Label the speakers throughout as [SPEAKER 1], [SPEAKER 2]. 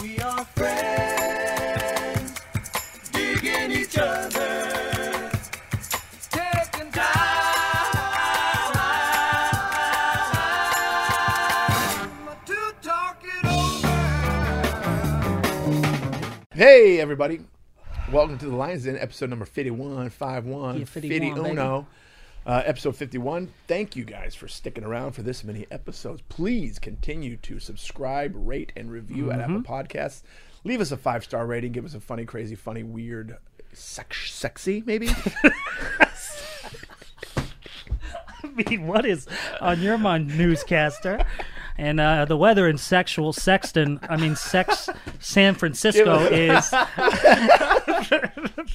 [SPEAKER 1] We are friends, digging each other, taking time to talk it over.
[SPEAKER 2] Hey, everybody. Welcome to the Lions Den, episode number 51, 51,
[SPEAKER 3] Yeah, 51,
[SPEAKER 2] 51, oh, uh, episode 51. Thank you guys for sticking around for this many episodes. Please continue to subscribe, rate, and review at Apple Podcasts. Leave us a five star rating. Give us a funny, crazy, funny, weird, sex, sexy, maybe?
[SPEAKER 3] I mean, what is on your mind, newscaster? And uh, the weather in sexual Sexton, I mean, sex San Francisco is.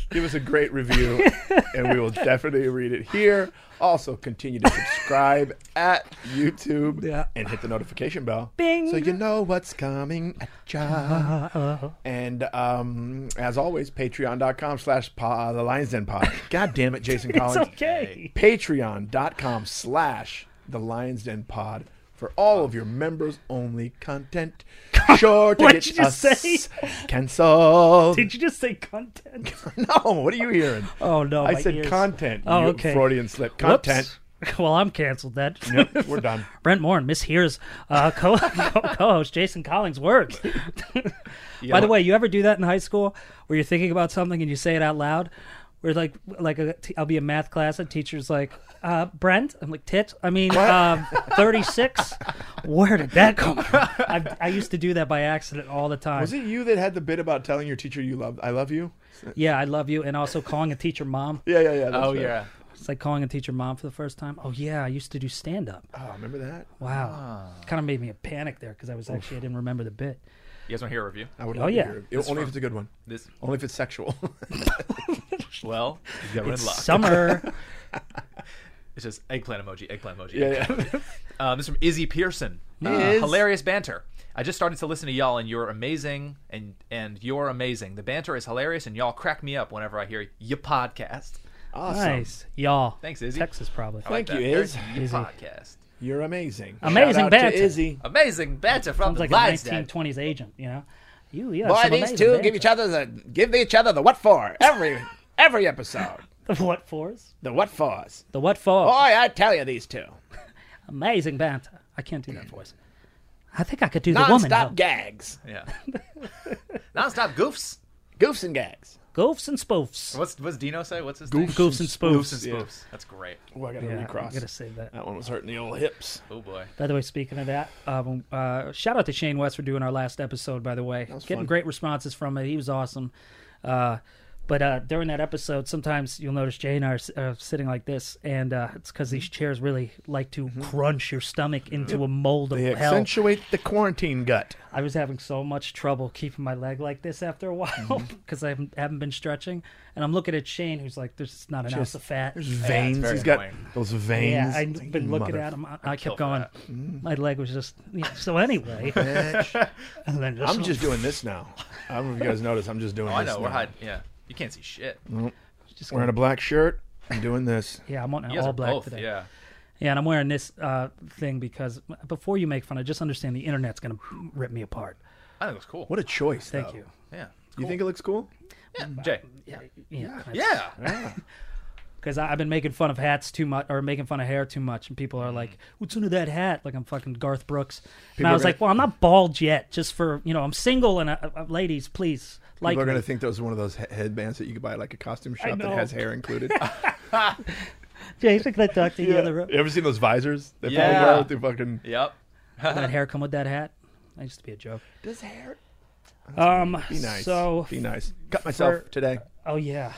[SPEAKER 2] Give us a great review, and we will definitely read it here. Also, continue to subscribe at YouTube
[SPEAKER 3] Yeah.
[SPEAKER 2] and hit the notification bell,
[SPEAKER 3] Bing. Uh-huh.
[SPEAKER 2] so you know what's coming at ya. And um, as always, Patreon.com/slash pa- The Lions Den Pod. God damn it, Jason
[SPEAKER 3] It's
[SPEAKER 2] Collins.
[SPEAKER 3] okay.
[SPEAKER 2] Patreon.com/slash The Lions Den Pod for all of your members-only content. Sure to
[SPEAKER 3] What'd
[SPEAKER 2] get
[SPEAKER 3] you just
[SPEAKER 2] us
[SPEAKER 3] say?
[SPEAKER 2] canceled.
[SPEAKER 3] Did you just say content?
[SPEAKER 2] No, what are you hearing?
[SPEAKER 3] Oh, no.
[SPEAKER 2] I
[SPEAKER 3] my
[SPEAKER 2] said
[SPEAKER 3] ears.
[SPEAKER 2] content.
[SPEAKER 3] Oh,
[SPEAKER 2] you
[SPEAKER 3] okay.
[SPEAKER 2] Freudian slip.
[SPEAKER 3] Whoops.
[SPEAKER 2] Content.
[SPEAKER 3] Well, I'm canceled then.
[SPEAKER 2] Yep, we're done.
[SPEAKER 3] Brent Moore mishears uh, co- co- co-host Jason Collins' words. By the way, you ever do that in high school where you're thinking about something and you say it out loud? Where like like a, t- I'll be in math class and teacher's like, uh, Brent, I'm like tit. I mean, um, 36. Where did that come from? I, I used to do that by accident all the time.
[SPEAKER 2] Was it you that had the bit about telling your teacher you love I love you?
[SPEAKER 3] Yeah, I love you, and also calling a teacher mom.
[SPEAKER 2] Yeah, yeah, yeah. that's
[SPEAKER 4] Oh
[SPEAKER 2] right.
[SPEAKER 4] yeah.
[SPEAKER 3] It's like calling a teacher mom for the first time. Oh yeah, I used to do stand up.
[SPEAKER 2] Oh, remember that?
[SPEAKER 3] Wow,
[SPEAKER 2] Ah.
[SPEAKER 3] kind of made me panic there because I was actually I didn't remember the bit.
[SPEAKER 4] You guys want to hear a review?
[SPEAKER 2] I would
[SPEAKER 3] Oh,
[SPEAKER 2] love to
[SPEAKER 3] yeah.
[SPEAKER 2] hear it. Only if it's a good one.
[SPEAKER 4] This
[SPEAKER 2] Only if it's sexual.
[SPEAKER 4] well, you got in
[SPEAKER 3] It's
[SPEAKER 4] luck.
[SPEAKER 3] summer.
[SPEAKER 4] It's just eggplant emoji, eggplant emoji.
[SPEAKER 2] yeah, yeah.
[SPEAKER 4] Um, this is from Izzy Pearson. Uh,
[SPEAKER 2] Iz.
[SPEAKER 4] Hilarious banter. I just started to listen to y'all, and you're amazing, and and you're amazing. The banter is hilarious, and y'all crack me up whenever I hear your podcast.
[SPEAKER 2] Awesome.
[SPEAKER 3] nice, y'all.
[SPEAKER 4] Thanks, Izzy.
[SPEAKER 3] Texas probably.
[SPEAKER 4] I like
[SPEAKER 2] Thank you,
[SPEAKER 4] that.
[SPEAKER 2] Iz.
[SPEAKER 4] Your podcast.
[SPEAKER 2] You're amazing.
[SPEAKER 3] Amazing
[SPEAKER 2] Shout out
[SPEAKER 3] banter.
[SPEAKER 2] to Izzy.
[SPEAKER 4] Amazing banter from
[SPEAKER 3] Sounds
[SPEAKER 4] the
[SPEAKER 3] like a
[SPEAKER 4] Lions Den.
[SPEAKER 3] 1920s agent, you know. You, yeah.
[SPEAKER 2] Boy,
[SPEAKER 3] some
[SPEAKER 2] these
[SPEAKER 3] amazing
[SPEAKER 2] two give
[SPEAKER 3] banter.
[SPEAKER 2] each other the give each other the what for every every episode.
[SPEAKER 3] the what fors?
[SPEAKER 2] The what fors.
[SPEAKER 3] The what for?
[SPEAKER 2] Boy, I tell you, these two
[SPEAKER 3] Amazing banter. I can't do that voice. I think I could do the woman.
[SPEAKER 2] non-stop
[SPEAKER 3] though.
[SPEAKER 2] gags,
[SPEAKER 4] Yeah. Nonstop goofs.
[SPEAKER 2] goofs and gags.
[SPEAKER 3] Goofs and spoofs.
[SPEAKER 4] What's what's Dino say? What's his
[SPEAKER 3] Goofs,
[SPEAKER 4] name?
[SPEAKER 3] and
[SPEAKER 4] Goofs
[SPEAKER 3] spoofs.
[SPEAKER 4] and spoofs. That's great.
[SPEAKER 2] Oh, I gotta
[SPEAKER 3] Yeah, I'm
[SPEAKER 2] recross.
[SPEAKER 3] gonna say that.
[SPEAKER 2] That one was hurting the old hips.
[SPEAKER 4] Oh boy.
[SPEAKER 3] By the way, speaking of that, um, uh, shout out to Shane West for doing our last episode. By the way, getting
[SPEAKER 2] fun.
[SPEAKER 3] great responses from it. He was awesome. Uh, but uh, during that episode, sometimes you'll notice Jay and I are, s- are sitting like this, and uh, it's because
[SPEAKER 2] Mm-hmm.
[SPEAKER 3] these chairs really like to crunch your stomach into a mold of
[SPEAKER 2] They
[SPEAKER 3] hell.
[SPEAKER 2] accentuate the quarantine gut.
[SPEAKER 3] I was having so much trouble keeping my leg like this after a while
[SPEAKER 2] Mm-hmm.
[SPEAKER 3] because I haven't, haven't been stretching, and I'm looking at Shane, who's like, "There's just not an ounce of fat."
[SPEAKER 2] Veins.
[SPEAKER 4] very
[SPEAKER 2] He's got
[SPEAKER 4] annoying.
[SPEAKER 2] those veins.
[SPEAKER 3] Yeah, I've been looking
[SPEAKER 2] Mother-
[SPEAKER 3] at him. I, I
[SPEAKER 4] kill
[SPEAKER 3] kept
[SPEAKER 4] for
[SPEAKER 3] going.
[SPEAKER 4] that.
[SPEAKER 2] Mm-hmm.
[SPEAKER 3] My leg was just. Yeah, so anyway,
[SPEAKER 2] Bitch.
[SPEAKER 3] and then
[SPEAKER 2] I'm just doing this now. I don't know if you guys noticed. I'm just doing
[SPEAKER 4] Oh,
[SPEAKER 2] this.
[SPEAKER 4] I know. We're
[SPEAKER 2] now.
[SPEAKER 4] hiding. Yeah. You can't see shit.
[SPEAKER 3] just
[SPEAKER 2] Wearing a black shirt. I'm doing this.
[SPEAKER 3] Yeah, I'm on an
[SPEAKER 4] You guys
[SPEAKER 3] all
[SPEAKER 4] are
[SPEAKER 3] black
[SPEAKER 4] both.
[SPEAKER 3] today.
[SPEAKER 4] Yeah.
[SPEAKER 3] Yeah, and I'm wearing this uh, thing because before you make fun, I just understand the internet's going to rip me apart.
[SPEAKER 4] I think it was cool.
[SPEAKER 2] What a choice.
[SPEAKER 3] Thank
[SPEAKER 2] though.
[SPEAKER 3] you.
[SPEAKER 4] Yeah.
[SPEAKER 2] You think it looks cool? Mm.
[SPEAKER 4] Jay.
[SPEAKER 3] Yeah, yeah,
[SPEAKER 4] Yeah.
[SPEAKER 3] Because I've been making fun of hats too much, or making fun of hair too much, and people are like, "What's under that hat?" Like I'm fucking Garth Brooks, and
[SPEAKER 2] are
[SPEAKER 3] I was
[SPEAKER 2] gonna-
[SPEAKER 3] like, "Well, I'm not bald yet. Just for you know, I'm single, and uh, uh, ladies, please like
[SPEAKER 2] People are
[SPEAKER 3] me."
[SPEAKER 2] going to think that was one of those he- headbands that you could buy at, like a costume shop that
[SPEAKER 3] know.
[SPEAKER 2] has hair included.
[SPEAKER 3] Jason, can I talk to you in the room?
[SPEAKER 2] You ever seen those visors? They probably
[SPEAKER 4] Yeah.
[SPEAKER 2] wear with the fucking.
[SPEAKER 4] Yep.
[SPEAKER 3] that hair come with that hat? That used to be a joke.
[SPEAKER 2] Does hair?
[SPEAKER 3] Um,
[SPEAKER 2] Be nice.
[SPEAKER 3] So,
[SPEAKER 2] Be nice. Cut myself
[SPEAKER 3] for-
[SPEAKER 2] today.
[SPEAKER 3] oh yeah,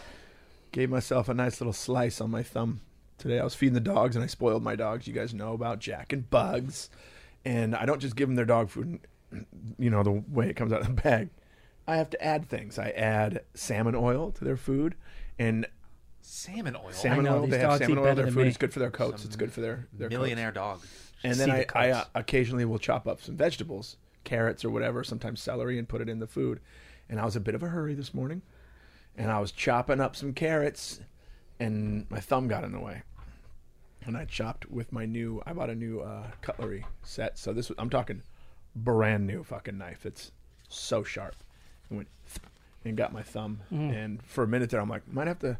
[SPEAKER 2] Gave myself a nice little slice on my thumb today. I was feeding the dogs and I spoiled my dogs. You guys know about Jack and Bugs. And I don't just give them their dog food, you know, the way it comes out of the bag. I have to add things. I add salmon oil to their food. And
[SPEAKER 4] Salmon oil.
[SPEAKER 2] salmon
[SPEAKER 3] know,
[SPEAKER 2] oil,
[SPEAKER 3] these
[SPEAKER 2] they
[SPEAKER 3] dogs
[SPEAKER 2] have
[SPEAKER 3] eat
[SPEAKER 2] salmon oil.
[SPEAKER 3] better
[SPEAKER 2] Their
[SPEAKER 3] than
[SPEAKER 2] food
[SPEAKER 3] me.
[SPEAKER 2] is good for their coats. It's good for their, their coats.
[SPEAKER 4] Millionaire dog.
[SPEAKER 2] And
[SPEAKER 3] See
[SPEAKER 2] then I,
[SPEAKER 3] the
[SPEAKER 2] I uh,
[SPEAKER 3] colors.
[SPEAKER 2] occasionally will chop up some vegetables, carrots or whatever, sometimes celery, and put it in the food. And I was a bit of a hurry this morning, and I was chopping up some carrots, and my thumb got in the way. And I chopped with my new. I bought a new uh, cutlery set, so this was, I'm talking brand new fucking knife. It's so sharp. It went th- and got my thumb.
[SPEAKER 3] Mm.
[SPEAKER 2] And for a minute there, I'm like, might have to,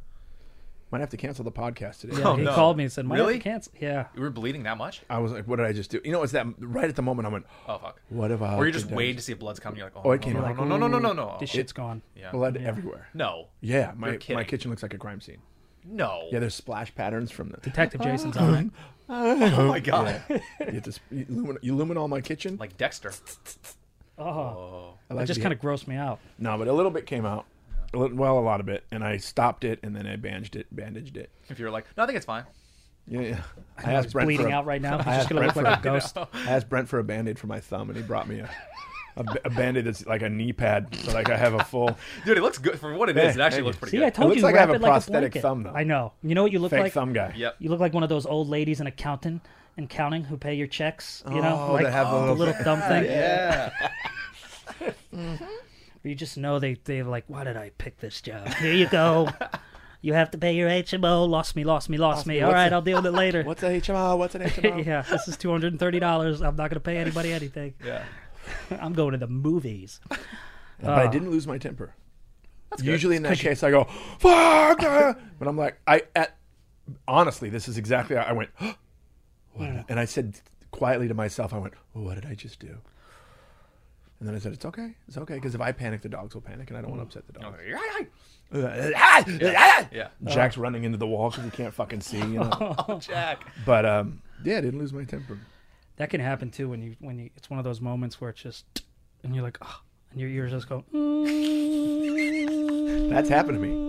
[SPEAKER 2] might have to cancel the podcast today.
[SPEAKER 3] he
[SPEAKER 4] no.
[SPEAKER 3] called me and said, "Might have to
[SPEAKER 4] Really?
[SPEAKER 3] cancel." Yeah.
[SPEAKER 4] You were bleeding that much?
[SPEAKER 2] I was like, what did I just do? You know, it's that right at the moment I went,
[SPEAKER 4] Oh fuck.
[SPEAKER 2] what have I?
[SPEAKER 4] Or you're just
[SPEAKER 2] done?
[SPEAKER 4] waiting to see if blood's coming. You're like, oh,
[SPEAKER 2] Oh,
[SPEAKER 4] no,
[SPEAKER 2] it came
[SPEAKER 4] no,
[SPEAKER 2] out.
[SPEAKER 4] no, no, no, no, no, no.
[SPEAKER 2] Oh,
[SPEAKER 3] This shit's gone.
[SPEAKER 4] Yeah.
[SPEAKER 2] blood everywhere.
[SPEAKER 4] No,
[SPEAKER 2] Yeah, my
[SPEAKER 4] kidding.
[SPEAKER 2] my kitchen looks like a crime scene.
[SPEAKER 4] no.
[SPEAKER 2] Yeah, there's splash patterns from the.
[SPEAKER 3] Detective Jason's on it.
[SPEAKER 4] oh my god.
[SPEAKER 2] You, have to, sp- you, lumen, you lumen all my kitchen.
[SPEAKER 4] Like Dexter.
[SPEAKER 3] Oh,
[SPEAKER 2] I
[SPEAKER 3] it
[SPEAKER 2] like
[SPEAKER 3] just
[SPEAKER 2] the-
[SPEAKER 3] kind of grossed me out.
[SPEAKER 2] No, but a little bit came out. A little, well, a lot of it, and I stopped it, and then I bandaged it, bandaged it.
[SPEAKER 4] If you're like, no, I think it's fine.
[SPEAKER 2] Yeah, yeah. I asked Brent
[SPEAKER 3] Bleeding
[SPEAKER 2] for a,
[SPEAKER 3] out right now. He's
[SPEAKER 2] I
[SPEAKER 3] just
[SPEAKER 2] asked
[SPEAKER 3] gonna look
[SPEAKER 2] Brent
[SPEAKER 3] like a
[SPEAKER 2] for a-
[SPEAKER 3] ghost.
[SPEAKER 2] I asked Brent for a band-aid for my thumb, and he brought me a a, ba- a band-aid that's like a knee pad, so like I have a full.
[SPEAKER 4] Dude, it looks good for what it is. It
[SPEAKER 2] Yeah,
[SPEAKER 4] actually
[SPEAKER 2] thank
[SPEAKER 4] looks
[SPEAKER 2] you.
[SPEAKER 4] pretty
[SPEAKER 3] See, I
[SPEAKER 4] good.
[SPEAKER 3] told
[SPEAKER 2] looks
[SPEAKER 3] you,
[SPEAKER 2] like I
[SPEAKER 3] wrap
[SPEAKER 2] have a
[SPEAKER 3] it like
[SPEAKER 2] prosthetic
[SPEAKER 3] blanket.
[SPEAKER 2] thumb, though.
[SPEAKER 3] I know. You know what you look
[SPEAKER 2] Fake
[SPEAKER 3] like?
[SPEAKER 2] thumb guy.
[SPEAKER 4] Yep.
[SPEAKER 3] You look like one of those old ladies in accounting and counting who pay your checks. You know,
[SPEAKER 2] Oh,
[SPEAKER 3] like
[SPEAKER 2] that have a
[SPEAKER 3] the
[SPEAKER 2] little-
[SPEAKER 3] little thumb thing.
[SPEAKER 4] yeah.
[SPEAKER 3] You just know they they like, why did I pick this job? Here you go. you have to pay your HMO. Lost me, lost me, lost, me.
[SPEAKER 2] me.
[SPEAKER 3] All
[SPEAKER 2] What's
[SPEAKER 3] right,
[SPEAKER 2] a-
[SPEAKER 3] I'll deal with it later.
[SPEAKER 2] What's an HMO? What's an HMO?
[SPEAKER 3] yeah, this is two hundred and thirty dollars. I'm not gonna pay anybody anything.
[SPEAKER 4] yeah.
[SPEAKER 3] I'm going to the movies.
[SPEAKER 2] But I didn't lose my temper.
[SPEAKER 4] Ah. good.
[SPEAKER 2] Usually in that case, I go fuck, ah!" but I'm like, I at, honestly, this is exactly how I went. what did I-" and I said quietly to myself, I went, well, "What did I just do?" And then I said, "It's okay, it's okay," because if I panic, the dogs will panic, and I don't
[SPEAKER 4] Mm.
[SPEAKER 2] want to upset the
[SPEAKER 4] Oh,
[SPEAKER 2] dogs.
[SPEAKER 4] Yeah.
[SPEAKER 2] Jack's running into the wall because he can't fucking see. You know?
[SPEAKER 4] Oh, Jack.
[SPEAKER 2] but um, yeah, I didn't lose my temper.
[SPEAKER 3] That can happen too when you when you. It's one of those moments where it's just, and you're like, oh, and your ears just go. "Mm."
[SPEAKER 2] That's happened to me.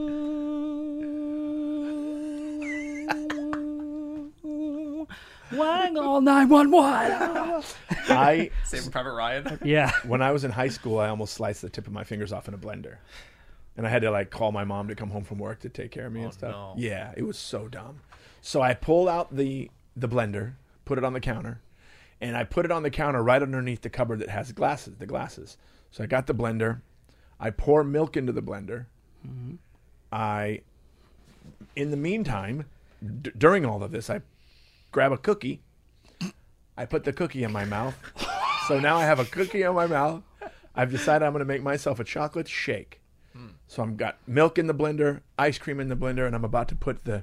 [SPEAKER 3] Wang all 911.
[SPEAKER 2] I
[SPEAKER 4] Saving Private Ryan.
[SPEAKER 3] Yeah.
[SPEAKER 2] when I was in high school, I almost sliced the tip of my fingers off in a blender. And I had to like call my mom to come home from work to take care of me and stuff.
[SPEAKER 4] no.
[SPEAKER 2] Yeah, it was so dumb. So I pulled out the the blender, put it on the counter, and I put it on the counter right underneath the cupboard that has glasses, the glasses. So I got the blender. I pour milk into the blender. I in the meantime, d- during all of this, I grab a cookie. I put the cookie in my mouth. so now I have a cookie in my mouth. I've decided I'm going to make myself a chocolate shake. So I've got milk in the blender, ice cream in the blender, and I'm about to put the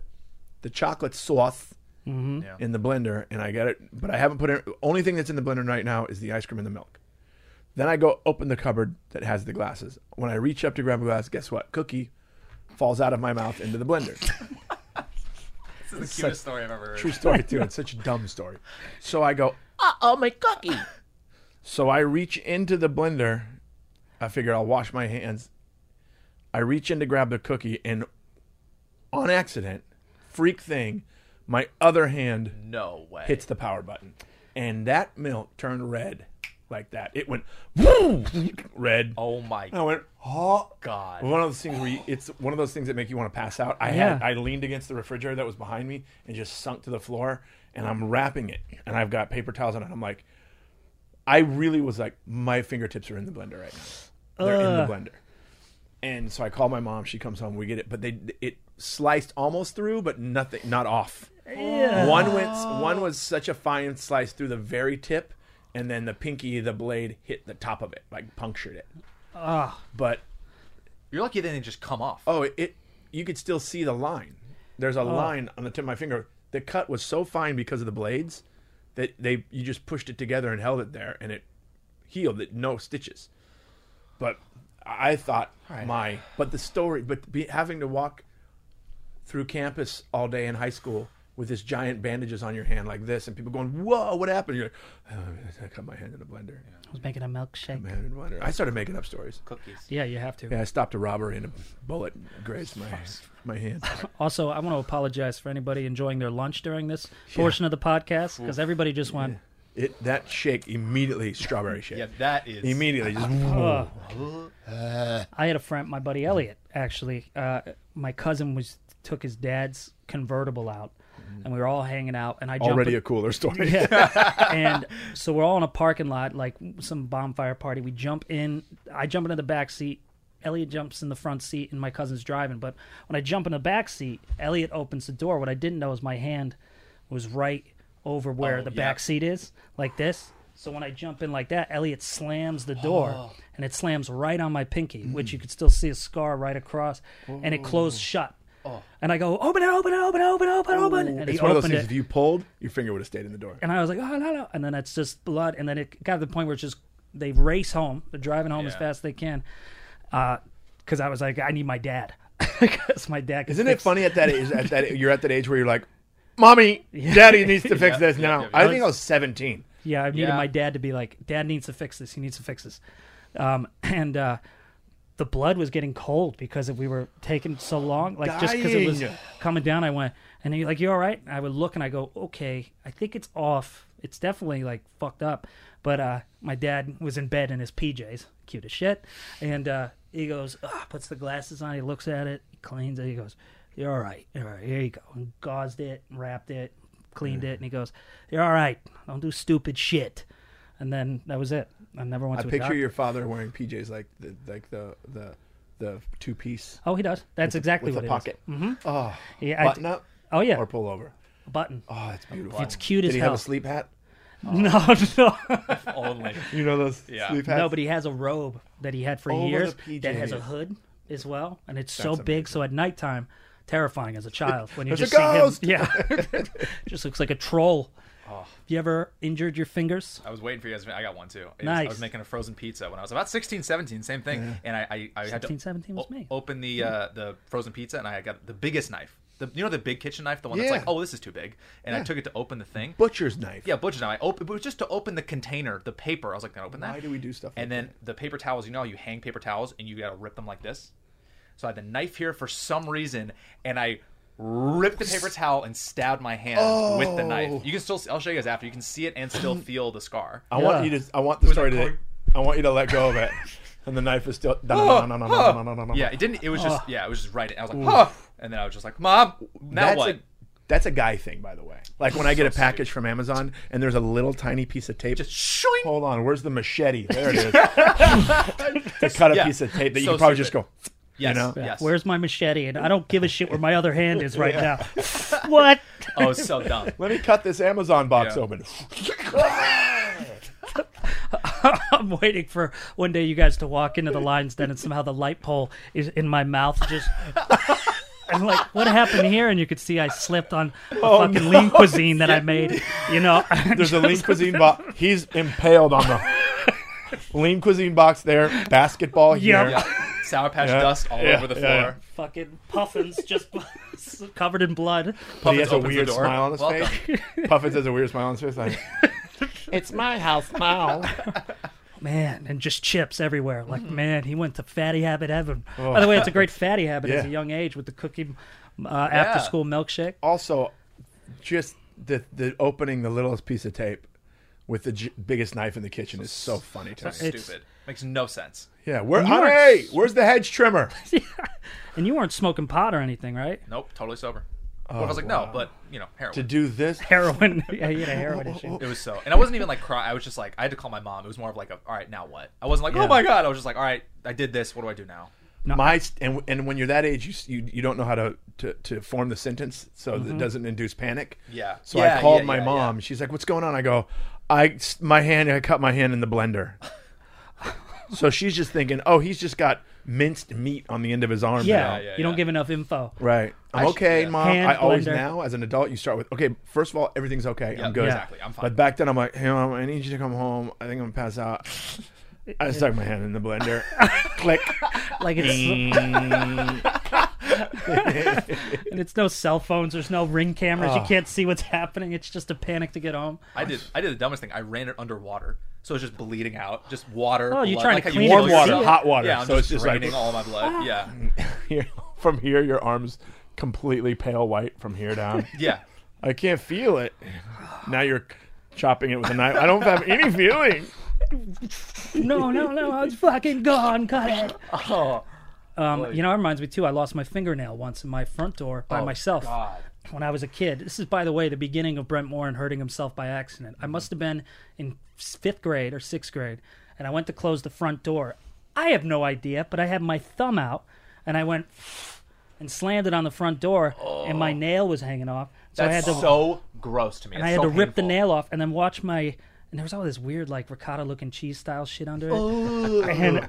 [SPEAKER 2] the chocolate sauce
[SPEAKER 4] Yeah.
[SPEAKER 2] in the blender. And I got it, but I haven't put it. Only thing that's in the blender right now is the ice cream and the milk. Then I go open the cupboard that has the glasses. When I reach up to grab a glass, guess what? Cookie falls out of my mouth into the blender.
[SPEAKER 4] This is the cutest story I've ever heard.
[SPEAKER 2] True story too. It's such a dumb story. So I go, uh oh, my cookie. So I reach into the blender. I figure I'll wash my hands. I reach in to grab the cookie, and on accident, freak thing, my other hand
[SPEAKER 4] No way.
[SPEAKER 2] hits the power button, and that milk turned red like that. It went woo, red.
[SPEAKER 4] Oh my
[SPEAKER 2] I went, oh
[SPEAKER 4] God.
[SPEAKER 2] One of those things where you, it's one of those things that make you want to pass out. I had
[SPEAKER 3] Yeah.
[SPEAKER 2] I leaned against the refrigerator that was behind me and just sunk to the floor, and I'm wrapping it, and I've got paper towels on it. I'm like, I really was like, my fingertips are in the blender right now. They're in the
[SPEAKER 3] Ugh.
[SPEAKER 2] blender. And so I call my mom. She comes home. We get it, but they it sliced almost through, but nothing, not off. One went. One was such a fine slice through the very tip, and then the pinky, the blade hit the top of it, like punctured it. But
[SPEAKER 4] You're lucky they didn't just come off.
[SPEAKER 2] oh, it, it you could still see the line. There's a line on the tip of my finger. The cut was so fine because of the blades that they you just pushed it together and held it there, and it healed. It no stitches. But I thought my but the story, but be, having to walk through campus all day in high school with this giant bandages on your hand like this, and people going, "Whoa, what happened?" You're like, oh, "I cut my hand in a blender."
[SPEAKER 3] I was making a milkshake.
[SPEAKER 2] My hand in a blender. I started making up stories.
[SPEAKER 4] Cookies.
[SPEAKER 3] Yeah, you have to.
[SPEAKER 2] Yeah, I stopped a robbery and a bullet grazed my my hand.
[SPEAKER 3] Also, I want to apologize for anybody enjoying their lunch during this portion of the podcast because everybody just went,
[SPEAKER 2] It that shake immediately strawberry shake.
[SPEAKER 4] Yeah, that is.
[SPEAKER 2] Immediately just
[SPEAKER 3] I had a friend, my buddy Elliot, actually. Uh, my cousin was took his dad's convertible out, and we were all hanging out. And I jumped
[SPEAKER 2] already a cooler story.
[SPEAKER 3] Yeah. and so we're all in a parking lot, like some bonfire party. We jump in. I jump into the back seat. Elliot jumps in the front seat, and my cousin's driving. But when I jump in the back seat, Elliot opens the door. What I didn't know is my hand was right over where
[SPEAKER 4] Oh,
[SPEAKER 3] the
[SPEAKER 4] yeah. Oh.
[SPEAKER 3] back seat is, like this. So when I jump in like that, Elliot slams the door, and it slams right on my pinky,
[SPEAKER 4] Mm.
[SPEAKER 3] which you could still see a scar right across, and it closed shut.
[SPEAKER 4] Oh.
[SPEAKER 3] And I go, open it, open it, open it, open it, open it, open it. And
[SPEAKER 2] it's
[SPEAKER 3] he
[SPEAKER 2] one of those
[SPEAKER 3] opened
[SPEAKER 2] things.
[SPEAKER 3] it.
[SPEAKER 2] If you pulled, your finger would have stayed in the door.
[SPEAKER 3] and I was like, oh, no, no. And then it's just blood. And then it got to the point where it's just, they race home. They're driving home as
[SPEAKER 4] Yeah.
[SPEAKER 3] fast as they can. Because I was like, I need my dad. Because my dad can
[SPEAKER 2] Isn't it
[SPEAKER 3] fix-
[SPEAKER 2] funny at that age? At that you're at that age where you're like, "Mommy, Daddy needs to fix this now."
[SPEAKER 4] yeah,
[SPEAKER 2] I think I was 17.
[SPEAKER 3] Yeah, I needed
[SPEAKER 4] Yeah.
[SPEAKER 3] my dad to be like, Dad needs to fix this. He needs to fix this. Um, and uh, the blood was getting cold because if we were taking so long, like just because it was
[SPEAKER 2] Dying.
[SPEAKER 3] coming down, I went and he like, "You all right?" And I would look and I go, "Okay, I think it's off. It's definitely like fucked up." But uh, my dad was in bed in his PJs, cute as shit, and uh, he goes, ah, puts the glasses on, he looks at it, he cleans it, he goes, "You're all right, all right, here you go," and gauzed it, wrapped it, cleaned it, and he goes, "You're all right. Don't do stupid shit." And then that was it. I never went
[SPEAKER 2] I
[SPEAKER 3] to a
[SPEAKER 2] picture
[SPEAKER 3] doctor.
[SPEAKER 2] your father wearing PJs like the like the the the two piece
[SPEAKER 3] Oh, he does. That's exactly
[SPEAKER 2] with
[SPEAKER 3] what
[SPEAKER 2] a
[SPEAKER 3] it is.
[SPEAKER 2] pocket. Mm-hmm. Oh,
[SPEAKER 3] Yeah, I-
[SPEAKER 2] button up
[SPEAKER 3] Oh yeah,
[SPEAKER 2] or pull over.
[SPEAKER 3] button.
[SPEAKER 2] Oh, it's beautiful.
[SPEAKER 3] It's cute
[SPEAKER 2] Did
[SPEAKER 3] as
[SPEAKER 2] he
[SPEAKER 3] hell.
[SPEAKER 2] have a sleep hat?
[SPEAKER 3] No, no.
[SPEAKER 4] Only.
[SPEAKER 2] You know those
[SPEAKER 4] Yeah.
[SPEAKER 2] sleep hats.
[SPEAKER 3] No, but he has a robe that he had for
[SPEAKER 2] Over
[SPEAKER 3] years
[SPEAKER 2] the
[SPEAKER 3] that has a
[SPEAKER 2] PJs.
[SPEAKER 3] hood as well, and it's so
[SPEAKER 2] That's
[SPEAKER 3] big. So at nighttime, terrifying as a child when you
[SPEAKER 2] There's
[SPEAKER 3] just
[SPEAKER 2] a ghost! Oh.
[SPEAKER 3] see him. Yeah, just looks like a troll. You ever injured your fingers?
[SPEAKER 4] I was waiting for you guys. I got one too. It was- I
[SPEAKER 3] Nice.
[SPEAKER 4] was making a frozen pizza when I was about 16, 17, same thing. And I, I, I had to
[SPEAKER 3] 16, 17 was me.
[SPEAKER 4] open the uh, the frozen pizza, and I got the biggest knife. The, you know the big kitchen knife, the one that's
[SPEAKER 2] Yeah.
[SPEAKER 4] like, oh, this is too big. And I
[SPEAKER 2] Yeah.
[SPEAKER 4] took it to open the thing.
[SPEAKER 2] butcher's knife.
[SPEAKER 4] yeah, butcher knife. I opened, it was just to open the container, the paper. I was like, can I open that?
[SPEAKER 2] Why do we do stuff like
[SPEAKER 4] And then the paper towels, you know, how you hang paper towels, and you got to rip them like this. So I had the knife here for some reason, and I ripped the paper towel and stabbed my hand with the
[SPEAKER 2] Oh.
[SPEAKER 4] knife. You can still, see, I'll show you guys after. You can see it and still feel the scar.
[SPEAKER 2] I
[SPEAKER 3] Yeah.
[SPEAKER 2] want you to. I want the
[SPEAKER 4] Was it
[SPEAKER 2] story to.
[SPEAKER 4] cork?
[SPEAKER 2] I want you to let go of it. And the knife is still.
[SPEAKER 4] Oh, Yeah,
[SPEAKER 2] Yeah,
[SPEAKER 4] it didn't. It was just yeah, it was just right. I was like, huh. and then I was just like, mom, now
[SPEAKER 2] that's
[SPEAKER 4] what?
[SPEAKER 2] A, that's a guy thing, by the way. Like when I get a package from Amazon and there's a little tiny piece of tape.
[SPEAKER 4] Just shooing.
[SPEAKER 2] hold on, where's the machete? There it is. to cut a
[SPEAKER 4] Yeah.
[SPEAKER 2] piece of tape that you
[SPEAKER 4] So
[SPEAKER 2] can probably just
[SPEAKER 4] stupid.
[SPEAKER 2] go.
[SPEAKER 4] Yes,
[SPEAKER 2] know?
[SPEAKER 4] yes.
[SPEAKER 3] Where's my machete? And I don't give a shit where my other hand is right now. what?
[SPEAKER 4] oh, it's so dumb.
[SPEAKER 2] Let me cut this Amazon box
[SPEAKER 4] Yeah.
[SPEAKER 2] open.
[SPEAKER 3] I'm waiting for one day you guys to walk into the lion's den and somehow the light pole is in my mouth just I'm like, what happened here? And you could see I slipped on a fucking lean cuisine that I made. You know,
[SPEAKER 2] Oh, There's a lean cuisine box. He's impaled on the lean cuisine box there. Basketball here.
[SPEAKER 4] Yeah, sour patch
[SPEAKER 2] Yeah.
[SPEAKER 4] dust all
[SPEAKER 2] Yeah,
[SPEAKER 4] over the
[SPEAKER 2] yeah,
[SPEAKER 4] floor.
[SPEAKER 3] fucking puffins just covered in blood.
[SPEAKER 2] But
[SPEAKER 4] Puffins
[SPEAKER 2] he has a
[SPEAKER 4] opens the
[SPEAKER 2] weird
[SPEAKER 4] door.
[SPEAKER 2] smile on his
[SPEAKER 4] Welcome.
[SPEAKER 2] face. Puffins has a weird smile on his face. Like, it's my house now.
[SPEAKER 3] Man, and just chips everywhere. Like,
[SPEAKER 2] Mm-hmm.
[SPEAKER 3] man, he went to fatty habit heaven. By the way, it's a great fatty habit as
[SPEAKER 2] Oh.
[SPEAKER 3] a
[SPEAKER 2] Yeah.
[SPEAKER 3] young age with the cookie uh, after school milkshake.
[SPEAKER 2] also just the the opening the littlest piece of tape with the j- biggest knife in the kitchen is so funny to me.
[SPEAKER 3] It's-
[SPEAKER 4] Stupid. Makes no sense.
[SPEAKER 2] Yeah, where
[SPEAKER 3] you are-
[SPEAKER 2] hey, where's the hedge trimmer?
[SPEAKER 3] And you weren't smoking pot or anything, right?
[SPEAKER 4] Nope, totally sober.
[SPEAKER 2] Oh,
[SPEAKER 4] Well, I was like, no, but you know, heroin.
[SPEAKER 2] to do this.
[SPEAKER 3] Heroin. yeah, he had a heroin issue.
[SPEAKER 4] It was so, and I wasn't even like cry. I was just like, I had to call my mom. It was more of like, a, all right, now what? I wasn't like,
[SPEAKER 3] Yeah.
[SPEAKER 4] oh my god. I was just like, all right, I did this. What do I do now?
[SPEAKER 2] My st- and and when you're that age, you s- you, you don't know how to, to, to form the sentence, so
[SPEAKER 3] Mm-hmm.
[SPEAKER 2] it doesn't induce panic.
[SPEAKER 4] Yeah.
[SPEAKER 2] So
[SPEAKER 4] Yeah,
[SPEAKER 2] I called
[SPEAKER 4] yeah,
[SPEAKER 2] my
[SPEAKER 4] yeah,
[SPEAKER 2] mom. She's like, "What's going on?" I go, "I s- my hand. I cut my hand in the blender." so she's just thinking, "Oh, he's just got minced meat on the end of his arm." now.
[SPEAKER 3] Yeah,
[SPEAKER 4] yeah,
[SPEAKER 3] you don't
[SPEAKER 4] yeah.
[SPEAKER 3] give enough info.
[SPEAKER 2] Right. I'm
[SPEAKER 4] sh-
[SPEAKER 2] okay,
[SPEAKER 4] yeah.
[SPEAKER 2] mom.
[SPEAKER 3] Hand
[SPEAKER 2] I always
[SPEAKER 3] blender.
[SPEAKER 2] now as an adult you start with okay. First of all, everything's okay.
[SPEAKER 4] Yeah,
[SPEAKER 2] I'm good.
[SPEAKER 4] exactly. I'm fine.
[SPEAKER 2] But back then I'm like, hey mom, I need you to come home. I think I'm gonna pass out. I stuck my hand in the blender. Click. Mm.
[SPEAKER 3] Like it's and it's no cell phones. There's no ring cameras.
[SPEAKER 4] Ah.
[SPEAKER 3] You can't see what's happening. It's just a panic to get home.
[SPEAKER 4] I did. I did the dumbest thing. I ran it underwater, so it was just bleeding out, just water.
[SPEAKER 3] Oh, you're
[SPEAKER 4] blood,
[SPEAKER 3] trying
[SPEAKER 4] like
[SPEAKER 3] to
[SPEAKER 4] how you
[SPEAKER 3] clean it. Ah.
[SPEAKER 2] Warm
[SPEAKER 4] know
[SPEAKER 2] water,
[SPEAKER 4] you're-
[SPEAKER 2] hot water.
[SPEAKER 4] Yeah, I'm
[SPEAKER 2] so
[SPEAKER 4] just,
[SPEAKER 2] it's just
[SPEAKER 4] draining
[SPEAKER 2] like
[SPEAKER 4] all my blood. Yeah,
[SPEAKER 2] here, from here your arms completely pale white from here down.
[SPEAKER 4] yeah.
[SPEAKER 2] I can't feel it. Now you're chopping it with a knife. I don't have any feeling.
[SPEAKER 3] No, no, no. I was fucking gone. Cut it.
[SPEAKER 4] Oh,
[SPEAKER 3] Um, you know, it reminds me too. I lost my fingernail once in my front door by myself.
[SPEAKER 4] Oh, God.
[SPEAKER 3] when I was a kid. This is, by the way, the beginning of Brent Morin hurting himself by accident.
[SPEAKER 4] Mm-hmm.
[SPEAKER 3] I must have been in fifth grade or sixth grade, and I went to close the front door. I have no idea, but I had my thumb out, and I went and slammed it on the front door, and my nail was hanging off. So I
[SPEAKER 4] Oh. That's
[SPEAKER 3] had to,
[SPEAKER 4] so gross to me.
[SPEAKER 3] and I had to rip the nail off, and then watch my and there was all this weird like ricotta looking cheese style shit under it.
[SPEAKER 4] Oh.
[SPEAKER 3] And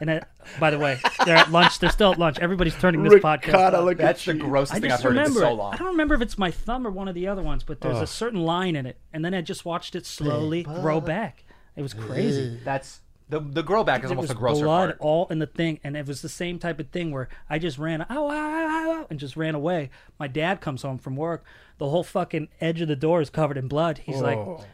[SPEAKER 3] and it, by the way, they're at lunch. They're still at lunch. Everybody's turning this podcast.
[SPEAKER 2] Ricotta
[SPEAKER 3] off.
[SPEAKER 2] look at
[SPEAKER 4] That's the
[SPEAKER 2] you.
[SPEAKER 4] grossest
[SPEAKER 3] I
[SPEAKER 4] thing I've
[SPEAKER 3] just
[SPEAKER 4] heard in
[SPEAKER 3] remember.
[SPEAKER 4] so
[SPEAKER 3] it.
[SPEAKER 4] long.
[SPEAKER 3] I don't remember if it's my thumb or one of the other ones, but there's a certain line in it, and then I just watched it slowly grow back. It was crazy.
[SPEAKER 4] That's the the grow back is
[SPEAKER 3] It
[SPEAKER 4] almost
[SPEAKER 3] was
[SPEAKER 4] a grosser
[SPEAKER 3] blood
[SPEAKER 4] part.
[SPEAKER 3] all in the thing, and it was the same type of thing where I just ran, ow, ow, ow, ow, ow, and just ran away. My dad comes home from work. The whole fucking edge of the door is covered in blood. He's like,
[SPEAKER 4] Oh.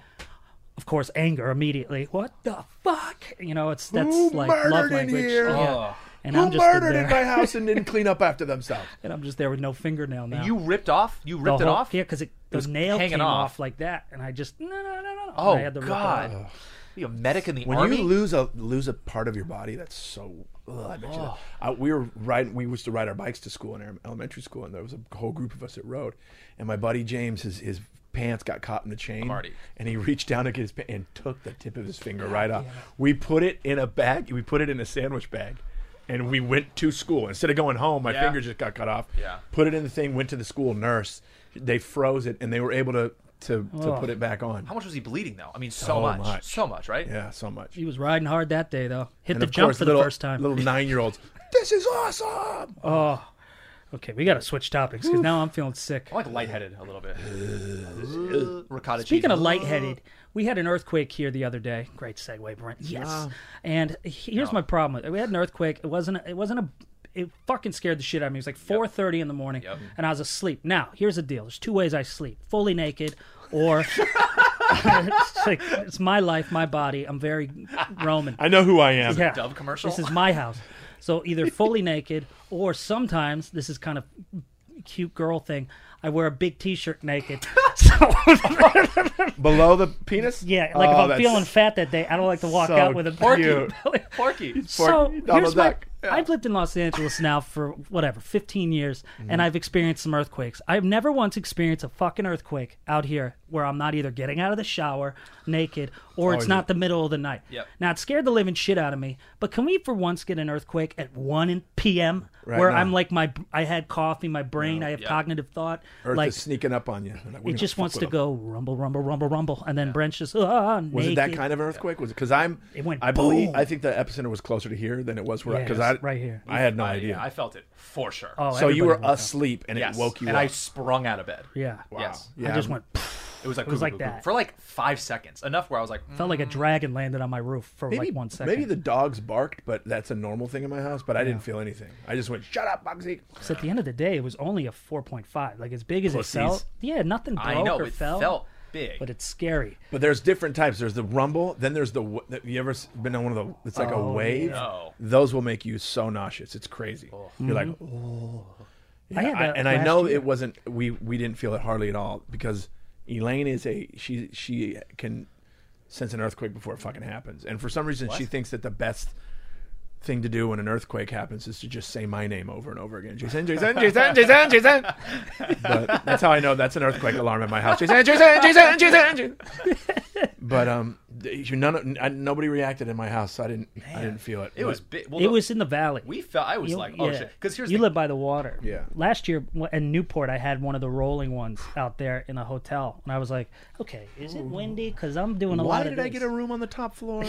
[SPEAKER 3] of course, anger immediately. What the fuck? You know, it's that's
[SPEAKER 2] Who
[SPEAKER 3] like
[SPEAKER 2] murdered
[SPEAKER 3] love
[SPEAKER 2] in
[SPEAKER 3] language.
[SPEAKER 2] here?
[SPEAKER 3] Yeah.
[SPEAKER 4] Ugh.
[SPEAKER 3] And
[SPEAKER 2] Who
[SPEAKER 3] I'm just stood
[SPEAKER 2] murdered in my
[SPEAKER 3] there,
[SPEAKER 2] house and didn't clean up after themselves?
[SPEAKER 3] and I'm just there with no fingernail now.
[SPEAKER 4] You ripped off. You
[SPEAKER 3] The
[SPEAKER 4] ripped it
[SPEAKER 3] whole-
[SPEAKER 4] off.
[SPEAKER 3] Yeah, because it, the
[SPEAKER 4] was
[SPEAKER 3] nail
[SPEAKER 4] hanging
[SPEAKER 3] came
[SPEAKER 4] off.
[SPEAKER 3] off. like that, and I just no, no, no, no. no.
[SPEAKER 4] Oh
[SPEAKER 3] and I had to rip it off.
[SPEAKER 4] God. You a medic in the
[SPEAKER 2] When
[SPEAKER 4] army?
[SPEAKER 2] you lose a lose a part of your body, that's so. Ugh, I bet you that. I, we were riding. We used to ride our bikes to school in our elementary school, and there was a whole group of us that rode. And my buddy James, his his pants got caught in the chain,
[SPEAKER 4] Marty.
[SPEAKER 2] and he reached down to get his pants and took the tip of his finger right off. We put it in a bag. We put it in a sandwich bag. And we went to school instead of going home. My
[SPEAKER 4] Yeah.
[SPEAKER 2] finger just got cut off.
[SPEAKER 4] Yeah.
[SPEAKER 2] Put it in the thing. Went to the school nurse. They froze it, and they were able to to, to
[SPEAKER 3] Ugh.
[SPEAKER 2] put it back on.
[SPEAKER 4] How much was he bleeding though? I mean, so,
[SPEAKER 2] So
[SPEAKER 4] much.
[SPEAKER 2] much.
[SPEAKER 4] so much, right?
[SPEAKER 2] Yeah, so much.
[SPEAKER 3] He was riding hard that day though. Hit
[SPEAKER 2] And
[SPEAKER 3] the
[SPEAKER 2] of
[SPEAKER 3] jump
[SPEAKER 2] course,
[SPEAKER 3] for
[SPEAKER 2] little,
[SPEAKER 3] the first time.
[SPEAKER 2] Little nine year olds, this is awesome.
[SPEAKER 3] Okay, we got to switch topics because now I'm feeling sick.
[SPEAKER 4] I'm like lightheaded a little bit. Ricotta
[SPEAKER 3] Speaking
[SPEAKER 4] cheese.
[SPEAKER 3] of lightheaded, we had an earthquake here the other day. Great segue, Brent. Yes. And here's my problem with it. We had an earthquake. It wasn't. It wasn't a. It fucking scared the shit out of me. It was like 4:30 in the morning,
[SPEAKER 4] Yep.
[SPEAKER 3] and I was asleep. Now, here's the deal. There's two ways I sleep: fully naked, or it's, like, it's my life, my body. I'm very Roman.
[SPEAKER 2] I know who I am.
[SPEAKER 3] yeah.
[SPEAKER 4] Dove commercial?
[SPEAKER 3] This is my house. So either fully naked or sometimes this is kind of cute girl thing. I wear a big T-shirt naked. so
[SPEAKER 2] Below the penis?
[SPEAKER 3] yeah, like
[SPEAKER 2] Oh,
[SPEAKER 3] if I'm
[SPEAKER 2] that's-
[SPEAKER 3] feeling fat that day, I don't like to walk
[SPEAKER 2] so
[SPEAKER 3] out with a
[SPEAKER 2] cute.
[SPEAKER 3] belly.
[SPEAKER 4] Porky.
[SPEAKER 3] So
[SPEAKER 2] Porky, Donald
[SPEAKER 3] here's my,
[SPEAKER 2] Duck.
[SPEAKER 3] I've lived in Los Angeles now for whatever 15 years,
[SPEAKER 2] Mm.
[SPEAKER 3] and I've experienced some earthquakes. I've never once experienced a fucking earthquake out here where I'm not either getting out of the shower naked or
[SPEAKER 2] Oh,
[SPEAKER 3] it's not the middle of the night.
[SPEAKER 4] Yep.
[SPEAKER 3] Now it scared the living shit out of me, but can we for once get an earthquake at 1 in p.m.
[SPEAKER 2] Right
[SPEAKER 3] where
[SPEAKER 2] now.
[SPEAKER 3] I'm like my I had coffee, my brain, I have
[SPEAKER 4] Yeah.
[SPEAKER 3] cognitive thought,
[SPEAKER 2] Earth
[SPEAKER 3] like
[SPEAKER 2] is sneaking up on you. They're like, "We're
[SPEAKER 3] it
[SPEAKER 2] gonna
[SPEAKER 3] just
[SPEAKER 2] fuck
[SPEAKER 3] wants
[SPEAKER 2] with
[SPEAKER 3] to
[SPEAKER 2] them."
[SPEAKER 3] go rumble, rumble, rumble, rumble, and then Brent's just ah naked.
[SPEAKER 2] Was it that kind of earthquake? Was it because I'm?
[SPEAKER 3] It went
[SPEAKER 2] I believe.
[SPEAKER 3] boom.
[SPEAKER 2] I think the epicenter was closer to here than it was where.
[SPEAKER 3] Yeah,
[SPEAKER 2] Because
[SPEAKER 3] it
[SPEAKER 2] I
[SPEAKER 3] was right here.
[SPEAKER 2] I had no
[SPEAKER 4] I-
[SPEAKER 2] idea.
[SPEAKER 4] yeah, I felt it for sure.
[SPEAKER 3] Oh,
[SPEAKER 2] so you
[SPEAKER 3] everybody
[SPEAKER 2] were
[SPEAKER 3] woke up.
[SPEAKER 2] asleep and
[SPEAKER 4] yes.
[SPEAKER 2] it woke you
[SPEAKER 4] and
[SPEAKER 2] up.
[SPEAKER 4] I sprung out of bed.
[SPEAKER 3] Yeah.
[SPEAKER 4] Yes.
[SPEAKER 2] Yeah.
[SPEAKER 3] I just went.
[SPEAKER 4] It was like,
[SPEAKER 3] It was
[SPEAKER 4] "Goo,
[SPEAKER 3] like
[SPEAKER 4] goo, goo, goo,"
[SPEAKER 3] that.
[SPEAKER 4] for like five seconds. Enough where I was like, mm,
[SPEAKER 3] Felt like a dragon landed on my roof for
[SPEAKER 2] maybe
[SPEAKER 3] like one second.
[SPEAKER 2] Maybe the dogs barked, but that's a normal thing in my house. But I didn't feel anything. I just went, "Shut up, Bugsy."
[SPEAKER 3] 'Cause at the end of the day, it was only a 4.5. Like as big as
[SPEAKER 2] Pussies.
[SPEAKER 3] it felt. Yeah, nothing broke
[SPEAKER 4] I know
[SPEAKER 3] or
[SPEAKER 4] it
[SPEAKER 3] fell.
[SPEAKER 4] felt big.
[SPEAKER 3] But it's scary.
[SPEAKER 2] But there's different types. There's the rumble. Then there's the. w- that- You ever s- been on one of the? It's like a
[SPEAKER 3] Oh,
[SPEAKER 2] wave.
[SPEAKER 4] No.
[SPEAKER 2] Those will make you so nauseous. It's crazy. You're like, oh.
[SPEAKER 3] I had
[SPEAKER 2] I-
[SPEAKER 3] that
[SPEAKER 2] and I
[SPEAKER 3] last
[SPEAKER 2] know
[SPEAKER 3] year.
[SPEAKER 2] it wasn't. We we didn't feel it hardly at all because Elaine is a she she can sense an earthquake before it fucking happens. And for some reason, she thinks that the best thing to do when an earthquake happens is to just say my name over and over again. Jason, Jason, Jason, Jason, Jason. but that's how I know that's an earthquake alarm at my house. Jason, Jason, Jason, Jason, Jason. But um, th- you, none of, n- I- nobody reacted in my house, so I didn't. I didn't feel it.
[SPEAKER 4] it
[SPEAKER 2] But-
[SPEAKER 4] was big. Well,
[SPEAKER 3] it
[SPEAKER 4] the-
[SPEAKER 3] was in the valley.
[SPEAKER 4] We felt. I was
[SPEAKER 3] You-
[SPEAKER 4] like, oh
[SPEAKER 3] yeah.
[SPEAKER 4] shit. Because here's
[SPEAKER 3] you
[SPEAKER 4] the
[SPEAKER 3] live by the water.
[SPEAKER 2] Yeah.
[SPEAKER 3] Last year w- in Newport, I had one of the rolling ones out there in a hotel, and I was like, okay, is it windy? Because I'm doing a
[SPEAKER 2] Why
[SPEAKER 3] lot
[SPEAKER 2] did
[SPEAKER 3] of.
[SPEAKER 2] I get a room on the top floor?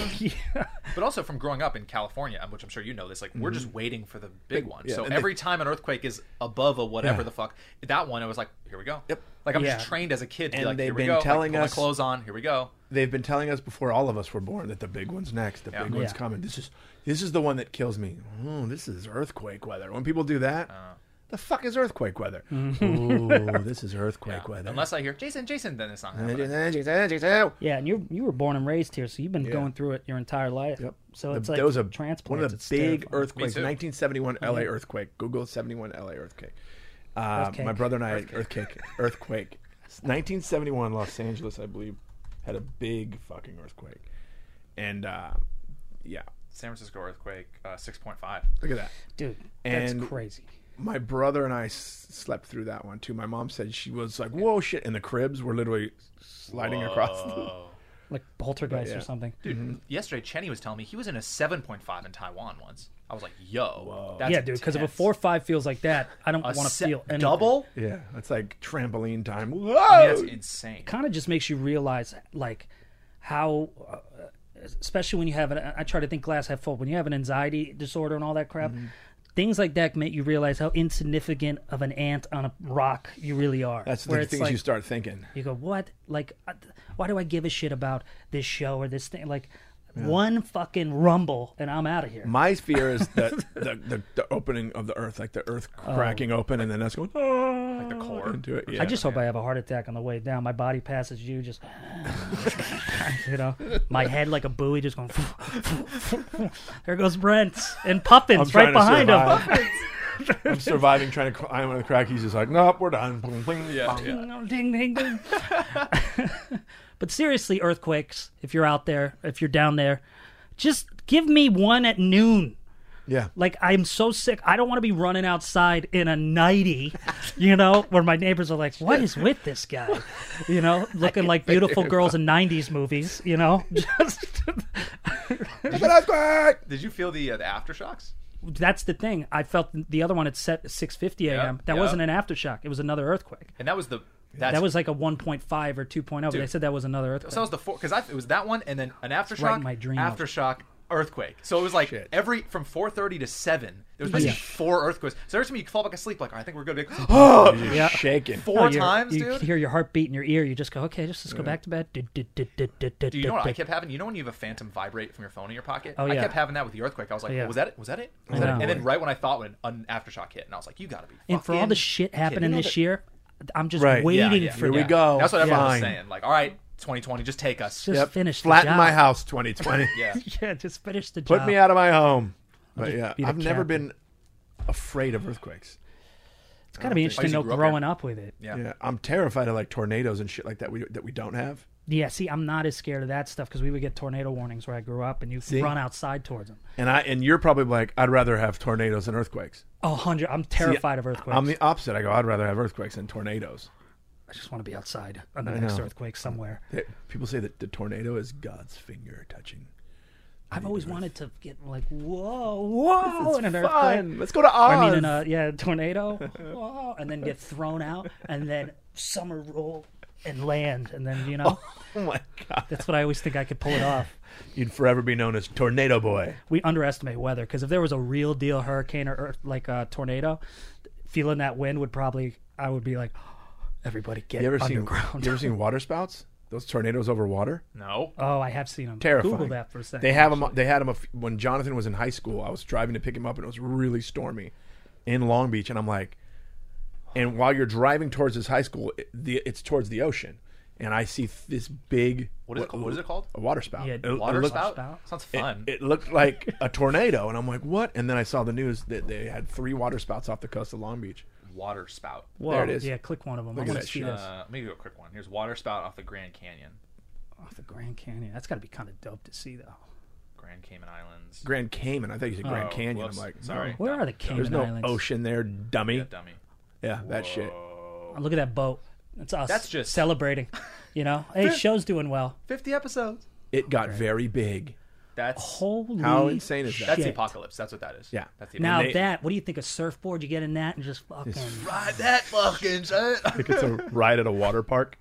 [SPEAKER 4] But also from growing up in California, um, which I'm sure you know this, like we're just waiting for the big one.
[SPEAKER 2] Mm-hmm. yeah,
[SPEAKER 4] so
[SPEAKER 2] and
[SPEAKER 4] every time an earthquake is above a whatever
[SPEAKER 2] Yeah.
[SPEAKER 4] the fuck, that one I was like, here we go.
[SPEAKER 2] Yep.
[SPEAKER 4] Like I'm
[SPEAKER 3] Yeah.
[SPEAKER 4] just trained as a kid to be
[SPEAKER 2] And
[SPEAKER 4] like,
[SPEAKER 2] they've
[SPEAKER 4] here we
[SPEAKER 2] been
[SPEAKER 4] go. Like,
[SPEAKER 2] telling
[SPEAKER 4] put my
[SPEAKER 2] us-
[SPEAKER 4] clothes on. Here we go.
[SPEAKER 2] They've been telling us before all of us were born that the big one's next. The big one's
[SPEAKER 3] Yeah.
[SPEAKER 2] coming. This is this is the one that kills me. Oh, this is earthquake weather. When people do that,
[SPEAKER 4] Uh.
[SPEAKER 2] the fuck is earthquake weather?
[SPEAKER 3] Mm-hmm.
[SPEAKER 2] Ooh, this is earthquake weather.
[SPEAKER 4] Unless I hear Jason, Jason, then it's not happening.
[SPEAKER 2] Jason, Jason, Jason.
[SPEAKER 3] Yeah, and you you were born and raised here, so you've been going through it your entire life.
[SPEAKER 2] Yep.
[SPEAKER 3] So
[SPEAKER 2] The-
[SPEAKER 3] it's like
[SPEAKER 2] there was a
[SPEAKER 3] transplants.
[SPEAKER 2] One of the
[SPEAKER 3] It's
[SPEAKER 2] big
[SPEAKER 3] terrifying.
[SPEAKER 2] earthquakes,
[SPEAKER 4] Me too.
[SPEAKER 2] 1971 LA
[SPEAKER 3] Mm-hmm.
[SPEAKER 2] earthquake. Google 71 LA earthquake. Uh,
[SPEAKER 3] Earthcake.
[SPEAKER 2] My brother and I, earthquake, earthquake. 1971 Los Angeles, I believe, had a big fucking earthquake, and uh, yeah,
[SPEAKER 4] San Francisco earthquake, uh, 6.5.
[SPEAKER 2] look at that.
[SPEAKER 3] dude. That's
[SPEAKER 2] And-
[SPEAKER 3] crazy.
[SPEAKER 2] My brother and I s- slept through that one too. My mom said she was like, "Whoa, shit!" and the cribs were literally sliding across. The-
[SPEAKER 3] Like poltergeist
[SPEAKER 2] yeah.
[SPEAKER 3] or something. Mm-hmm.
[SPEAKER 4] Dude, yesterday Chenny was telling me he was in a 7.5 in Taiwan once. I was like, yo, that's
[SPEAKER 3] yeah, dude. Because if a
[SPEAKER 4] intense.
[SPEAKER 3] four five feels like that, I don't
[SPEAKER 4] A
[SPEAKER 3] want to
[SPEAKER 4] se-
[SPEAKER 3] feel anything.
[SPEAKER 4] double,
[SPEAKER 2] yeah, it's like trampoline time. Whoa!
[SPEAKER 4] I mean, that's insane.
[SPEAKER 3] Kind of just makes you realize like how, uh, especially when you have an, I try to think glass half full. When you have an anxiety disorder and all that crap,
[SPEAKER 4] Mm-hmm.
[SPEAKER 3] things like that make you realize how insignificant of an ant on a rock you really are.
[SPEAKER 2] That's the
[SPEAKER 3] Where it's
[SPEAKER 2] things
[SPEAKER 3] like-
[SPEAKER 2] you start thinking.
[SPEAKER 3] you go, what? Like, uh, th- why do I give a shit about this show or this thing? Like, one fucking rumble and I'm out of here.
[SPEAKER 2] My fear is that the, the the opening of the earth, like the earth
[SPEAKER 3] Oh.
[SPEAKER 2] cracking open, and then us going oh,
[SPEAKER 4] the core.
[SPEAKER 2] into it. Yeah.
[SPEAKER 3] I just hope I have a heart attack on the way down. My body passes you, just you know, my head like a buoy, just going. there goes Brent and Puppins right
[SPEAKER 2] trying to
[SPEAKER 3] behind him.
[SPEAKER 2] survive. I'm surviving, trying to climb on the crack. He's just like, nope, we're done. Boom, boom, bong.
[SPEAKER 3] ding ding ding. but seriously, earthquakes. If you're out there, if you're down there, just give me one at noon.
[SPEAKER 2] yeah.
[SPEAKER 3] Like I'm so sick. I don't want to be running outside in a nighty, you know, where my neighbors are like, "What is with this guy?" You know, looking like beautiful girls in '90s movies. You know, just
[SPEAKER 2] It's an earthquake!
[SPEAKER 4] Did you feel the uh, the aftershocks?
[SPEAKER 3] that's the thing. I felt the other one at set 6:50 a.m.
[SPEAKER 4] Yeah,
[SPEAKER 3] that
[SPEAKER 4] yeah.
[SPEAKER 3] wasn't an aftershock. It was another earthquake.
[SPEAKER 4] And that was the that's,
[SPEAKER 3] That was like a 1.5 or 2.0. but They
[SPEAKER 4] Dude.
[SPEAKER 3] said that was another earthquake.
[SPEAKER 4] so that was the four because it was that one and then an aftershock,
[SPEAKER 3] right in my dream.
[SPEAKER 4] aftershock, earthquake. So it was like
[SPEAKER 2] Shit.
[SPEAKER 4] every from four thirty to seven. There was basically
[SPEAKER 3] Yeah.
[SPEAKER 4] four earthquakes. So every time you fall back asleep, like "All right, I think we're good. Like,
[SPEAKER 2] You're
[SPEAKER 3] Yeah.
[SPEAKER 2] shaking.
[SPEAKER 3] Oh,
[SPEAKER 4] four
[SPEAKER 3] you're-
[SPEAKER 4] times,
[SPEAKER 3] you
[SPEAKER 4] dude.
[SPEAKER 3] hear your heartbeat in your ear. You just go, okay, just, just go back to bed. Do, do, do, do, do, do,
[SPEAKER 4] Dude, you know what I
[SPEAKER 3] do.
[SPEAKER 4] kept having? You know when you have a phantom vibrate from your phone in your pocket?
[SPEAKER 3] Oh,
[SPEAKER 4] I
[SPEAKER 3] yeah.
[SPEAKER 4] kept having that with the earthquake. I was like,
[SPEAKER 3] yeah.
[SPEAKER 4] was that it? Was that it? Was that it?
[SPEAKER 3] Yeah.
[SPEAKER 4] And then right when I thought when an aftershock hit, and I was like, you gotta be.
[SPEAKER 3] And for all
[SPEAKER 4] fucking
[SPEAKER 3] the shit happening
[SPEAKER 4] kidding me.
[SPEAKER 3] this year, I'm just
[SPEAKER 2] Right,
[SPEAKER 3] waiting
[SPEAKER 4] Yeah, yeah,
[SPEAKER 3] for
[SPEAKER 2] Here we
[SPEAKER 4] yeah.
[SPEAKER 2] go.
[SPEAKER 4] That's what everyone was
[SPEAKER 2] Fine.
[SPEAKER 4] saying. Like, all right, 2020, just take us.
[SPEAKER 3] just
[SPEAKER 2] Yep.
[SPEAKER 3] finish the
[SPEAKER 2] Flatten
[SPEAKER 3] job.
[SPEAKER 2] my house 2020.
[SPEAKER 4] yeah.
[SPEAKER 3] yeah, just finish the
[SPEAKER 2] Put
[SPEAKER 3] job.
[SPEAKER 2] me out of my home. But yeah,
[SPEAKER 3] be the
[SPEAKER 2] I've never
[SPEAKER 3] captain.
[SPEAKER 2] been afraid of earthquakes.
[SPEAKER 3] It's gotta be interesting
[SPEAKER 4] you
[SPEAKER 3] though,
[SPEAKER 4] grew up
[SPEAKER 3] growing up with it.
[SPEAKER 4] Yeah.
[SPEAKER 2] Yeah, I'm terrified of like tornadoes and shit like that we that we don't have.
[SPEAKER 3] Yeah, see, I'm not as scared of that stuff because we would get tornado warnings where I grew up, and you run outside towards them.
[SPEAKER 2] And I and you're probably like, I'd rather have tornadoes than earthquakes.
[SPEAKER 3] Oh, hundred! I'm terrified of earthquakes.
[SPEAKER 2] I'm the opposite. I go, I'd rather have earthquakes than tornadoes.
[SPEAKER 3] I just want to be outside on the next earthquake somewhere.
[SPEAKER 2] They- People say that the tornado is God's finger touching.
[SPEAKER 3] I've always wanted to get like, whoa, whoa, Oh, in an earthquake.
[SPEAKER 2] Fun. Let's go to Oz.
[SPEAKER 3] I mean, in a yeah, tornado, whoa, and then get thrown out, and then summer roll and land, and then you know,
[SPEAKER 2] oh my god!
[SPEAKER 3] that's what I always think I could pull it off.
[SPEAKER 2] You'd forever be known as Tornado Boy.
[SPEAKER 3] we underestimate weather because if there was a real deal hurricane or earth, like a tornado, feeling that wind would probably I would be like, everybody get
[SPEAKER 2] You ever seen?
[SPEAKER 3] underground.
[SPEAKER 2] You ever seen water spouts? Those tornadoes over water.
[SPEAKER 4] No.
[SPEAKER 3] oh, I have seen them.
[SPEAKER 2] Terrifying.
[SPEAKER 3] Google that for a second.
[SPEAKER 2] They have them. They had them when Jonathan was in high school. I was driving to pick him up, and it was really stormy in Long Beach, and I'm like, and while you're driving towards this high school, it, the, it's towards the ocean, and I see this big.
[SPEAKER 4] What is it called? What is it called?
[SPEAKER 2] A water spout.
[SPEAKER 3] Yeah,
[SPEAKER 4] Water
[SPEAKER 2] looked-
[SPEAKER 4] spout?
[SPEAKER 3] spout.
[SPEAKER 4] Sounds
[SPEAKER 2] it-
[SPEAKER 4] fun.
[SPEAKER 2] It, looked like a tornado, and I'm like, what? And then I saw the news that they had three water spouts off the coast of Long Beach.
[SPEAKER 4] water spout.
[SPEAKER 3] Whoa,
[SPEAKER 2] there it is.
[SPEAKER 3] Yeah, click one of them.
[SPEAKER 2] Look at
[SPEAKER 3] I want
[SPEAKER 2] that
[SPEAKER 3] to see
[SPEAKER 2] shit.
[SPEAKER 3] this
[SPEAKER 4] Uh, let me do a quick one. Here's water spout off the Grand Canyon,
[SPEAKER 3] off the Grand Canyon. That's got to be kind of dope to see though.
[SPEAKER 4] Grand Cayman Islands.
[SPEAKER 2] Grand Cayman. I thought you said Grand
[SPEAKER 4] Oh,
[SPEAKER 2] Canyon.
[SPEAKER 4] whoops.
[SPEAKER 2] I'm like,
[SPEAKER 4] Sorry.
[SPEAKER 2] no.
[SPEAKER 3] Where
[SPEAKER 4] Dumb-
[SPEAKER 3] are the
[SPEAKER 4] dumb.
[SPEAKER 3] Cayman
[SPEAKER 2] There's no
[SPEAKER 3] Islands?
[SPEAKER 2] ocean there, dummy.
[SPEAKER 4] Yeah,
[SPEAKER 2] Yeah,
[SPEAKER 4] dummy.
[SPEAKER 2] that shit.
[SPEAKER 3] Oh, look at that boat. That's us.
[SPEAKER 4] That's just-
[SPEAKER 3] celebrating. You know, hey, show's doing well.
[SPEAKER 4] 50 episodes.
[SPEAKER 2] It got very big.
[SPEAKER 4] That's
[SPEAKER 3] Holy,
[SPEAKER 2] How insane is that?
[SPEAKER 4] that's the
[SPEAKER 3] shit.
[SPEAKER 4] apocalypse. That's what that is.
[SPEAKER 2] Oh, Yeah.
[SPEAKER 4] That's the
[SPEAKER 3] Now
[SPEAKER 4] apocalypse.
[SPEAKER 2] they-
[SPEAKER 3] that, what do you think? A surfboard? You get in that and just fucking.
[SPEAKER 4] Ride that fucking shit.
[SPEAKER 2] It's a ride at a water park.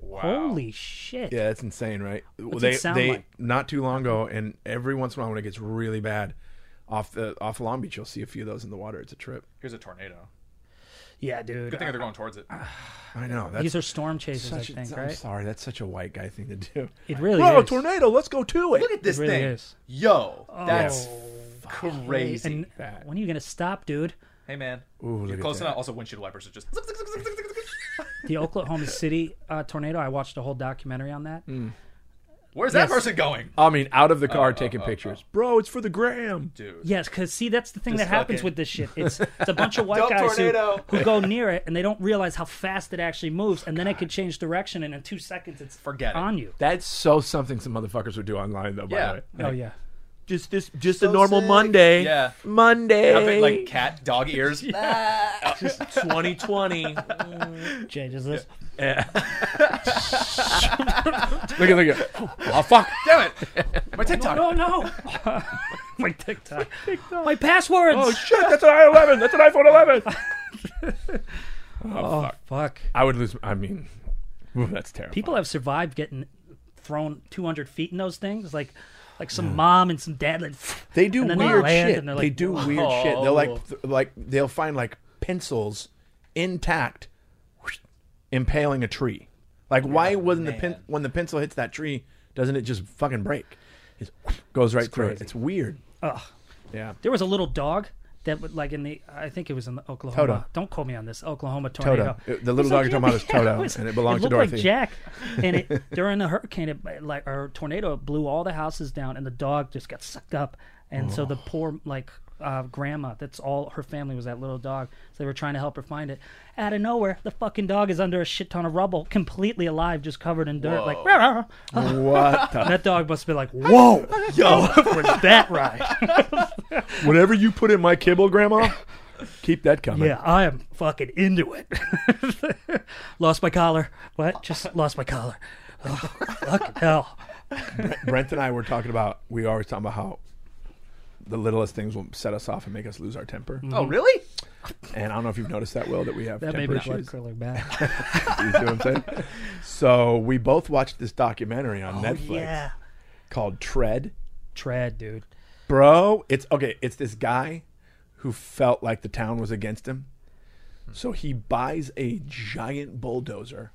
[SPEAKER 4] wow.
[SPEAKER 3] Holy shit!
[SPEAKER 2] Yeah, that's insane, right? What's
[SPEAKER 3] it sound like?
[SPEAKER 2] not too long ago, and every once in a while when it gets really bad, off the off Long Beach, you'll see a few of those in the water. It's a trip.
[SPEAKER 4] Here's a tornado.
[SPEAKER 3] Yeah, dude.
[SPEAKER 4] Good thing they're going towards it.
[SPEAKER 2] Ah, I know. That's
[SPEAKER 3] These are storm chasers, I
[SPEAKER 2] such. a-
[SPEAKER 3] think,
[SPEAKER 2] I'm
[SPEAKER 3] right?
[SPEAKER 2] sorry, that's such a white guy thing to do.
[SPEAKER 3] It really
[SPEAKER 2] Whoa,
[SPEAKER 3] is.
[SPEAKER 2] tornado! Let's go to it.
[SPEAKER 4] Look at this
[SPEAKER 3] It really
[SPEAKER 4] thing.
[SPEAKER 3] is.
[SPEAKER 4] Yo, that's
[SPEAKER 3] Oh,
[SPEAKER 4] crazy.
[SPEAKER 3] And
[SPEAKER 2] Bad.
[SPEAKER 3] when are you gonna stop, dude?
[SPEAKER 4] hey man,
[SPEAKER 2] Ooh, look
[SPEAKER 4] you're
[SPEAKER 2] at
[SPEAKER 4] close
[SPEAKER 2] that.
[SPEAKER 4] enough. Also, windshield wipers are just.
[SPEAKER 3] The Oklahoma City uh, tornado. I watched a whole documentary on that.
[SPEAKER 4] Mm. Where's
[SPEAKER 3] Yes.
[SPEAKER 4] that person going,
[SPEAKER 2] I mean, out of the car taking pictures, bro. It's for the gram.
[SPEAKER 4] dude?
[SPEAKER 3] Yes, because see, that's the thing
[SPEAKER 4] Just
[SPEAKER 3] that happens
[SPEAKER 4] fucking-
[SPEAKER 3] with this shit. It's, it's a bunch of white
[SPEAKER 4] Dumb
[SPEAKER 3] guys who,
[SPEAKER 4] tornado.
[SPEAKER 3] who go near it and they don't realize how fast it actually moves, and then it could change direction, and in two seconds, it's
[SPEAKER 4] Forget it.
[SPEAKER 3] on you.
[SPEAKER 2] That's so something some motherfuckers would do online, though. By
[SPEAKER 4] Yeah.
[SPEAKER 2] the way,
[SPEAKER 3] Oh yeah,
[SPEAKER 2] just this, just
[SPEAKER 4] So
[SPEAKER 2] a normal
[SPEAKER 4] sick.
[SPEAKER 2] Monday.
[SPEAKER 4] Yeah.
[SPEAKER 2] Monday.
[SPEAKER 4] I bet, like cat dog ears.
[SPEAKER 2] 2020.
[SPEAKER 3] changes this.
[SPEAKER 2] look at, look at. Oh fuck!
[SPEAKER 4] Damn it! My TikTok.
[SPEAKER 3] Oh no! My TikTok. My passwords.
[SPEAKER 2] Oh shit! That's an i11. That's an iPhone 11.
[SPEAKER 3] Oh, fuck.
[SPEAKER 4] Oh,
[SPEAKER 2] I would lose. I mean, ooh, that's terrible.
[SPEAKER 3] People have survived getting thrown 200 feet in those things. Like, like some mom and some dad. Like,
[SPEAKER 2] They do
[SPEAKER 3] and then
[SPEAKER 2] weird
[SPEAKER 3] land
[SPEAKER 2] shit.
[SPEAKER 3] and
[SPEAKER 2] They
[SPEAKER 3] they're like,
[SPEAKER 2] do weird shit. They'll like th- like they'll find like pencils intact whoosh, impaling a tree. Like why wasn't the pen
[SPEAKER 4] man.
[SPEAKER 2] when the pencil hits that tree, doesn't it just fucking break? It whoosh, goes right through it.
[SPEAKER 4] crazy.
[SPEAKER 2] It's weird.
[SPEAKER 3] Ugh.
[SPEAKER 2] Yeah.
[SPEAKER 3] There was a little dog that would like in the I think it was in the Oklahoma.
[SPEAKER 2] Toto.
[SPEAKER 3] Don't quote me on this Oklahoma tornado.
[SPEAKER 2] Toto. It- the little dog you're talking about is Toto, and it belonged
[SPEAKER 3] belongs
[SPEAKER 2] to
[SPEAKER 3] Like
[SPEAKER 2] Dorothy.
[SPEAKER 3] Jack, and it, during the hurricane, it it, like or tornado, it blew all the houses down, and the dog just got sucked up, and so the poor like. Uh, grandma, that's all her family was that little dog. So they were trying to help her find it. Out of nowhere, the fucking dog is under a shit ton of rubble, completely alive, just covered in dirt. Like, "Rah, rah, rah."
[SPEAKER 2] What the
[SPEAKER 3] that dog must be like, whoa,
[SPEAKER 2] yo?
[SPEAKER 3] was that right?
[SPEAKER 2] Whatever you put in my kibble, Grandma, keep that coming.
[SPEAKER 3] Yeah, I am fucking into it. lost my collar. What? Just lost my collar. Oh, fucking hell.
[SPEAKER 2] Brent and I were talking about. We always talking about how the littlest things will set us off and make us lose our temper.
[SPEAKER 3] Mm-hmm.
[SPEAKER 4] Oh, really?
[SPEAKER 2] And I don't know if you've noticed that, Will, that we have
[SPEAKER 3] That made
[SPEAKER 2] temper
[SPEAKER 3] me
[SPEAKER 2] issues.
[SPEAKER 3] blood curling back.
[SPEAKER 2] You see what I'm saying? So we both watched this documentary on Netflix
[SPEAKER 3] Oh, yeah.
[SPEAKER 2] called Tread.
[SPEAKER 3] Trad, dude.
[SPEAKER 2] Bro, it's okay, it's this guy who felt like the town was against him. So he buys a giant bulldozer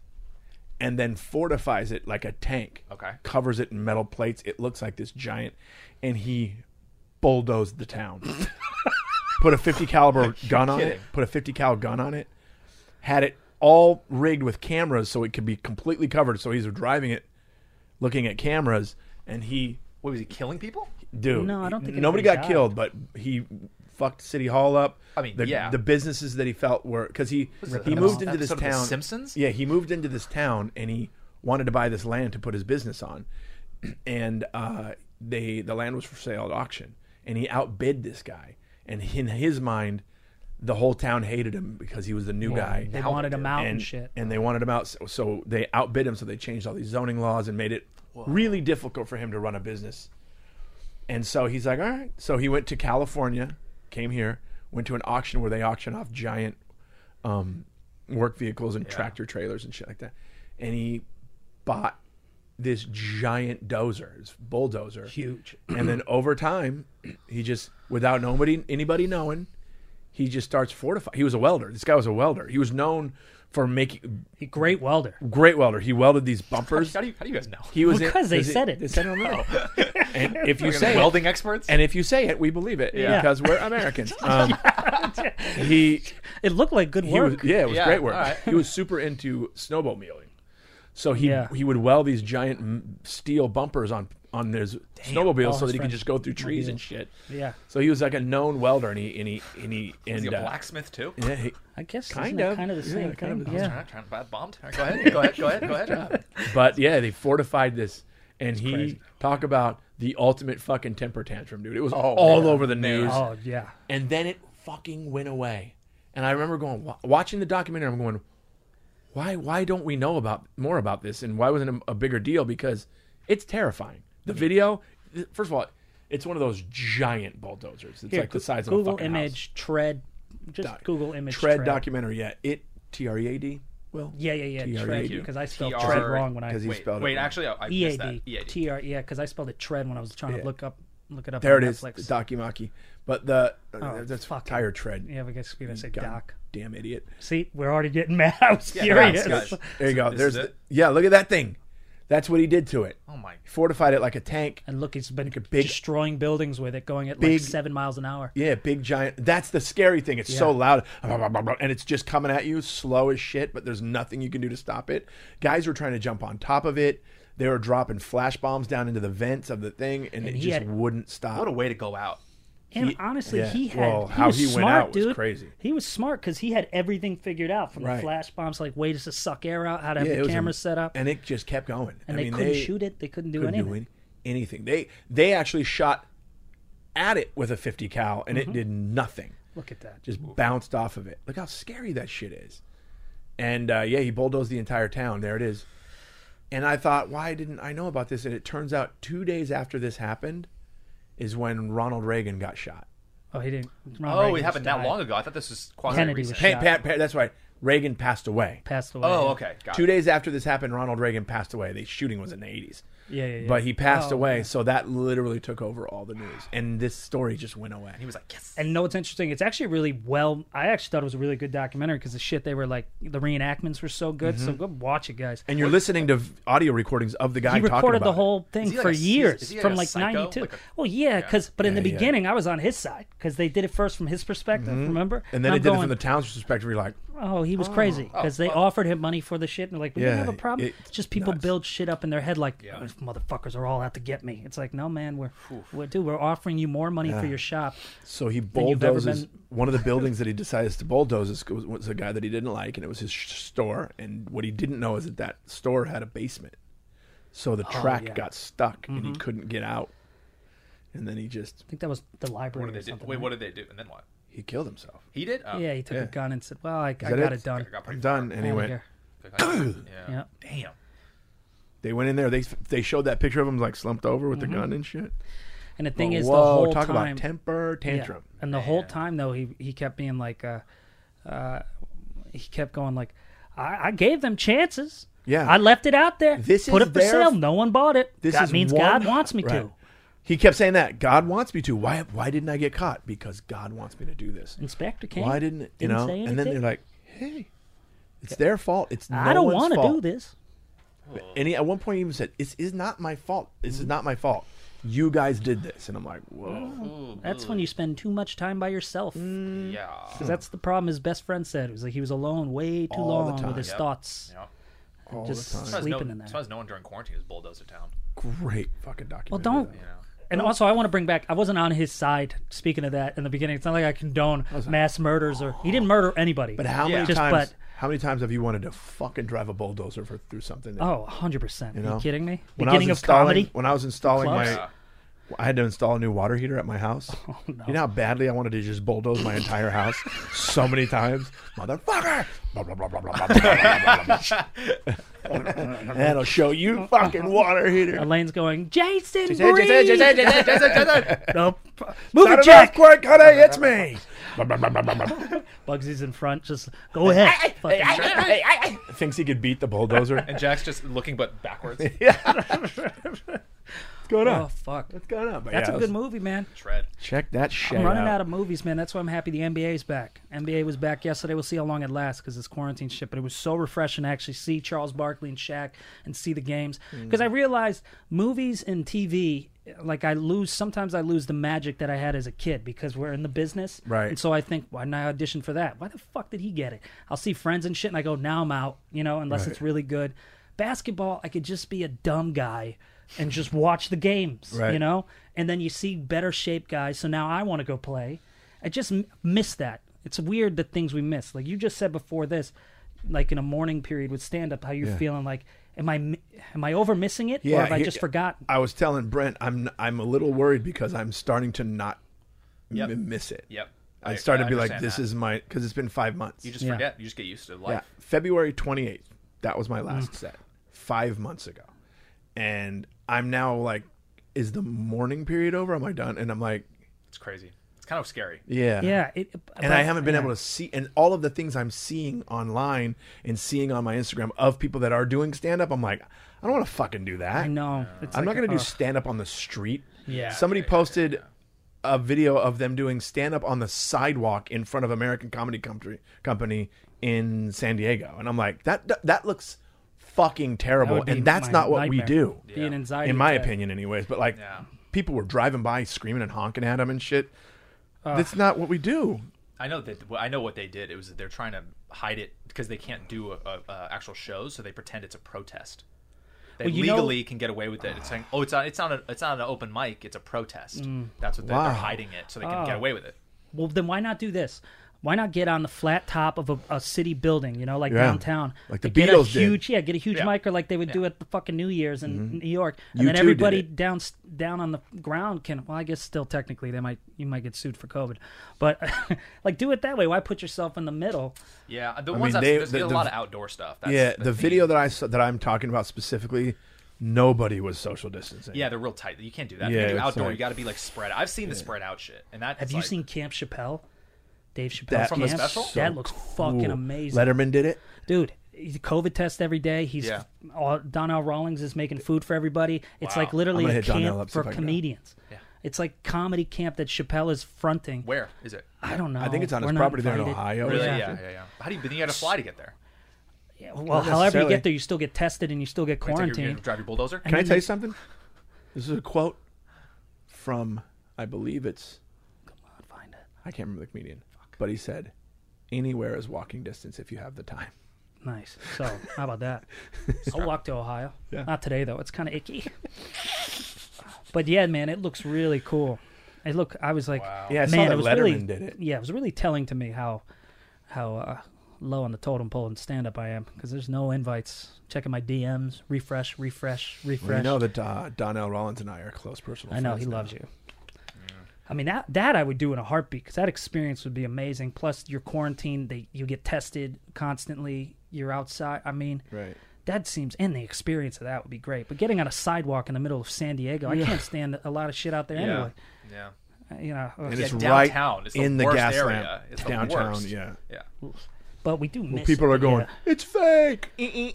[SPEAKER 2] and then fortifies it like a tank.
[SPEAKER 4] Okay.
[SPEAKER 2] Covers it in metal plates. It looks like this giant and he bulldozed the town. put a 50 caliber gun on it.
[SPEAKER 4] kidding.
[SPEAKER 2] Put a 50 cal gun on it. Had it all rigged with cameras so it could be completely covered so he's driving it looking at cameras and he
[SPEAKER 4] What was he killing people?
[SPEAKER 2] dude.
[SPEAKER 3] No, I don't think
[SPEAKER 2] nobody
[SPEAKER 3] anybody
[SPEAKER 2] got
[SPEAKER 3] died.
[SPEAKER 2] killed, but he fucked City Hall up.
[SPEAKER 4] I mean,
[SPEAKER 2] the,
[SPEAKER 4] yeah.
[SPEAKER 2] the businesses that he felt were because he
[SPEAKER 4] it the
[SPEAKER 2] he moved
[SPEAKER 4] Simpsons
[SPEAKER 2] into this
[SPEAKER 4] episode of The
[SPEAKER 2] town.
[SPEAKER 4] Simpsons?
[SPEAKER 2] Yeah, he moved into this town and he wanted to buy this land to put his business on, and uh, they the land was for sale at auction, and he outbid this guy, and in his mind. The whole town hated him because he was the new guy
[SPEAKER 3] They wanted him out and,
[SPEAKER 2] and
[SPEAKER 3] shit.
[SPEAKER 2] and they wanted him out, so, so they outbid him. So they changed all these zoning laws and made it really difficult for him to run a business. And so he's like, all right. So he went to California, came here, went to an auction where they auction off giant um, work vehicles and tractor trailers and shit like that. And he bought this giant dozer, this bulldozer,
[SPEAKER 3] Huge.
[SPEAKER 2] and then over time, he just without nobody anybody knowing, he just starts fortifying. He was a welder. This guy was a welder. He was known for making
[SPEAKER 3] He great welder.
[SPEAKER 2] great welder. He welded these bumpers.
[SPEAKER 4] How do you, how do you guys know?
[SPEAKER 2] He was
[SPEAKER 3] Because they said it.
[SPEAKER 2] They said it on the radio. and if
[SPEAKER 4] Fucking
[SPEAKER 2] you say it,
[SPEAKER 4] welding experts?
[SPEAKER 2] and if you say it, we believe it
[SPEAKER 4] Yeah.
[SPEAKER 2] because we're Americans. Um, he
[SPEAKER 3] It looked like good
[SPEAKER 2] he was
[SPEAKER 3] work.
[SPEAKER 2] yeah, it was
[SPEAKER 4] Yeah,
[SPEAKER 2] great work.
[SPEAKER 4] all right.
[SPEAKER 2] He was super into snowmobiling, so he
[SPEAKER 3] Yeah.
[SPEAKER 2] he would weld these giant m- steel bumpers on on his snowmobiles
[SPEAKER 3] all
[SPEAKER 2] so that
[SPEAKER 3] his
[SPEAKER 2] he could
[SPEAKER 3] friends
[SPEAKER 2] just go through trees and shit.
[SPEAKER 3] Yeah.
[SPEAKER 2] So he was like a known welder, and he and he and he and
[SPEAKER 4] Is he a
[SPEAKER 2] uh,
[SPEAKER 4] blacksmith too?
[SPEAKER 2] yeah, he-
[SPEAKER 3] I guess
[SPEAKER 2] Kind
[SPEAKER 3] kind of
[SPEAKER 2] of.
[SPEAKER 3] kind of the
[SPEAKER 2] Yeah,
[SPEAKER 3] same
[SPEAKER 2] kind
[SPEAKER 3] thing.
[SPEAKER 2] of.
[SPEAKER 3] yeah.
[SPEAKER 4] Trying to buy bombed. All right, go ahead. Go ahead. Go ahead. Go ahead.
[SPEAKER 2] but yeah, they fortified this, and he talk about the ultimate fucking temper tantrum, dude. It was all over the news.
[SPEAKER 3] Oh yeah.
[SPEAKER 2] and then it fucking went away. And I remember going wa- watching the documentary. I'm going, why? Why don't we know about more about this? And why wasn't it a, a bigger deal? Because it's terrifying. The video, th- first of all, it's one of those giant bulldozers. It's like the size of
[SPEAKER 3] Google
[SPEAKER 2] a fucking house.
[SPEAKER 3] image tread. Just
[SPEAKER 2] Doc- E
[SPEAKER 3] Google image
[SPEAKER 2] Tread,
[SPEAKER 3] tread.
[SPEAKER 2] documentary. Yeah, it T R E A D. Well,
[SPEAKER 3] Yeah, yeah, yeah.
[SPEAKER 2] TREAD.
[SPEAKER 3] Tread because I spelled
[SPEAKER 4] TR
[SPEAKER 3] tread wrong when I E
[SPEAKER 2] 'cause he
[SPEAKER 4] Wait,
[SPEAKER 2] spelled
[SPEAKER 4] wait.
[SPEAKER 2] it. wrong.
[SPEAKER 4] Actually, I, I missed that. E
[SPEAKER 3] EAD.
[SPEAKER 2] E
[SPEAKER 4] EAD.
[SPEAKER 3] TR, yeah, because I spelled it tread when I was trying to look up look it up.
[SPEAKER 2] there
[SPEAKER 3] on
[SPEAKER 2] it is,
[SPEAKER 3] Netflix. Oh,
[SPEAKER 2] Documaki. But the uh, that's
[SPEAKER 3] fuck it.
[SPEAKER 2] tire tread.
[SPEAKER 3] Yeah, I guess we gotta say
[SPEAKER 2] God
[SPEAKER 3] doc.
[SPEAKER 2] Damn idiot.
[SPEAKER 3] See, we're already getting mad. I was
[SPEAKER 4] Yeah,
[SPEAKER 3] furious.
[SPEAKER 4] guys, guys.
[SPEAKER 2] There you go.
[SPEAKER 4] This
[SPEAKER 2] There's
[SPEAKER 4] is
[SPEAKER 2] the,
[SPEAKER 4] it?
[SPEAKER 2] yeah. Look at that thing. That's what he did to it.
[SPEAKER 4] Oh my.
[SPEAKER 2] Fortified it like a tank.
[SPEAKER 3] And look, he's been
[SPEAKER 2] big-
[SPEAKER 3] destroying buildings with it, going at
[SPEAKER 2] Big-
[SPEAKER 3] like seven miles an hour.
[SPEAKER 2] Yeah, big giant. That's the scary thing. It's so
[SPEAKER 3] Yeah.
[SPEAKER 2] loud, and it's just coming at you, slow as shit. But there's nothing you can do to stop it. Guys were trying to jump on top of it. They were dropping flash bombs down into the vents of the thing, and, it
[SPEAKER 3] he
[SPEAKER 2] just
[SPEAKER 3] had-
[SPEAKER 2] wouldn't stop.
[SPEAKER 4] What a way to go out.
[SPEAKER 3] And
[SPEAKER 2] He-
[SPEAKER 3] honestly,
[SPEAKER 2] yeah.
[SPEAKER 3] he had
[SPEAKER 2] Well,
[SPEAKER 3] he
[SPEAKER 2] how
[SPEAKER 3] was
[SPEAKER 2] he went
[SPEAKER 3] smart,
[SPEAKER 2] out was
[SPEAKER 3] dude.
[SPEAKER 2] crazy.
[SPEAKER 3] He was smart because he had everything figured out from
[SPEAKER 2] Right.
[SPEAKER 3] the flash bombs, like ways to suck air out, how to have
[SPEAKER 2] Yeah, it
[SPEAKER 3] the
[SPEAKER 2] was a-
[SPEAKER 3] cameras set up, and,
[SPEAKER 2] and it just kept going. I
[SPEAKER 3] they
[SPEAKER 2] mean,
[SPEAKER 3] couldn't shoot it. They couldn't do
[SPEAKER 2] couldn't
[SPEAKER 3] anything.
[SPEAKER 2] do any- anything. They they actually shot at it with a 50 cal, and
[SPEAKER 3] Mm-hmm.
[SPEAKER 2] it did nothing.
[SPEAKER 3] Look at that.
[SPEAKER 2] just bounced off of it. Look how scary that shit is. And uh, yeah, he bulldozed the entire town. There it is. And I thought, why didn't I know about this? And it turns out two days after this happened is when Ronald Reagan got shot.
[SPEAKER 3] oh, he didn't.
[SPEAKER 4] Oh, it happened that long ago. I thought this was quasi
[SPEAKER 3] Kennedy was
[SPEAKER 4] recent.
[SPEAKER 2] Pa-
[SPEAKER 3] shot.
[SPEAKER 2] pa- pa- that's right. Reagan passed away.
[SPEAKER 3] Passed away.
[SPEAKER 4] Oh, okay. Got
[SPEAKER 2] Two
[SPEAKER 4] it.
[SPEAKER 2] days after this happened, Ronald Reagan passed away. The shooting was in the 80s.
[SPEAKER 3] Yeah, yeah, yeah.
[SPEAKER 2] But he passed
[SPEAKER 3] Oh,
[SPEAKER 2] away, so that literally took over all the news, and this story just went away.
[SPEAKER 4] He was like, yes.
[SPEAKER 3] And no, it's interesting. It's actually really well. I actually thought it was a really good documentary because the shit they were like, the reenactments were so good.
[SPEAKER 2] Mm-hmm.
[SPEAKER 3] So go watch it, guys.
[SPEAKER 2] and you're listening to v- audio recordings of the guy
[SPEAKER 3] he
[SPEAKER 2] talking
[SPEAKER 3] recorded
[SPEAKER 2] about
[SPEAKER 3] the
[SPEAKER 2] it.
[SPEAKER 3] whole thing
[SPEAKER 4] he like
[SPEAKER 3] for
[SPEAKER 4] a- is-
[SPEAKER 3] years
[SPEAKER 4] is he like
[SPEAKER 3] from
[SPEAKER 4] a
[SPEAKER 3] like
[SPEAKER 4] psycho?
[SPEAKER 3] 92
[SPEAKER 4] Like a-
[SPEAKER 3] well yeah because but in the
[SPEAKER 2] Yeah, yeah.
[SPEAKER 3] beginning i was on his side because they did it first from his perspective remember
[SPEAKER 2] And then
[SPEAKER 3] I'm
[SPEAKER 2] it did it
[SPEAKER 3] going,
[SPEAKER 2] from the town's perspective. You're like,
[SPEAKER 3] oh he was crazy because they offered him money for the shit and they're like we
[SPEAKER 2] Yeah,
[SPEAKER 3] don't have a problem
[SPEAKER 2] it-
[SPEAKER 3] it's just people
[SPEAKER 2] nuts.
[SPEAKER 3] build shit up in their head like
[SPEAKER 4] Yeah.
[SPEAKER 3] "Oh, these motherfuckers are all out to get me it's like no man we're, we're dude we're offering you more money for your shop
[SPEAKER 2] so he
[SPEAKER 3] you've ever
[SPEAKER 2] bulldozes
[SPEAKER 3] been-
[SPEAKER 2] one of the buildings that he decides to bulldoze is, was, was a guy that he didn't like, and it was his sh- store. And what he didn't know is that that store had a basement, so the track
[SPEAKER 3] Oh, yeah. Mm-hmm.
[SPEAKER 2] got stuck and he couldn't get out. And then he just
[SPEAKER 3] i think that was the library
[SPEAKER 4] What
[SPEAKER 3] or
[SPEAKER 4] did they do?
[SPEAKER 3] something,
[SPEAKER 4] Wait,
[SPEAKER 3] right?
[SPEAKER 4] what did they do? And then what?
[SPEAKER 2] he killed himself.
[SPEAKER 4] He did? Oh,
[SPEAKER 3] yeah he took
[SPEAKER 2] Yeah.
[SPEAKER 3] a gun and said well i, I got
[SPEAKER 2] that
[SPEAKER 3] it,
[SPEAKER 2] it?
[SPEAKER 3] done
[SPEAKER 4] I got
[SPEAKER 2] I'm
[SPEAKER 4] pretty
[SPEAKER 2] done. And he
[SPEAKER 3] Outta
[SPEAKER 2] went.
[SPEAKER 3] here.
[SPEAKER 4] yeah.
[SPEAKER 3] Yeah.
[SPEAKER 4] Damn.
[SPEAKER 2] They went in there. They they showed that picture of him like slumped over with the gun and shit.
[SPEAKER 3] and the Mm-hmm. thing
[SPEAKER 2] But
[SPEAKER 3] is the
[SPEAKER 2] whoa,
[SPEAKER 3] whole
[SPEAKER 2] talk
[SPEAKER 3] time
[SPEAKER 2] about temper tantrum.
[SPEAKER 3] Yeah. And the whole time though, he he kept being like, uh, uh, he kept going like, I, I gave them chances.
[SPEAKER 2] Yeah.
[SPEAKER 3] I left it out there.
[SPEAKER 2] This
[SPEAKER 3] put
[SPEAKER 2] is
[SPEAKER 3] it for
[SPEAKER 2] their-
[SPEAKER 3] sale. No one bought it.
[SPEAKER 2] This
[SPEAKER 3] that
[SPEAKER 2] is
[SPEAKER 3] means
[SPEAKER 2] one-
[SPEAKER 3] God wants me
[SPEAKER 2] Right.
[SPEAKER 3] to.
[SPEAKER 2] He kept saying that God wants me to. Why? Why didn't I get caught? Because God wants me to do this.
[SPEAKER 3] Inspector came.
[SPEAKER 2] Why didn't it- you know?
[SPEAKER 3] say
[SPEAKER 2] and then they're
[SPEAKER 3] anything.
[SPEAKER 2] like, "Hey, it's their fault. It's no
[SPEAKER 3] I don't
[SPEAKER 2] want to
[SPEAKER 3] do this.
[SPEAKER 2] And he, at one point, he even said, "This is not my fault. This is not my fault. You guys did this." And I'm like, "Whoa,
[SPEAKER 3] That's when you spend too much time by yourself.
[SPEAKER 2] Mm.
[SPEAKER 4] Yeah.
[SPEAKER 3] 'Cause that's the problem. His best friend said it was like he was alone way too
[SPEAKER 2] All the
[SPEAKER 3] long
[SPEAKER 2] time.
[SPEAKER 3] with his
[SPEAKER 4] Yep.
[SPEAKER 3] thoughts,
[SPEAKER 4] Yeah.
[SPEAKER 2] all
[SPEAKER 3] just
[SPEAKER 2] the time.
[SPEAKER 4] As far as
[SPEAKER 3] sleeping
[SPEAKER 4] no,
[SPEAKER 3] in
[SPEAKER 4] As
[SPEAKER 3] there.
[SPEAKER 4] far as no one during quarantine is bulldozer town.
[SPEAKER 2] Great fucking documentary."
[SPEAKER 3] Well, don't.
[SPEAKER 2] though.
[SPEAKER 3] And also, I want to bring back. I wasn't on his side. Speaking of that, in the beginning, it's not like I condone mass murders or he didn't murder anybody.
[SPEAKER 2] But how many
[SPEAKER 3] Just
[SPEAKER 2] times?
[SPEAKER 3] but-
[SPEAKER 2] how many times have you wanted to fucking drive a bulldozer for, through something? That,
[SPEAKER 3] Oh, 100 percent. Are
[SPEAKER 2] know?
[SPEAKER 3] you kidding me?
[SPEAKER 2] when I was
[SPEAKER 3] Beginning of
[SPEAKER 2] installing-
[SPEAKER 3] comedy.
[SPEAKER 2] When I was installing
[SPEAKER 3] Clubs? Oh,
[SPEAKER 2] my, I had to install a new water heater at my house. You know how badly I wanted to just bulldoze my entire house so many times, motherfucker! Blah, blah, blah, blah, blah, blah, blah, blah, blah, blah. That'll show you fucking water heater.
[SPEAKER 3] Elaine's going, Jason,
[SPEAKER 2] Jason,
[SPEAKER 3] breathe!
[SPEAKER 2] Jason, Jason,
[SPEAKER 3] No, p-
[SPEAKER 2] Not
[SPEAKER 3] move it,
[SPEAKER 2] enough,
[SPEAKER 3] Jack.
[SPEAKER 2] quick, honey, it's me. Blah, blah, blah, blah, blah, blah.
[SPEAKER 3] Bugsy's in front. Just go ahead. Fucking-
[SPEAKER 2] Thinks he could beat the bulldozer. What's
[SPEAKER 4] And Jack's just looking but backwards.
[SPEAKER 2] going
[SPEAKER 3] oh
[SPEAKER 2] on?
[SPEAKER 3] fuck.
[SPEAKER 2] What's going on? But
[SPEAKER 3] That's
[SPEAKER 2] yeah,
[SPEAKER 3] a
[SPEAKER 2] it was-
[SPEAKER 3] good movie, man.
[SPEAKER 4] Shred.
[SPEAKER 2] Check that shit
[SPEAKER 3] I'm running
[SPEAKER 2] out.
[SPEAKER 3] out of movies, man. That's why I'm happy the NBA's back. NBA was back yesterday. We'll see how long it lasts because it's quarantine shit. But it was so refreshing to actually see Charles Barkley and Shaq and see the games
[SPEAKER 2] Mm.
[SPEAKER 3] because I realized movies and TV. Like I lose sometimes, I lose the magic that I had as a kid because we're in the business,
[SPEAKER 2] Right.
[SPEAKER 3] And so I think, why didn't I audition for that? Why the fuck did he get it? I'll see friends and shit, and I go, now I'm out, you know, unless it's really good. Basketball, I could just be a dumb guy and just watch the games,
[SPEAKER 2] Right.
[SPEAKER 3] you know know? And then you see better shaped guys, so now I want to go play. I just m- miss that. It's weird the things we miss. Like you just said before this, like in a morning period with stand up, how you're feeling like, am I mi- am I over missing it, or have I
[SPEAKER 2] he-
[SPEAKER 3] just forgotten?
[SPEAKER 2] I was telling Brent, I'm I'm a little worried because I'm starting to not
[SPEAKER 4] Yep.
[SPEAKER 2] m- miss it.
[SPEAKER 4] Yep.
[SPEAKER 2] I started to be like,
[SPEAKER 4] understand
[SPEAKER 2] this
[SPEAKER 4] that.
[SPEAKER 2] is my because it's been five months.
[SPEAKER 4] You just
[SPEAKER 3] Yeah.
[SPEAKER 4] forget. You just get used to
[SPEAKER 2] yeah,
[SPEAKER 4] life.
[SPEAKER 2] February 28th. That was my last set five months ago, and I'm now like, is the morning period over? Am I done? And I'm like,
[SPEAKER 4] It's crazy. It's kind of scary.
[SPEAKER 2] yeah,
[SPEAKER 3] yeah, it,
[SPEAKER 2] And I haven't been able to see, and all of the things I'm seeing online and seeing on my Instagram of people that are doing stand up, I'm like, I don't want to fucking do that.
[SPEAKER 3] I know. It's
[SPEAKER 2] I'm not
[SPEAKER 3] like, uh,
[SPEAKER 2] going to do
[SPEAKER 3] ugh.
[SPEAKER 2] stand up on the street.
[SPEAKER 3] Yeah.
[SPEAKER 2] Somebody posted a video of them doing stand up on the sidewalk in front of American Comedy Company Company in San Diego, and I'm like, that that looks fucking
[SPEAKER 3] That
[SPEAKER 2] terrible,
[SPEAKER 3] would be
[SPEAKER 2] and that's
[SPEAKER 3] my
[SPEAKER 2] not what we
[SPEAKER 3] nightmare.
[SPEAKER 2] do,
[SPEAKER 3] Be an anxiety
[SPEAKER 2] in my
[SPEAKER 3] attack.
[SPEAKER 2] opinion, anyways. But like,
[SPEAKER 4] Yeah.
[SPEAKER 2] people were driving by screaming and honking at them and shit. that's not what we do.
[SPEAKER 4] I know that. I know what they did. It was that they're trying to hide it because they can't do a, a, a actual shows, so they pretend it's a protest. They
[SPEAKER 3] Well, you know-
[SPEAKER 4] legally can get away with it. It's saying, "Oh, it's not. It's not. A, it's not an open mic. It's a protest." That's what they're,
[SPEAKER 2] Mm. Wow. Oh.
[SPEAKER 4] they're hiding it, so they can get away with it.
[SPEAKER 3] Well, then why not do this? Why not get on the flat top of a, a city building, you know, like
[SPEAKER 2] Yeah.
[SPEAKER 3] downtown?
[SPEAKER 2] Like the
[SPEAKER 3] Like, get a
[SPEAKER 2] Beatles did.
[SPEAKER 3] huge, yeah, get a huge
[SPEAKER 4] Yeah.
[SPEAKER 3] mic or like they would do at the fucking New Year's in New York, and
[SPEAKER 2] U
[SPEAKER 3] then
[SPEAKER 2] two did
[SPEAKER 3] everybody
[SPEAKER 2] it.
[SPEAKER 3] down down on the ground can. Well, I guess still technically they might you might get sued for COVID, but like do it that way. Why put yourself in the middle?
[SPEAKER 4] Yeah, the ones
[SPEAKER 2] mean,
[SPEAKER 4] that
[SPEAKER 2] they-
[SPEAKER 4] there's
[SPEAKER 2] the-
[SPEAKER 4] a
[SPEAKER 2] the-
[SPEAKER 4] lot of outdoor stuff. That's
[SPEAKER 2] yeah, the,
[SPEAKER 4] the thing.
[SPEAKER 2] video that I saw, that I'm talking about specifically, nobody was social distancing.
[SPEAKER 4] Yeah, they're real tight. You can't do that.
[SPEAKER 2] Yeah,
[SPEAKER 4] if you do
[SPEAKER 2] it's
[SPEAKER 4] outdoor,
[SPEAKER 2] like-
[SPEAKER 4] you got to be like spread. I've seen the spread out shit, and that
[SPEAKER 3] Have
[SPEAKER 4] is
[SPEAKER 3] you
[SPEAKER 4] like-
[SPEAKER 3] seen Camp Chappelle? Dave Chappelle's
[SPEAKER 2] That
[SPEAKER 4] From the
[SPEAKER 3] Camp?
[SPEAKER 4] special?
[SPEAKER 3] That looks fucking
[SPEAKER 2] Ooh,
[SPEAKER 3] amazing,
[SPEAKER 2] Letterman did it.
[SPEAKER 3] dude. he's a COVID test every day. He's
[SPEAKER 4] Yeah.
[SPEAKER 3] all, Donnell Rawlings is making food for everybody. It's
[SPEAKER 4] Wow.
[SPEAKER 3] like literally
[SPEAKER 2] I'm gonna
[SPEAKER 3] a
[SPEAKER 2] hit Donnell
[SPEAKER 3] camp
[SPEAKER 2] up, see
[SPEAKER 3] for
[SPEAKER 2] if I can go.
[SPEAKER 3] comedians.
[SPEAKER 4] Yeah.
[SPEAKER 3] It's like comedy camp that Chappelle is fronting.
[SPEAKER 4] Where is it?
[SPEAKER 3] I don't know.
[SPEAKER 2] I think it's on
[SPEAKER 3] We're
[SPEAKER 2] his
[SPEAKER 3] not
[SPEAKER 2] property there in
[SPEAKER 3] invited.
[SPEAKER 2] Ohio. or
[SPEAKER 4] Really?
[SPEAKER 3] yeah.
[SPEAKER 4] Yeah. yeah, yeah, How do you? But then you got to fly to get there.
[SPEAKER 3] Yeah, Well, however you
[SPEAKER 2] necessarily.
[SPEAKER 3] get there, you still get tested and you still get
[SPEAKER 4] Right, it's like you're gonna
[SPEAKER 3] quarantined.
[SPEAKER 4] drive your bulldozer.
[SPEAKER 2] Can I tell you something? This is a quote from, I believe it's,
[SPEAKER 3] Find it.
[SPEAKER 2] I can't remember the comedian, but he said, "Anywhere is walking distance if you have the time."
[SPEAKER 3] Nice. So, how about that? I'll walk to Ohio.
[SPEAKER 2] Yeah.
[SPEAKER 3] Not today though. It's kind of icky. but yeah, man, it looks really cool. It look. I was like,
[SPEAKER 4] Wow.
[SPEAKER 2] Yeah, I saw
[SPEAKER 3] man,
[SPEAKER 2] that
[SPEAKER 3] it was
[SPEAKER 2] Letterman
[SPEAKER 3] really,
[SPEAKER 2] did it.
[SPEAKER 3] Yeah, it was really telling to me how how uh, low on the totem pole in stand up I am because there's no invites. Checking my DMs, refresh, refresh, refresh.
[SPEAKER 2] I know that uh, Donnell Rollins and I are close personal.
[SPEAKER 3] I know
[SPEAKER 2] friends
[SPEAKER 3] he
[SPEAKER 2] now.
[SPEAKER 3] loves you. I mean that that I would do in a heartbeat because that experience would be amazing. Plus, you're quarantined; they, you get tested constantly. You're outside. I mean,
[SPEAKER 2] Right.
[SPEAKER 3] that seems and the experience of that would be great. But getting on a sidewalk in the middle of San Diego, I can't stand a lot of shit out there anyway.
[SPEAKER 4] Yeah.
[SPEAKER 3] Uh, You know, uh,
[SPEAKER 2] And it's
[SPEAKER 4] Yeah,
[SPEAKER 2] right
[SPEAKER 4] downtown. It's the
[SPEAKER 2] in the
[SPEAKER 4] worst
[SPEAKER 2] gas
[SPEAKER 4] area.
[SPEAKER 2] lamp
[SPEAKER 4] It's the
[SPEAKER 2] downtown.
[SPEAKER 4] worst.
[SPEAKER 2] Yeah.
[SPEAKER 4] Yeah.
[SPEAKER 3] but we do. Miss
[SPEAKER 2] People
[SPEAKER 3] it,
[SPEAKER 2] are going.
[SPEAKER 3] yeah.
[SPEAKER 2] It's fake.
[SPEAKER 4] E,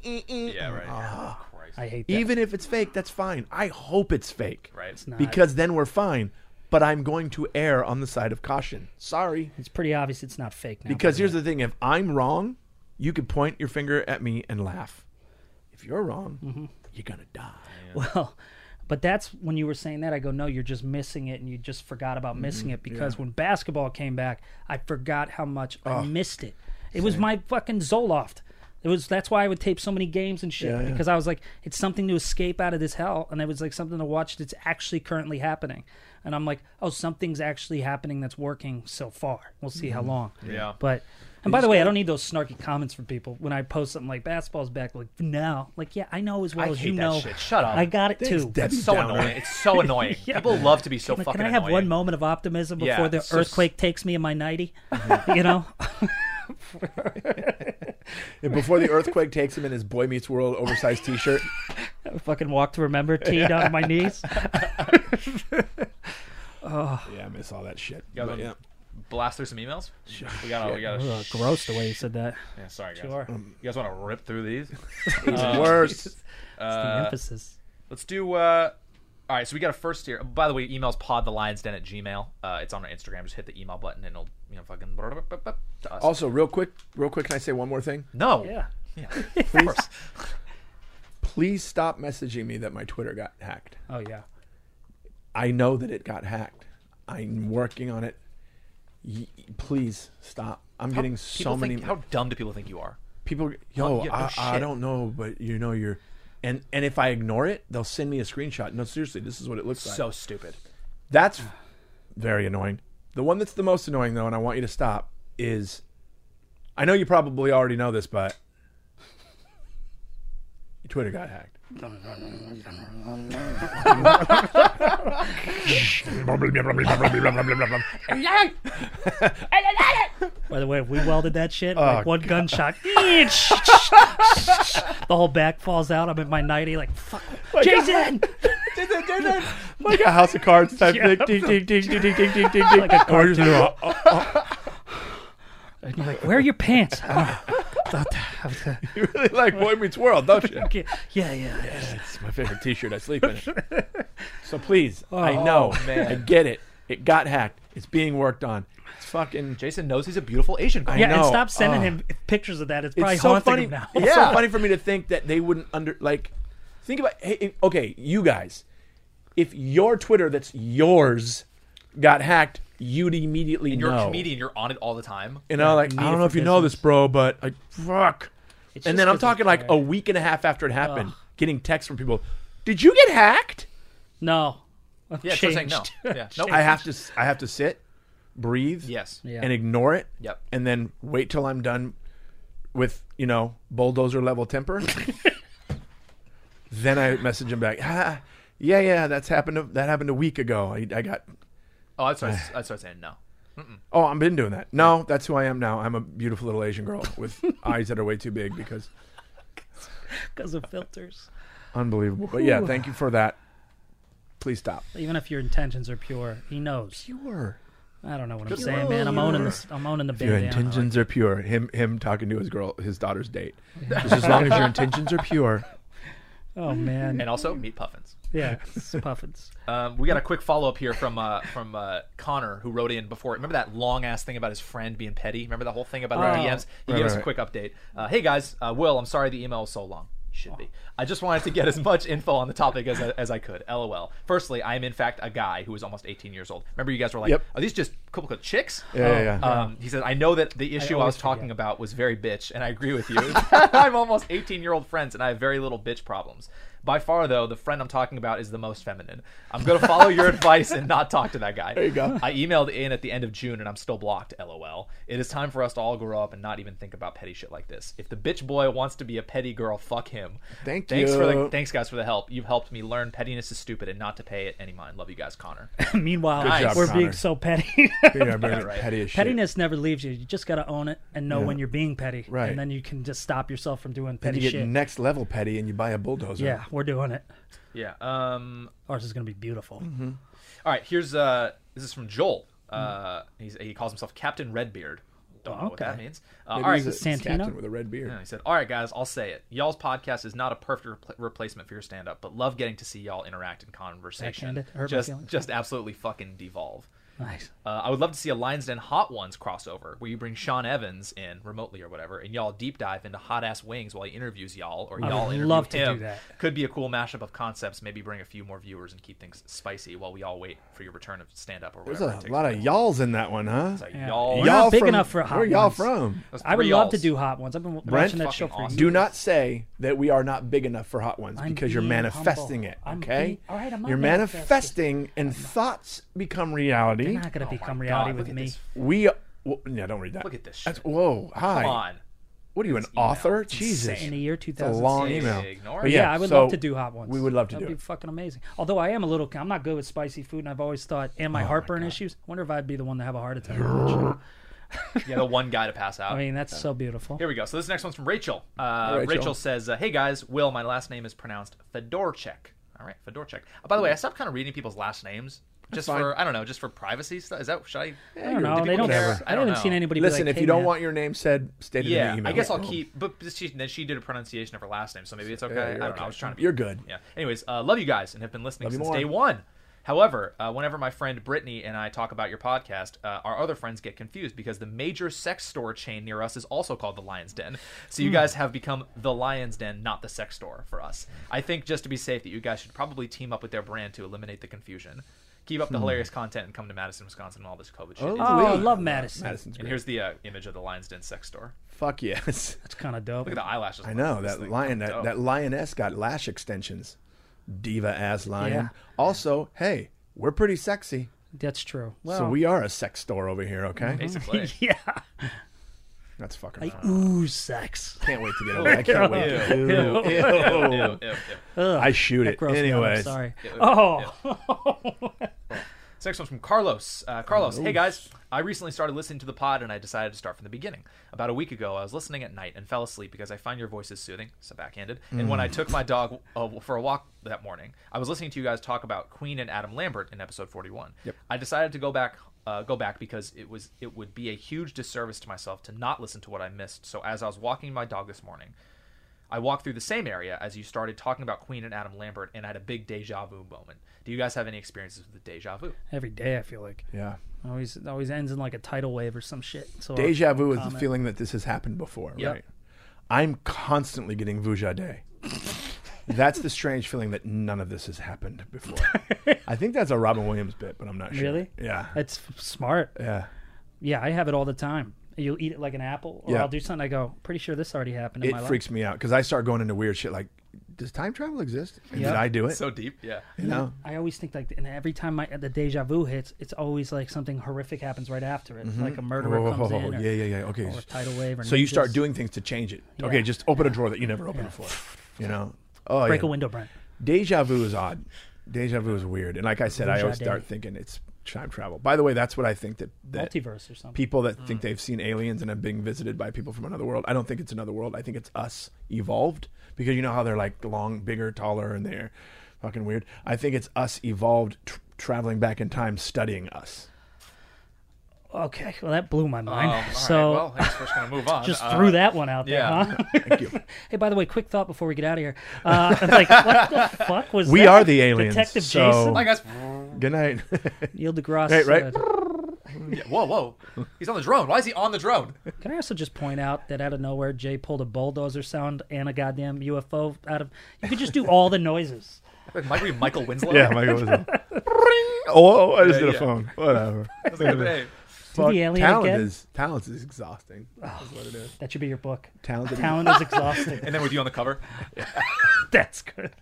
[SPEAKER 4] Yeah. Right. Christ.
[SPEAKER 3] I hate that.
[SPEAKER 2] Even if it's fake, that's fine. I hope it's fake.
[SPEAKER 4] right.
[SPEAKER 3] not.
[SPEAKER 2] Because then we're fine. But I'm going to err on the side of caution. Sorry.
[SPEAKER 3] It's pretty obvious it's not fake now.
[SPEAKER 2] Because
[SPEAKER 3] but
[SPEAKER 2] here's the thing: if I'm wrong, you could point your finger at me and laugh. If you're wrong,
[SPEAKER 3] Mm-hmm.
[SPEAKER 2] you're gonna die.
[SPEAKER 3] Well, but that's when you were saying that. I go, no, you're just missing it, and you just forgot
[SPEAKER 2] Mm-hmm.
[SPEAKER 3] about missing it because when basketball came back, I forgot how much I missed it. It was my fucking Zoloft. It was that's why I would tape so many games and shit
[SPEAKER 2] Yeah, yeah.
[SPEAKER 3] because I was like, it's something to escape out of this hell, and it was like something to watch that's actually currently happening. And I'm like, oh, something's actually happening that's working so far. We'll see
[SPEAKER 2] Mm-hmm.
[SPEAKER 3] how long.
[SPEAKER 4] Yeah.
[SPEAKER 3] But and by the way, I don't need those snarky comments from people when I post something like basketball's back. Like no, like yeah, I know as well
[SPEAKER 4] I
[SPEAKER 3] as
[SPEAKER 4] hate
[SPEAKER 3] you
[SPEAKER 4] that
[SPEAKER 3] know.
[SPEAKER 4] shit. Shut up.
[SPEAKER 3] I got it too.
[SPEAKER 2] Debbie
[SPEAKER 4] so
[SPEAKER 2] Downer.
[SPEAKER 4] annoying. It's so annoying. People love to be so
[SPEAKER 3] Like,
[SPEAKER 4] fucking
[SPEAKER 3] can I have
[SPEAKER 4] annoying.
[SPEAKER 3] one moment of optimism before
[SPEAKER 4] Yeah,
[SPEAKER 3] the
[SPEAKER 4] it's so s-
[SPEAKER 3] earthquake takes me in my nighty? you know,
[SPEAKER 2] And before the earthquake takes him in his Boy Meets World oversized T-shirt,
[SPEAKER 3] I fucking walk to remember, teed on my knees.
[SPEAKER 2] yeah, I miss all that shit.
[SPEAKER 4] You guys
[SPEAKER 2] But,
[SPEAKER 4] wanna
[SPEAKER 2] yeah.
[SPEAKER 4] Blast through some emails. We gotta. We gotta.
[SPEAKER 3] Ugh, gross the way you said that.
[SPEAKER 4] yeah, sorry, guys.
[SPEAKER 3] Sure.
[SPEAKER 4] You guys want to rip through these?
[SPEAKER 2] It's worse.
[SPEAKER 3] the emphasis.
[SPEAKER 4] Let's do. uh All right, so we got a first here. By the way, emails podthelionsden at gmail. Uh, it's on our Instagram. Just hit the email button and it'll you know fucking to us.
[SPEAKER 2] Also, real quick, real quick, can I say one more thing?
[SPEAKER 4] no.
[SPEAKER 3] Yeah.
[SPEAKER 4] Yeah. Of course.
[SPEAKER 2] Please stop messaging me that my Twitter got hacked.
[SPEAKER 3] Oh yeah.
[SPEAKER 2] I know that it got hacked. I'm working on it. Y- please stop. I'm getting so
[SPEAKER 4] People
[SPEAKER 2] many.
[SPEAKER 4] think- how dumb do people think you are?
[SPEAKER 2] people yo
[SPEAKER 4] yeah, no
[SPEAKER 2] I, I
[SPEAKER 4] shit.
[SPEAKER 2] don't know but you know you're and and if i ignore it they'll send me a screenshot no seriously this is what it looks
[SPEAKER 4] So
[SPEAKER 2] like
[SPEAKER 4] stupid.
[SPEAKER 2] that's very annoying the one that's the most annoying though and i want you to stop is i know you probably already know this but twitter got hacked
[SPEAKER 3] By the way, if we welded that shit, like one gunshot, the whole back falls out. I'm in my nighty, like fuck, Jason,
[SPEAKER 2] like a house of cards type thing ding, ding, ding, ding, ding, ding, ding, ding. Or just, uh, uh,
[SPEAKER 3] and you're like, where are your pants? I don't know.
[SPEAKER 2] you really like boy meets world don't you
[SPEAKER 3] yeah, yeah, yeah.
[SPEAKER 2] It's my favorite T-shirt. I sleep in it. so please, I
[SPEAKER 3] Oh,
[SPEAKER 2] know, I get it. It got hacked. It's being worked on. It's fucking.
[SPEAKER 4] Jason knows he's a beautiful Asian girl.
[SPEAKER 2] I
[SPEAKER 3] Yeah, and
[SPEAKER 2] know,
[SPEAKER 3] stop sending
[SPEAKER 2] uh,
[SPEAKER 3] him pictures of that. It's probably
[SPEAKER 2] It's so
[SPEAKER 3] haunting
[SPEAKER 2] funny.
[SPEAKER 3] him now.
[SPEAKER 2] It's
[SPEAKER 4] Yeah.
[SPEAKER 2] so funny for me to think that they wouldn't under like. Think about hey, it- okay, you guys. If your Twitter that's yours got hacked, you'd immediately
[SPEAKER 4] You're
[SPEAKER 2] know.
[SPEAKER 4] a comedian. You're on it all the time.
[SPEAKER 2] And I'm like, I don't know if you know this, bro, but like, fuck.
[SPEAKER 3] It's
[SPEAKER 2] and
[SPEAKER 3] just
[SPEAKER 2] then I'm
[SPEAKER 3] 'cause
[SPEAKER 2] talking
[SPEAKER 3] it's
[SPEAKER 2] like a
[SPEAKER 3] there.
[SPEAKER 2] week and a half after it happened, getting texts from people. Did you get hacked?
[SPEAKER 3] No. I've
[SPEAKER 4] Yeah, so saying no.
[SPEAKER 3] changed.
[SPEAKER 4] Yeah, no.
[SPEAKER 2] I have to s- I have to sit, breathe,
[SPEAKER 4] Yes.
[SPEAKER 3] Yeah.
[SPEAKER 2] and ignore it.
[SPEAKER 4] Yep.
[SPEAKER 2] And then wait till I'm done with, you know, bulldozer level temper. then I message him back. Ah, yeah, yeah, that's happened. To, that happened a week ago. I, I got.
[SPEAKER 4] Oh, that's what I, that's what I said. No.
[SPEAKER 2] Oh, I've been doing that. No, that's who I am now. I'm a beautiful little Asian girl with eyes that are way too big because
[SPEAKER 3] because of filters.
[SPEAKER 2] unbelievable. But yeah, thank you for that. Please stop.
[SPEAKER 3] Even if your intentions are pure, he knows.
[SPEAKER 2] You were.
[SPEAKER 3] I don't know what I'm saying, man. I'm owning this. I'm owning the
[SPEAKER 2] Your
[SPEAKER 3] bandana.
[SPEAKER 2] intentions are pure. Him him talking to his girl, his daughter's date. Just as long as your intentions are pure.
[SPEAKER 3] Oh man,
[SPEAKER 4] and also meat puffins.
[SPEAKER 3] yeah, it's puffins.
[SPEAKER 4] Um, we got a quick follow up here from uh, from uh, Connor who wrote in before. Remember that long ass thing about his friend being petty? Remember that whole thing about the DMs? He
[SPEAKER 2] Oh. Right,
[SPEAKER 4] gave us
[SPEAKER 2] right,
[SPEAKER 4] a quick update. Uh, hey guys, uh, Will, I'm sorry the email was so long. You Should be. I just wanted to get as much info on the topic as, I- as I could. LOL. Firstly, I am in fact a guy who is almost 18 years old. Remember, you guys were like,
[SPEAKER 2] Yep.
[SPEAKER 4] "Are these just a couple of chicks?"
[SPEAKER 2] Yeah, yeah, yeah.
[SPEAKER 4] Um, he says, "I know that the issue I,
[SPEAKER 3] always
[SPEAKER 4] was talking
[SPEAKER 3] forget.
[SPEAKER 4] about was very bitch, and I agree with you. I'm almost 18 year old friends, and I have very little bitch problems. By far, though, the friend I'm talking about is the most feminine. I'm gonna follow your advice and not talk to that guy. There
[SPEAKER 2] you go.
[SPEAKER 4] I emailed in at the end of June, and I'm still blocked. LOL. It is time for us to all grow up and not even think about petty shit like this. If the bitch boy wants to be a petty girl, fuck him.
[SPEAKER 2] Thank
[SPEAKER 4] thanks For the,
[SPEAKER 2] you.
[SPEAKER 4] thanks, guys, for the help. You've helped me learn pettiness is stupid and not to pay it any mind. Love you guys, Connor.
[SPEAKER 3] Meanwhile,
[SPEAKER 2] job,
[SPEAKER 3] we're
[SPEAKER 2] Connor.
[SPEAKER 3] being so petty.
[SPEAKER 2] Yeah, very petty as shit.
[SPEAKER 3] Pettiness never leaves you. You just got to own it and know when you're being petty.
[SPEAKER 2] Right.
[SPEAKER 3] And then you can just stop yourself from doing petty
[SPEAKER 2] You get
[SPEAKER 3] shit.
[SPEAKER 2] next level petty and you buy a bulldozer.
[SPEAKER 3] yeah, we're doing it.
[SPEAKER 4] yeah. Um.
[SPEAKER 3] Ours is going to be beautiful.
[SPEAKER 4] Mm-hmm. All right, here's uh, this is from Joel. Uh, he's, he calls himself Captain Redbeard. Don't know what that
[SPEAKER 3] Hmm. Okay.
[SPEAKER 4] means. Uh, all
[SPEAKER 2] Maybe
[SPEAKER 4] right,
[SPEAKER 2] he's a
[SPEAKER 3] Santino?
[SPEAKER 2] captain with a red beard.
[SPEAKER 4] yeah, he said, "All right, guys, I'll say it. Y'all's podcast is not a perfect repl- replacement for your stand-up, but love getting to see y'all interact in
[SPEAKER 3] That
[SPEAKER 4] conversation.
[SPEAKER 3] kinda hurt my
[SPEAKER 4] Just,
[SPEAKER 3] feelings.
[SPEAKER 4] just absolutely fucking devolve."
[SPEAKER 3] Nice.
[SPEAKER 4] Uh, I would love to see a Lions Den Hot Ones crossover where you bring Sean Evans in remotely or whatever, and y'all deep dive into hot ass wings while he interviews y'all, or
[SPEAKER 3] would
[SPEAKER 4] y'all interview
[SPEAKER 3] love to
[SPEAKER 4] him.
[SPEAKER 3] do that.
[SPEAKER 4] Could be a cool mashup of concepts. Maybe bring a few more viewers and keep things spicy while we all wait for your return of stand up or
[SPEAKER 2] There's
[SPEAKER 4] whatever.
[SPEAKER 2] a lot of y'alls in that one, huh?
[SPEAKER 4] It's like,
[SPEAKER 3] Yeah.
[SPEAKER 4] y'all.
[SPEAKER 3] We're not big enough for hot
[SPEAKER 2] Where y'all
[SPEAKER 3] ones.
[SPEAKER 2] from?
[SPEAKER 4] Those
[SPEAKER 3] I would
[SPEAKER 4] three
[SPEAKER 3] love to
[SPEAKER 4] y'alls.
[SPEAKER 3] do hot ones. I've been w-
[SPEAKER 2] Brent?
[SPEAKER 3] watching that show
[SPEAKER 4] Fucking
[SPEAKER 3] for
[SPEAKER 4] awesome.
[SPEAKER 3] years.
[SPEAKER 2] Do not say that we are not big enough for hot ones
[SPEAKER 3] I'm
[SPEAKER 2] because you're
[SPEAKER 3] being
[SPEAKER 2] manifesting
[SPEAKER 3] humble.
[SPEAKER 2] it.
[SPEAKER 3] I'm
[SPEAKER 2] Okay,
[SPEAKER 3] being- all right, I'm not
[SPEAKER 2] you're
[SPEAKER 3] manifesting.
[SPEAKER 2] manifesting, and thoughts become reality.
[SPEAKER 3] You're not going to
[SPEAKER 4] Oh my
[SPEAKER 3] become
[SPEAKER 4] God,
[SPEAKER 3] reality
[SPEAKER 4] look
[SPEAKER 3] with
[SPEAKER 4] at
[SPEAKER 3] me.
[SPEAKER 4] this.
[SPEAKER 2] We well, yeah, don't read that.
[SPEAKER 4] Look at this
[SPEAKER 2] That's
[SPEAKER 4] shit.
[SPEAKER 2] whoa, hi.
[SPEAKER 4] Come on.
[SPEAKER 2] What are you, an
[SPEAKER 4] email.
[SPEAKER 2] author?
[SPEAKER 4] It's
[SPEAKER 2] Jesus,
[SPEAKER 4] insane.
[SPEAKER 3] In the year
[SPEAKER 2] it's a long
[SPEAKER 3] 2006.
[SPEAKER 2] email.
[SPEAKER 4] Ignore
[SPEAKER 2] But
[SPEAKER 4] it.
[SPEAKER 2] yeah,
[SPEAKER 3] Yeah, I would
[SPEAKER 2] so
[SPEAKER 3] love to do hot ones.
[SPEAKER 2] We would love to
[SPEAKER 3] That'd
[SPEAKER 2] do
[SPEAKER 3] be
[SPEAKER 2] it.
[SPEAKER 3] fucking amazing. Although I am a little, I'm not good with spicy food, and I've always thought, and
[SPEAKER 2] Oh
[SPEAKER 3] my heartburn issues. Wonder if I'd be the one to have a heart attack.
[SPEAKER 4] Yeah, the one guy to pass out.
[SPEAKER 3] I mean, that's so beautiful.
[SPEAKER 4] Here we go. So this next one's from Rachel. Uh, Rachel.
[SPEAKER 2] Rachel.
[SPEAKER 4] says, uh, "Hey guys, Will, my last name is pronounced Fedorchek. All right, Fedorchek. Uh, by the way, I stopped kind of reading people's last names just
[SPEAKER 2] fine.
[SPEAKER 4] for I don't know, just for privacy stuff. Is that should I?
[SPEAKER 3] I don't know.
[SPEAKER 4] do
[SPEAKER 3] They
[SPEAKER 4] people
[SPEAKER 3] don't.
[SPEAKER 4] care?
[SPEAKER 3] Care.
[SPEAKER 4] I
[SPEAKER 3] I
[SPEAKER 4] don't
[SPEAKER 3] haven't seen
[SPEAKER 4] know.
[SPEAKER 3] anybody. be
[SPEAKER 2] Listen,
[SPEAKER 3] like,
[SPEAKER 2] if
[SPEAKER 3] "Hey,
[SPEAKER 2] you don't
[SPEAKER 3] man."
[SPEAKER 2] want your name said, stated in
[SPEAKER 4] Yeah,
[SPEAKER 2] the email.
[SPEAKER 4] I guess I'll
[SPEAKER 2] Boom.
[SPEAKER 4] keep. But she, then she did a pronunciation of her last name, so maybe it's okay.
[SPEAKER 2] Yeah,
[SPEAKER 4] I
[SPEAKER 2] you're
[SPEAKER 4] don't know.
[SPEAKER 2] okay.
[SPEAKER 4] I was trying to. Be,
[SPEAKER 2] You're good.
[SPEAKER 4] Yeah. Anyways, uh, love you guys and have been listening
[SPEAKER 2] Love you
[SPEAKER 4] since
[SPEAKER 2] more.
[SPEAKER 4] day one. However, uh, whenever my friend Brittany and I talk about your podcast, uh, our other friends get confused because the major sex store chain near us is also called the Lion's Den. So
[SPEAKER 2] Hmm.
[SPEAKER 4] you guys have become the Lion's Den, not the sex store for us. I think just to be safe, that you guys should probably team up with their brand to eliminate the confusion. Keep
[SPEAKER 2] Hmm.
[SPEAKER 4] up the hilarious content and come to Madison, Wisconsin, and all this COVID shit.
[SPEAKER 3] Oh, I
[SPEAKER 2] Ooh.
[SPEAKER 3] love Madison.
[SPEAKER 2] Madison's
[SPEAKER 4] and
[SPEAKER 2] great.
[SPEAKER 4] here's the uh, image of the Lion's Den sex store.
[SPEAKER 2] Fuck yes.
[SPEAKER 3] It's kind of dope.
[SPEAKER 4] Look at the eyelashes.
[SPEAKER 2] I
[SPEAKER 4] on
[SPEAKER 2] know
[SPEAKER 4] this
[SPEAKER 2] that
[SPEAKER 4] thing.
[SPEAKER 2] lion that,
[SPEAKER 4] Dope.
[SPEAKER 2] that lioness got lash extensions. Diva ass lion.
[SPEAKER 3] Yeah.
[SPEAKER 2] Also, hey, we're pretty sexy.
[SPEAKER 3] That's true.
[SPEAKER 2] so
[SPEAKER 3] Well,
[SPEAKER 2] we are a sex store over here, okay?
[SPEAKER 4] basically.
[SPEAKER 3] yeah.
[SPEAKER 2] That's fucking fun.
[SPEAKER 3] Ooh, sex.
[SPEAKER 2] can't wait to get over. I can't wait. to-
[SPEAKER 4] Ew, ew,
[SPEAKER 2] Ew.
[SPEAKER 4] ew, ew, ew.
[SPEAKER 2] I shoot it.
[SPEAKER 3] Gross me out, I'm
[SPEAKER 2] Anyways,
[SPEAKER 3] sorry.
[SPEAKER 4] Ew,
[SPEAKER 3] Oh,
[SPEAKER 4] This next one's from Carlos. Uh, Carlos, hey guys. I recently started listening to the pod and I decided to start from the beginning. About a week ago, I was listening at night and fell asleep because I find your voices soothing, so backhanded. And when I took my dog uh, for a walk that morning, I was listening to you guys talk about Queen and Adam Lambert in episode 41.
[SPEAKER 2] Yep.
[SPEAKER 4] I decided to go back uh, go back because it was it would be a huge disservice to myself to not listen to what I missed. So as I was walking my dog this morning, I walked through the same area as you started talking about Queen and Adam Lambert, and I had a big deja vu moment. Do you guys have any experiences with the deja vu?
[SPEAKER 3] every day I feel like
[SPEAKER 2] yeah.
[SPEAKER 3] it always it always ends in like a tidal wave or some shit. So
[SPEAKER 2] Deja vu is the
[SPEAKER 3] comment.
[SPEAKER 2] feeling that this has happened before,
[SPEAKER 3] Yep.
[SPEAKER 2] right? I'm constantly getting vuja day. that's the strange feeling that none of this has happened before. I think that's a Robin Williams bit, but I'm not sure.
[SPEAKER 3] Really?
[SPEAKER 2] Yeah.
[SPEAKER 3] That's f- smart.
[SPEAKER 2] Yeah.
[SPEAKER 3] Yeah, I have it all the time. You'll eat it like an apple, or
[SPEAKER 2] Yeah.
[SPEAKER 3] I'll do something. I go, pretty sure this already happened in my
[SPEAKER 2] it freaks me out because I start going into weird shit like, does time travel exist? And
[SPEAKER 3] Yeah.
[SPEAKER 2] Did I do it?
[SPEAKER 4] So deep, yeah.
[SPEAKER 2] you know,
[SPEAKER 3] life. I always think like, and every time my, the deja vu hits, it's always like something horrific happens right after
[SPEAKER 2] Mm-hmm.
[SPEAKER 3] it, like a murderer comes
[SPEAKER 2] Oh,
[SPEAKER 3] in, or,
[SPEAKER 2] yeah, yeah, yeah. Okay.
[SPEAKER 3] or a tidal wave, or
[SPEAKER 2] So you
[SPEAKER 3] ninjas.
[SPEAKER 2] start doing things to change it.
[SPEAKER 3] Yeah.
[SPEAKER 2] Okay, just open a drawer that you never opened before. You know. Oh,
[SPEAKER 3] break
[SPEAKER 2] yeah.
[SPEAKER 3] a window, Brent.
[SPEAKER 2] Deja vu is odd. Deja vu is weird. And like I said, I
[SPEAKER 3] Vuja
[SPEAKER 2] always
[SPEAKER 3] day.
[SPEAKER 2] start thinking it's time travel. By the way, that's what I think that, that
[SPEAKER 3] Multiverse or something.
[SPEAKER 2] Eh, people that
[SPEAKER 4] Mm.
[SPEAKER 2] think they've seen aliens and are being visited by people from another world. I don't think it's another world. I think it's us evolved because you know how they're like long, bigger, taller, and they're fucking weird. I think it's us evolved tr traveling back in time, studying us.
[SPEAKER 3] Okay, well that blew my
[SPEAKER 2] Oh,
[SPEAKER 3] mind.
[SPEAKER 4] Um, all right,
[SPEAKER 3] so
[SPEAKER 4] well, I guess we're just gonna move on.
[SPEAKER 3] just
[SPEAKER 4] Uh,
[SPEAKER 3] threw that one out there,
[SPEAKER 4] yeah.
[SPEAKER 3] huh?
[SPEAKER 2] Thank you.
[SPEAKER 3] Hey, by the way, quick thought before we get out of here. Uh, I'm like, what the fuck was
[SPEAKER 2] We
[SPEAKER 3] that?
[SPEAKER 2] are the aliens,
[SPEAKER 3] Detective
[SPEAKER 2] so-
[SPEAKER 3] Jason,
[SPEAKER 4] I guess.
[SPEAKER 2] Good night.
[SPEAKER 3] Neil deGrasse.
[SPEAKER 2] Right, right.
[SPEAKER 3] uh,
[SPEAKER 4] Yeah, whoa, whoa! He's on the drone. Why is he on the drone?
[SPEAKER 3] can I also just point out that out of nowhere, Jay pulled a bulldozer sound and a goddamn UFO out of. You could just do all the noises.
[SPEAKER 4] Like, might be Michael Winslow.
[SPEAKER 2] yeah, my God, was a- Ring. Oh, I just
[SPEAKER 4] Yeah,
[SPEAKER 2] did a
[SPEAKER 4] yeah.
[SPEAKER 2] phone. Whatever.
[SPEAKER 4] I was gonna say,
[SPEAKER 3] Do
[SPEAKER 2] Fuck,
[SPEAKER 3] the alien
[SPEAKER 2] talent
[SPEAKER 3] again? Oh.
[SPEAKER 2] is talent is exhausting. That's what it is.
[SPEAKER 3] That should be your book.
[SPEAKER 2] Talented.
[SPEAKER 3] Talent is exhausting.
[SPEAKER 4] and then with you on the cover,
[SPEAKER 3] That's good.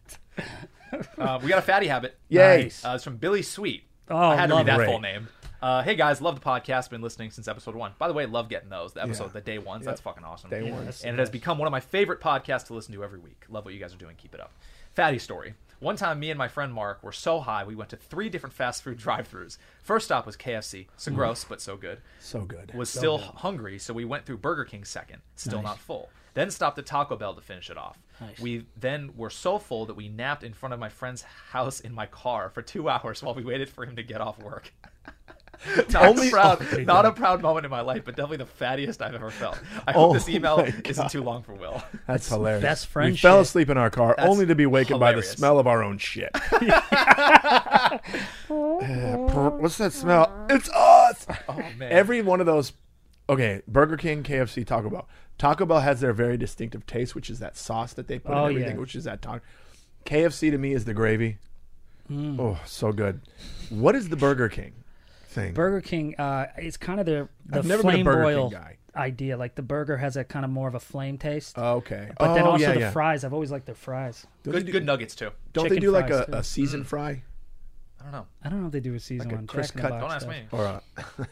[SPEAKER 4] uh, we got a fatty habit.
[SPEAKER 2] Yay.
[SPEAKER 3] Nice.
[SPEAKER 4] Uh, it's from Billy Sweet.
[SPEAKER 3] Oh,
[SPEAKER 4] I had to
[SPEAKER 3] love
[SPEAKER 4] read that
[SPEAKER 2] it.
[SPEAKER 4] full name. Uh, hey guys, love the podcast. Been listening since episode one. By the way, love getting those. The episode,
[SPEAKER 2] Yeah.
[SPEAKER 4] the day ones. That's fucking awesome.
[SPEAKER 2] Day
[SPEAKER 4] Yeah,
[SPEAKER 2] ones.
[SPEAKER 4] that's- And it has become one of my favorite podcasts to listen to every week. Love what you guys are doing. Keep it up. Fatty story. One time, me and my friend Mark were so high we went to three different fast food drive-throughs. First stop was KFC.
[SPEAKER 3] Mm.
[SPEAKER 4] So gross, but so good.
[SPEAKER 2] So good.
[SPEAKER 4] was still hungry, so we went through Burger King second, still not full. Then stopped at Taco Bell to finish it off. We then were so full that we napped in front of my friend's house in my car for two hours while we waited for him to get off work. not, a proud, not a proud moment in my life, but definitely the fattiest I've ever felt. I hope
[SPEAKER 2] Oh
[SPEAKER 4] this email
[SPEAKER 2] my
[SPEAKER 4] isn't too long for Will.
[SPEAKER 2] That's hilarious.
[SPEAKER 3] best
[SPEAKER 2] We
[SPEAKER 3] friend
[SPEAKER 2] fell
[SPEAKER 3] shit.
[SPEAKER 2] asleep in our car only to be wakened by
[SPEAKER 4] hilarious.
[SPEAKER 2] the smell of our own shit. Uh, purr, What's that smell? It's us.
[SPEAKER 4] Oh man,
[SPEAKER 2] Every one of those. Okay, Burger King, KFC, Taco Bell. Taco Bell has their very distinctive taste, which is that sauce that they put
[SPEAKER 3] Oh,
[SPEAKER 2] in everything,
[SPEAKER 3] yeah.
[SPEAKER 2] which is that taco. KFC to me is the gravy.
[SPEAKER 3] Mm.
[SPEAKER 2] Oh, so good. What is the Burger King thing?
[SPEAKER 3] Burger King, uh, it's kind of the the
[SPEAKER 2] I've never been a
[SPEAKER 3] flame
[SPEAKER 2] Burger King
[SPEAKER 3] broil
[SPEAKER 2] guy.
[SPEAKER 3] idea. Like the burger has a kind of more of a flame taste.
[SPEAKER 2] okay,
[SPEAKER 3] but then
[SPEAKER 2] Oh,
[SPEAKER 3] also
[SPEAKER 2] yeah,
[SPEAKER 3] the
[SPEAKER 2] yeah.
[SPEAKER 3] fries. I've always liked their fries.
[SPEAKER 2] Don't
[SPEAKER 4] good,
[SPEAKER 2] they do,
[SPEAKER 4] good nuggets too.
[SPEAKER 2] Don't they
[SPEAKER 3] chicken
[SPEAKER 2] do like
[SPEAKER 3] fries,
[SPEAKER 2] a,
[SPEAKER 3] too. Mm.
[SPEAKER 2] a seasoned fry
[SPEAKER 4] I don't know.
[SPEAKER 3] I don't know if they do a season
[SPEAKER 2] Like a
[SPEAKER 3] one.
[SPEAKER 2] Chris
[SPEAKER 3] Jack in the
[SPEAKER 2] Cut-
[SPEAKER 3] Box
[SPEAKER 4] Don't ask
[SPEAKER 3] does.
[SPEAKER 4] me.
[SPEAKER 2] or a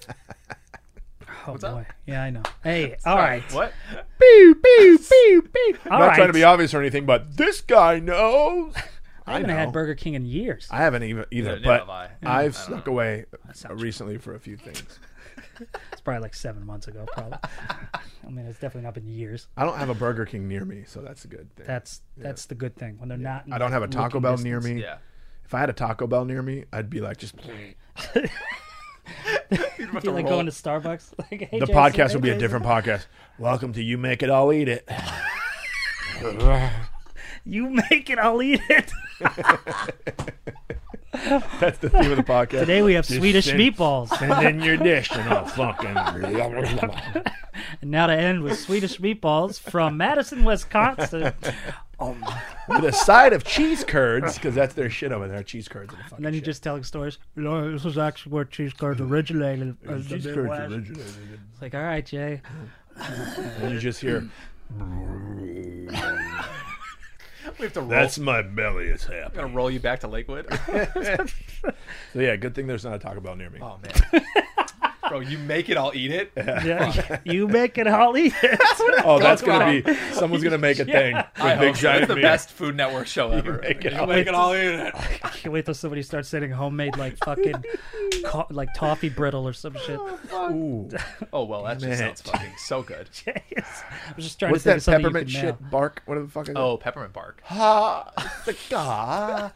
[SPEAKER 3] Oh
[SPEAKER 4] up?
[SPEAKER 3] boy. Yeah, I know. Hey, all right.
[SPEAKER 4] What?
[SPEAKER 2] pew pew pew pew?
[SPEAKER 3] All
[SPEAKER 2] not
[SPEAKER 3] right.
[SPEAKER 2] trying to be obvious or anything, but this guy knows.
[SPEAKER 3] I haven't
[SPEAKER 2] know.
[SPEAKER 3] had Burger King in years.
[SPEAKER 2] I haven't even either,
[SPEAKER 4] neither
[SPEAKER 2] but
[SPEAKER 4] have I.
[SPEAKER 2] I've snuck away
[SPEAKER 3] sounds
[SPEAKER 2] recently for a few things.
[SPEAKER 3] It's probably like seven months ago, probably. I mean, it's definitely not been years.
[SPEAKER 2] I don't have a Burger King near me, so that's a good thing.
[SPEAKER 3] That's that's the good thing when they're not. in
[SPEAKER 2] I don't have a Taco
[SPEAKER 3] looking
[SPEAKER 2] Bell
[SPEAKER 3] distance.
[SPEAKER 2] near me.
[SPEAKER 4] Yeah.
[SPEAKER 2] If I had a Taco Bell near me, I'd be like, just
[SPEAKER 4] You'd have
[SPEAKER 3] I feel
[SPEAKER 4] to
[SPEAKER 3] like
[SPEAKER 4] roll.
[SPEAKER 3] going to Starbucks. Like, hey,
[SPEAKER 2] the
[SPEAKER 3] Jason,
[SPEAKER 2] podcast
[SPEAKER 3] hey,
[SPEAKER 2] would be a
[SPEAKER 3] Jason.
[SPEAKER 2] different podcast. Welcome to You Make It, I'll Eat It.
[SPEAKER 3] You make it, I'll eat it.
[SPEAKER 2] That's the theme of the podcast.
[SPEAKER 3] Today we have
[SPEAKER 2] Just
[SPEAKER 3] Swedish
[SPEAKER 2] send-
[SPEAKER 3] meatballs.
[SPEAKER 2] Send in your dish and I'll fucking.
[SPEAKER 3] And now to end with Swedish meatballs from Madison, Wisconsin.
[SPEAKER 2] with a side of cheese curds, because that's their shit over there, cheese curds. And, the fucking
[SPEAKER 3] And then you're
[SPEAKER 2] shit.
[SPEAKER 3] just telling stories. You know, this is actually where cheese curds originated. Uh, cheese curds originated. It's like, all right, Jay.
[SPEAKER 2] And you just hear,
[SPEAKER 4] We have to roll.
[SPEAKER 2] that's my belly, it's happening.
[SPEAKER 4] gonna roll you back to Lakewood.
[SPEAKER 2] So yeah, good thing there's not a Taco Bell near me.
[SPEAKER 4] oh man, bro, you make it, I'll eat it.
[SPEAKER 3] Yeah, you make it, I'll eat it.
[SPEAKER 2] Oh, that's gonna be someone's gonna make a thing
[SPEAKER 4] I
[SPEAKER 2] with
[SPEAKER 4] hope
[SPEAKER 2] Big
[SPEAKER 4] so. It's
[SPEAKER 2] Giant
[SPEAKER 4] the
[SPEAKER 2] meat.
[SPEAKER 4] best Food Network show ever.
[SPEAKER 2] make it
[SPEAKER 4] You
[SPEAKER 2] all
[SPEAKER 4] make it all eat it.
[SPEAKER 3] Can't wait till somebody starts sending homemade like fucking co- like toffee brittle or some shit.
[SPEAKER 2] Ooh,
[SPEAKER 4] Oh well, that just
[SPEAKER 2] Man.
[SPEAKER 4] sounds fucking so good.
[SPEAKER 3] Yes. I was just trying
[SPEAKER 2] what's
[SPEAKER 3] to think of
[SPEAKER 2] that
[SPEAKER 3] something
[SPEAKER 2] peppermint
[SPEAKER 3] you could mail.
[SPEAKER 2] shit bark? What the fuck is
[SPEAKER 4] Oh, peppermint bark.
[SPEAKER 2] Ah, it's like ah.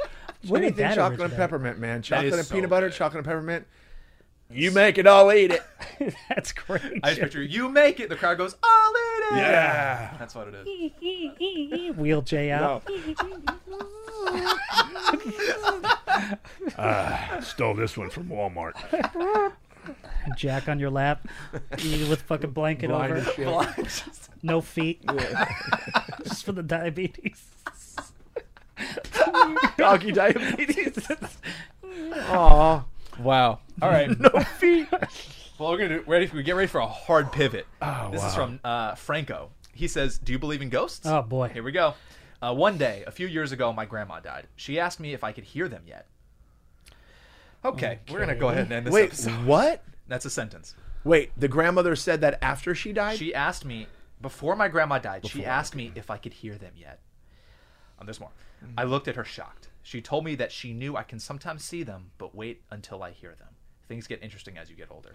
[SPEAKER 3] Where did
[SPEAKER 2] Anything
[SPEAKER 3] that
[SPEAKER 2] chocolate and
[SPEAKER 3] originate?
[SPEAKER 2] peppermint, man.
[SPEAKER 4] is
[SPEAKER 2] Chocolate and
[SPEAKER 4] so
[SPEAKER 2] peanut butter,
[SPEAKER 4] good.
[SPEAKER 2] chocolate and peppermint. You make it, I'll eat it.
[SPEAKER 3] That's great.
[SPEAKER 4] I just picture you make it. The crowd goes, I'll eat it.
[SPEAKER 2] Yeah.
[SPEAKER 4] That's what it is.
[SPEAKER 3] Wheel Jay out.
[SPEAKER 2] Stole this one from Walmart.
[SPEAKER 3] Jack on your lap. You with fucking blanket
[SPEAKER 2] Blind
[SPEAKER 3] over.
[SPEAKER 2] as shit.
[SPEAKER 3] No feet. just for the diabetes.
[SPEAKER 2] Doggy diabetes. Aw.
[SPEAKER 4] wow. All right. no feet. Well, we're gonna do, ready. We get ready for a hard pivot. Oh, this is
[SPEAKER 2] wow.
[SPEAKER 4] from uh, Franco. He says, "Do you believe in ghosts?"
[SPEAKER 3] Oh boy.
[SPEAKER 4] Here we go. Uh, one day, a few years ago, my grandma died. She asked me if I could hear them yet. Okay, we're gonna go ahead and end this
[SPEAKER 2] Wait,
[SPEAKER 4] episode.
[SPEAKER 2] what?
[SPEAKER 4] That's a sentence.
[SPEAKER 2] Wait, the grandmother said that after she died?
[SPEAKER 4] She asked me before my grandma died. she asked me if I could hear them yet. Um, there's more. I looked at her shocked. She told me that she knew I can sometimes see them, but wait until I hear them. Things get interesting as you get older.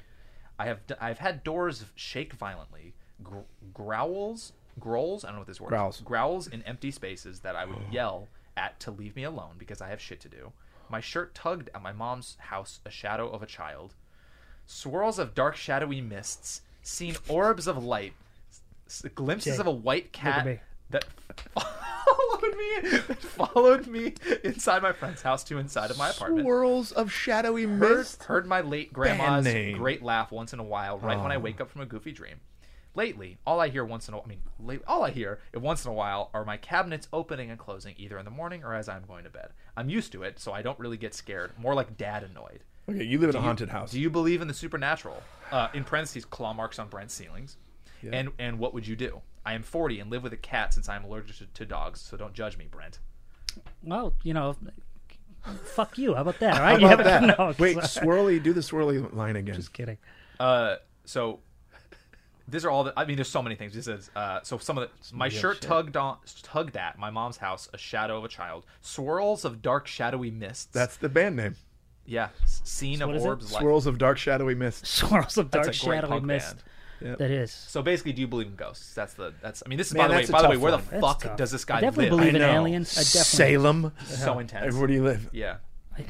[SPEAKER 4] I have d- I've had doors shake violently, gr- growls, growls. I don't know what this word. is,
[SPEAKER 2] Growls.
[SPEAKER 4] Growls Oh. in empty spaces that I would yell at to leave me alone because I have shit to do. My shirt tugged at my mom's house, a shadow of a child. swirls of dark shadowy mists, seen orbs of light, s- glimpses
[SPEAKER 3] Jay,
[SPEAKER 4] of a white cat
[SPEAKER 3] me.
[SPEAKER 4] that followed me, that followed me inside my friend's house to inside of my apartment.
[SPEAKER 2] Swirls of shadowy
[SPEAKER 4] Heard,
[SPEAKER 2] mist.
[SPEAKER 4] heard my late grandma's
[SPEAKER 2] Band name.
[SPEAKER 4] great laugh once in a while, right when I wake up from a goofy dream. Lately, all I hear once in a I mean, late, all I hear once in a while are my cabinets opening and closing either in the morning or as I'm going to bed. I'm used to it, so I don't really get scared. More like dad annoyed.
[SPEAKER 2] Okay, you live in a haunted house.
[SPEAKER 4] Do you believe in the supernatural? Uh, in parentheses, claw marks on Brent's ceilings. And and what would you do? I am 40 and live with a cat since I am allergic to, to dogs, so don't judge me, Brent.
[SPEAKER 3] Well, you know, fuck you. How about that? All right,
[SPEAKER 2] How about
[SPEAKER 3] you have-
[SPEAKER 2] that?
[SPEAKER 3] No,
[SPEAKER 2] Wait,
[SPEAKER 3] just
[SPEAKER 2] swirly. Do the swirly line again.
[SPEAKER 3] kidding.
[SPEAKER 4] Uh, so these are all the. I mean, there's so many things. This is uh, so some of the. My shirt tugged on, tugged at my mom's house. A shadow of a child. Swirls of dark shadowy mists.
[SPEAKER 2] That's the band name.
[SPEAKER 4] yeah. s- Scene
[SPEAKER 3] what
[SPEAKER 4] of
[SPEAKER 3] is it?
[SPEAKER 4] orbs. Like,
[SPEAKER 2] Swirls of dark shadowy mist.
[SPEAKER 3] Swirls of dark
[SPEAKER 4] That's a great
[SPEAKER 3] shadowy
[SPEAKER 4] punk
[SPEAKER 3] mist.
[SPEAKER 4] band.
[SPEAKER 2] Yep.
[SPEAKER 3] That is.
[SPEAKER 4] So basically, do you believe in ghosts? That's the. That's. I mean, this is
[SPEAKER 2] Man,
[SPEAKER 4] by the way.
[SPEAKER 2] that's a
[SPEAKER 4] By the
[SPEAKER 2] tough
[SPEAKER 4] way, where the
[SPEAKER 2] one.
[SPEAKER 3] That's
[SPEAKER 4] fuck
[SPEAKER 3] tough.
[SPEAKER 4] does this guy
[SPEAKER 3] I definitely
[SPEAKER 4] live?
[SPEAKER 3] believe in
[SPEAKER 2] know.
[SPEAKER 3] aliens. I definitely.
[SPEAKER 2] Salem.
[SPEAKER 4] so intense.
[SPEAKER 2] Everywhere do you live?
[SPEAKER 4] yeah.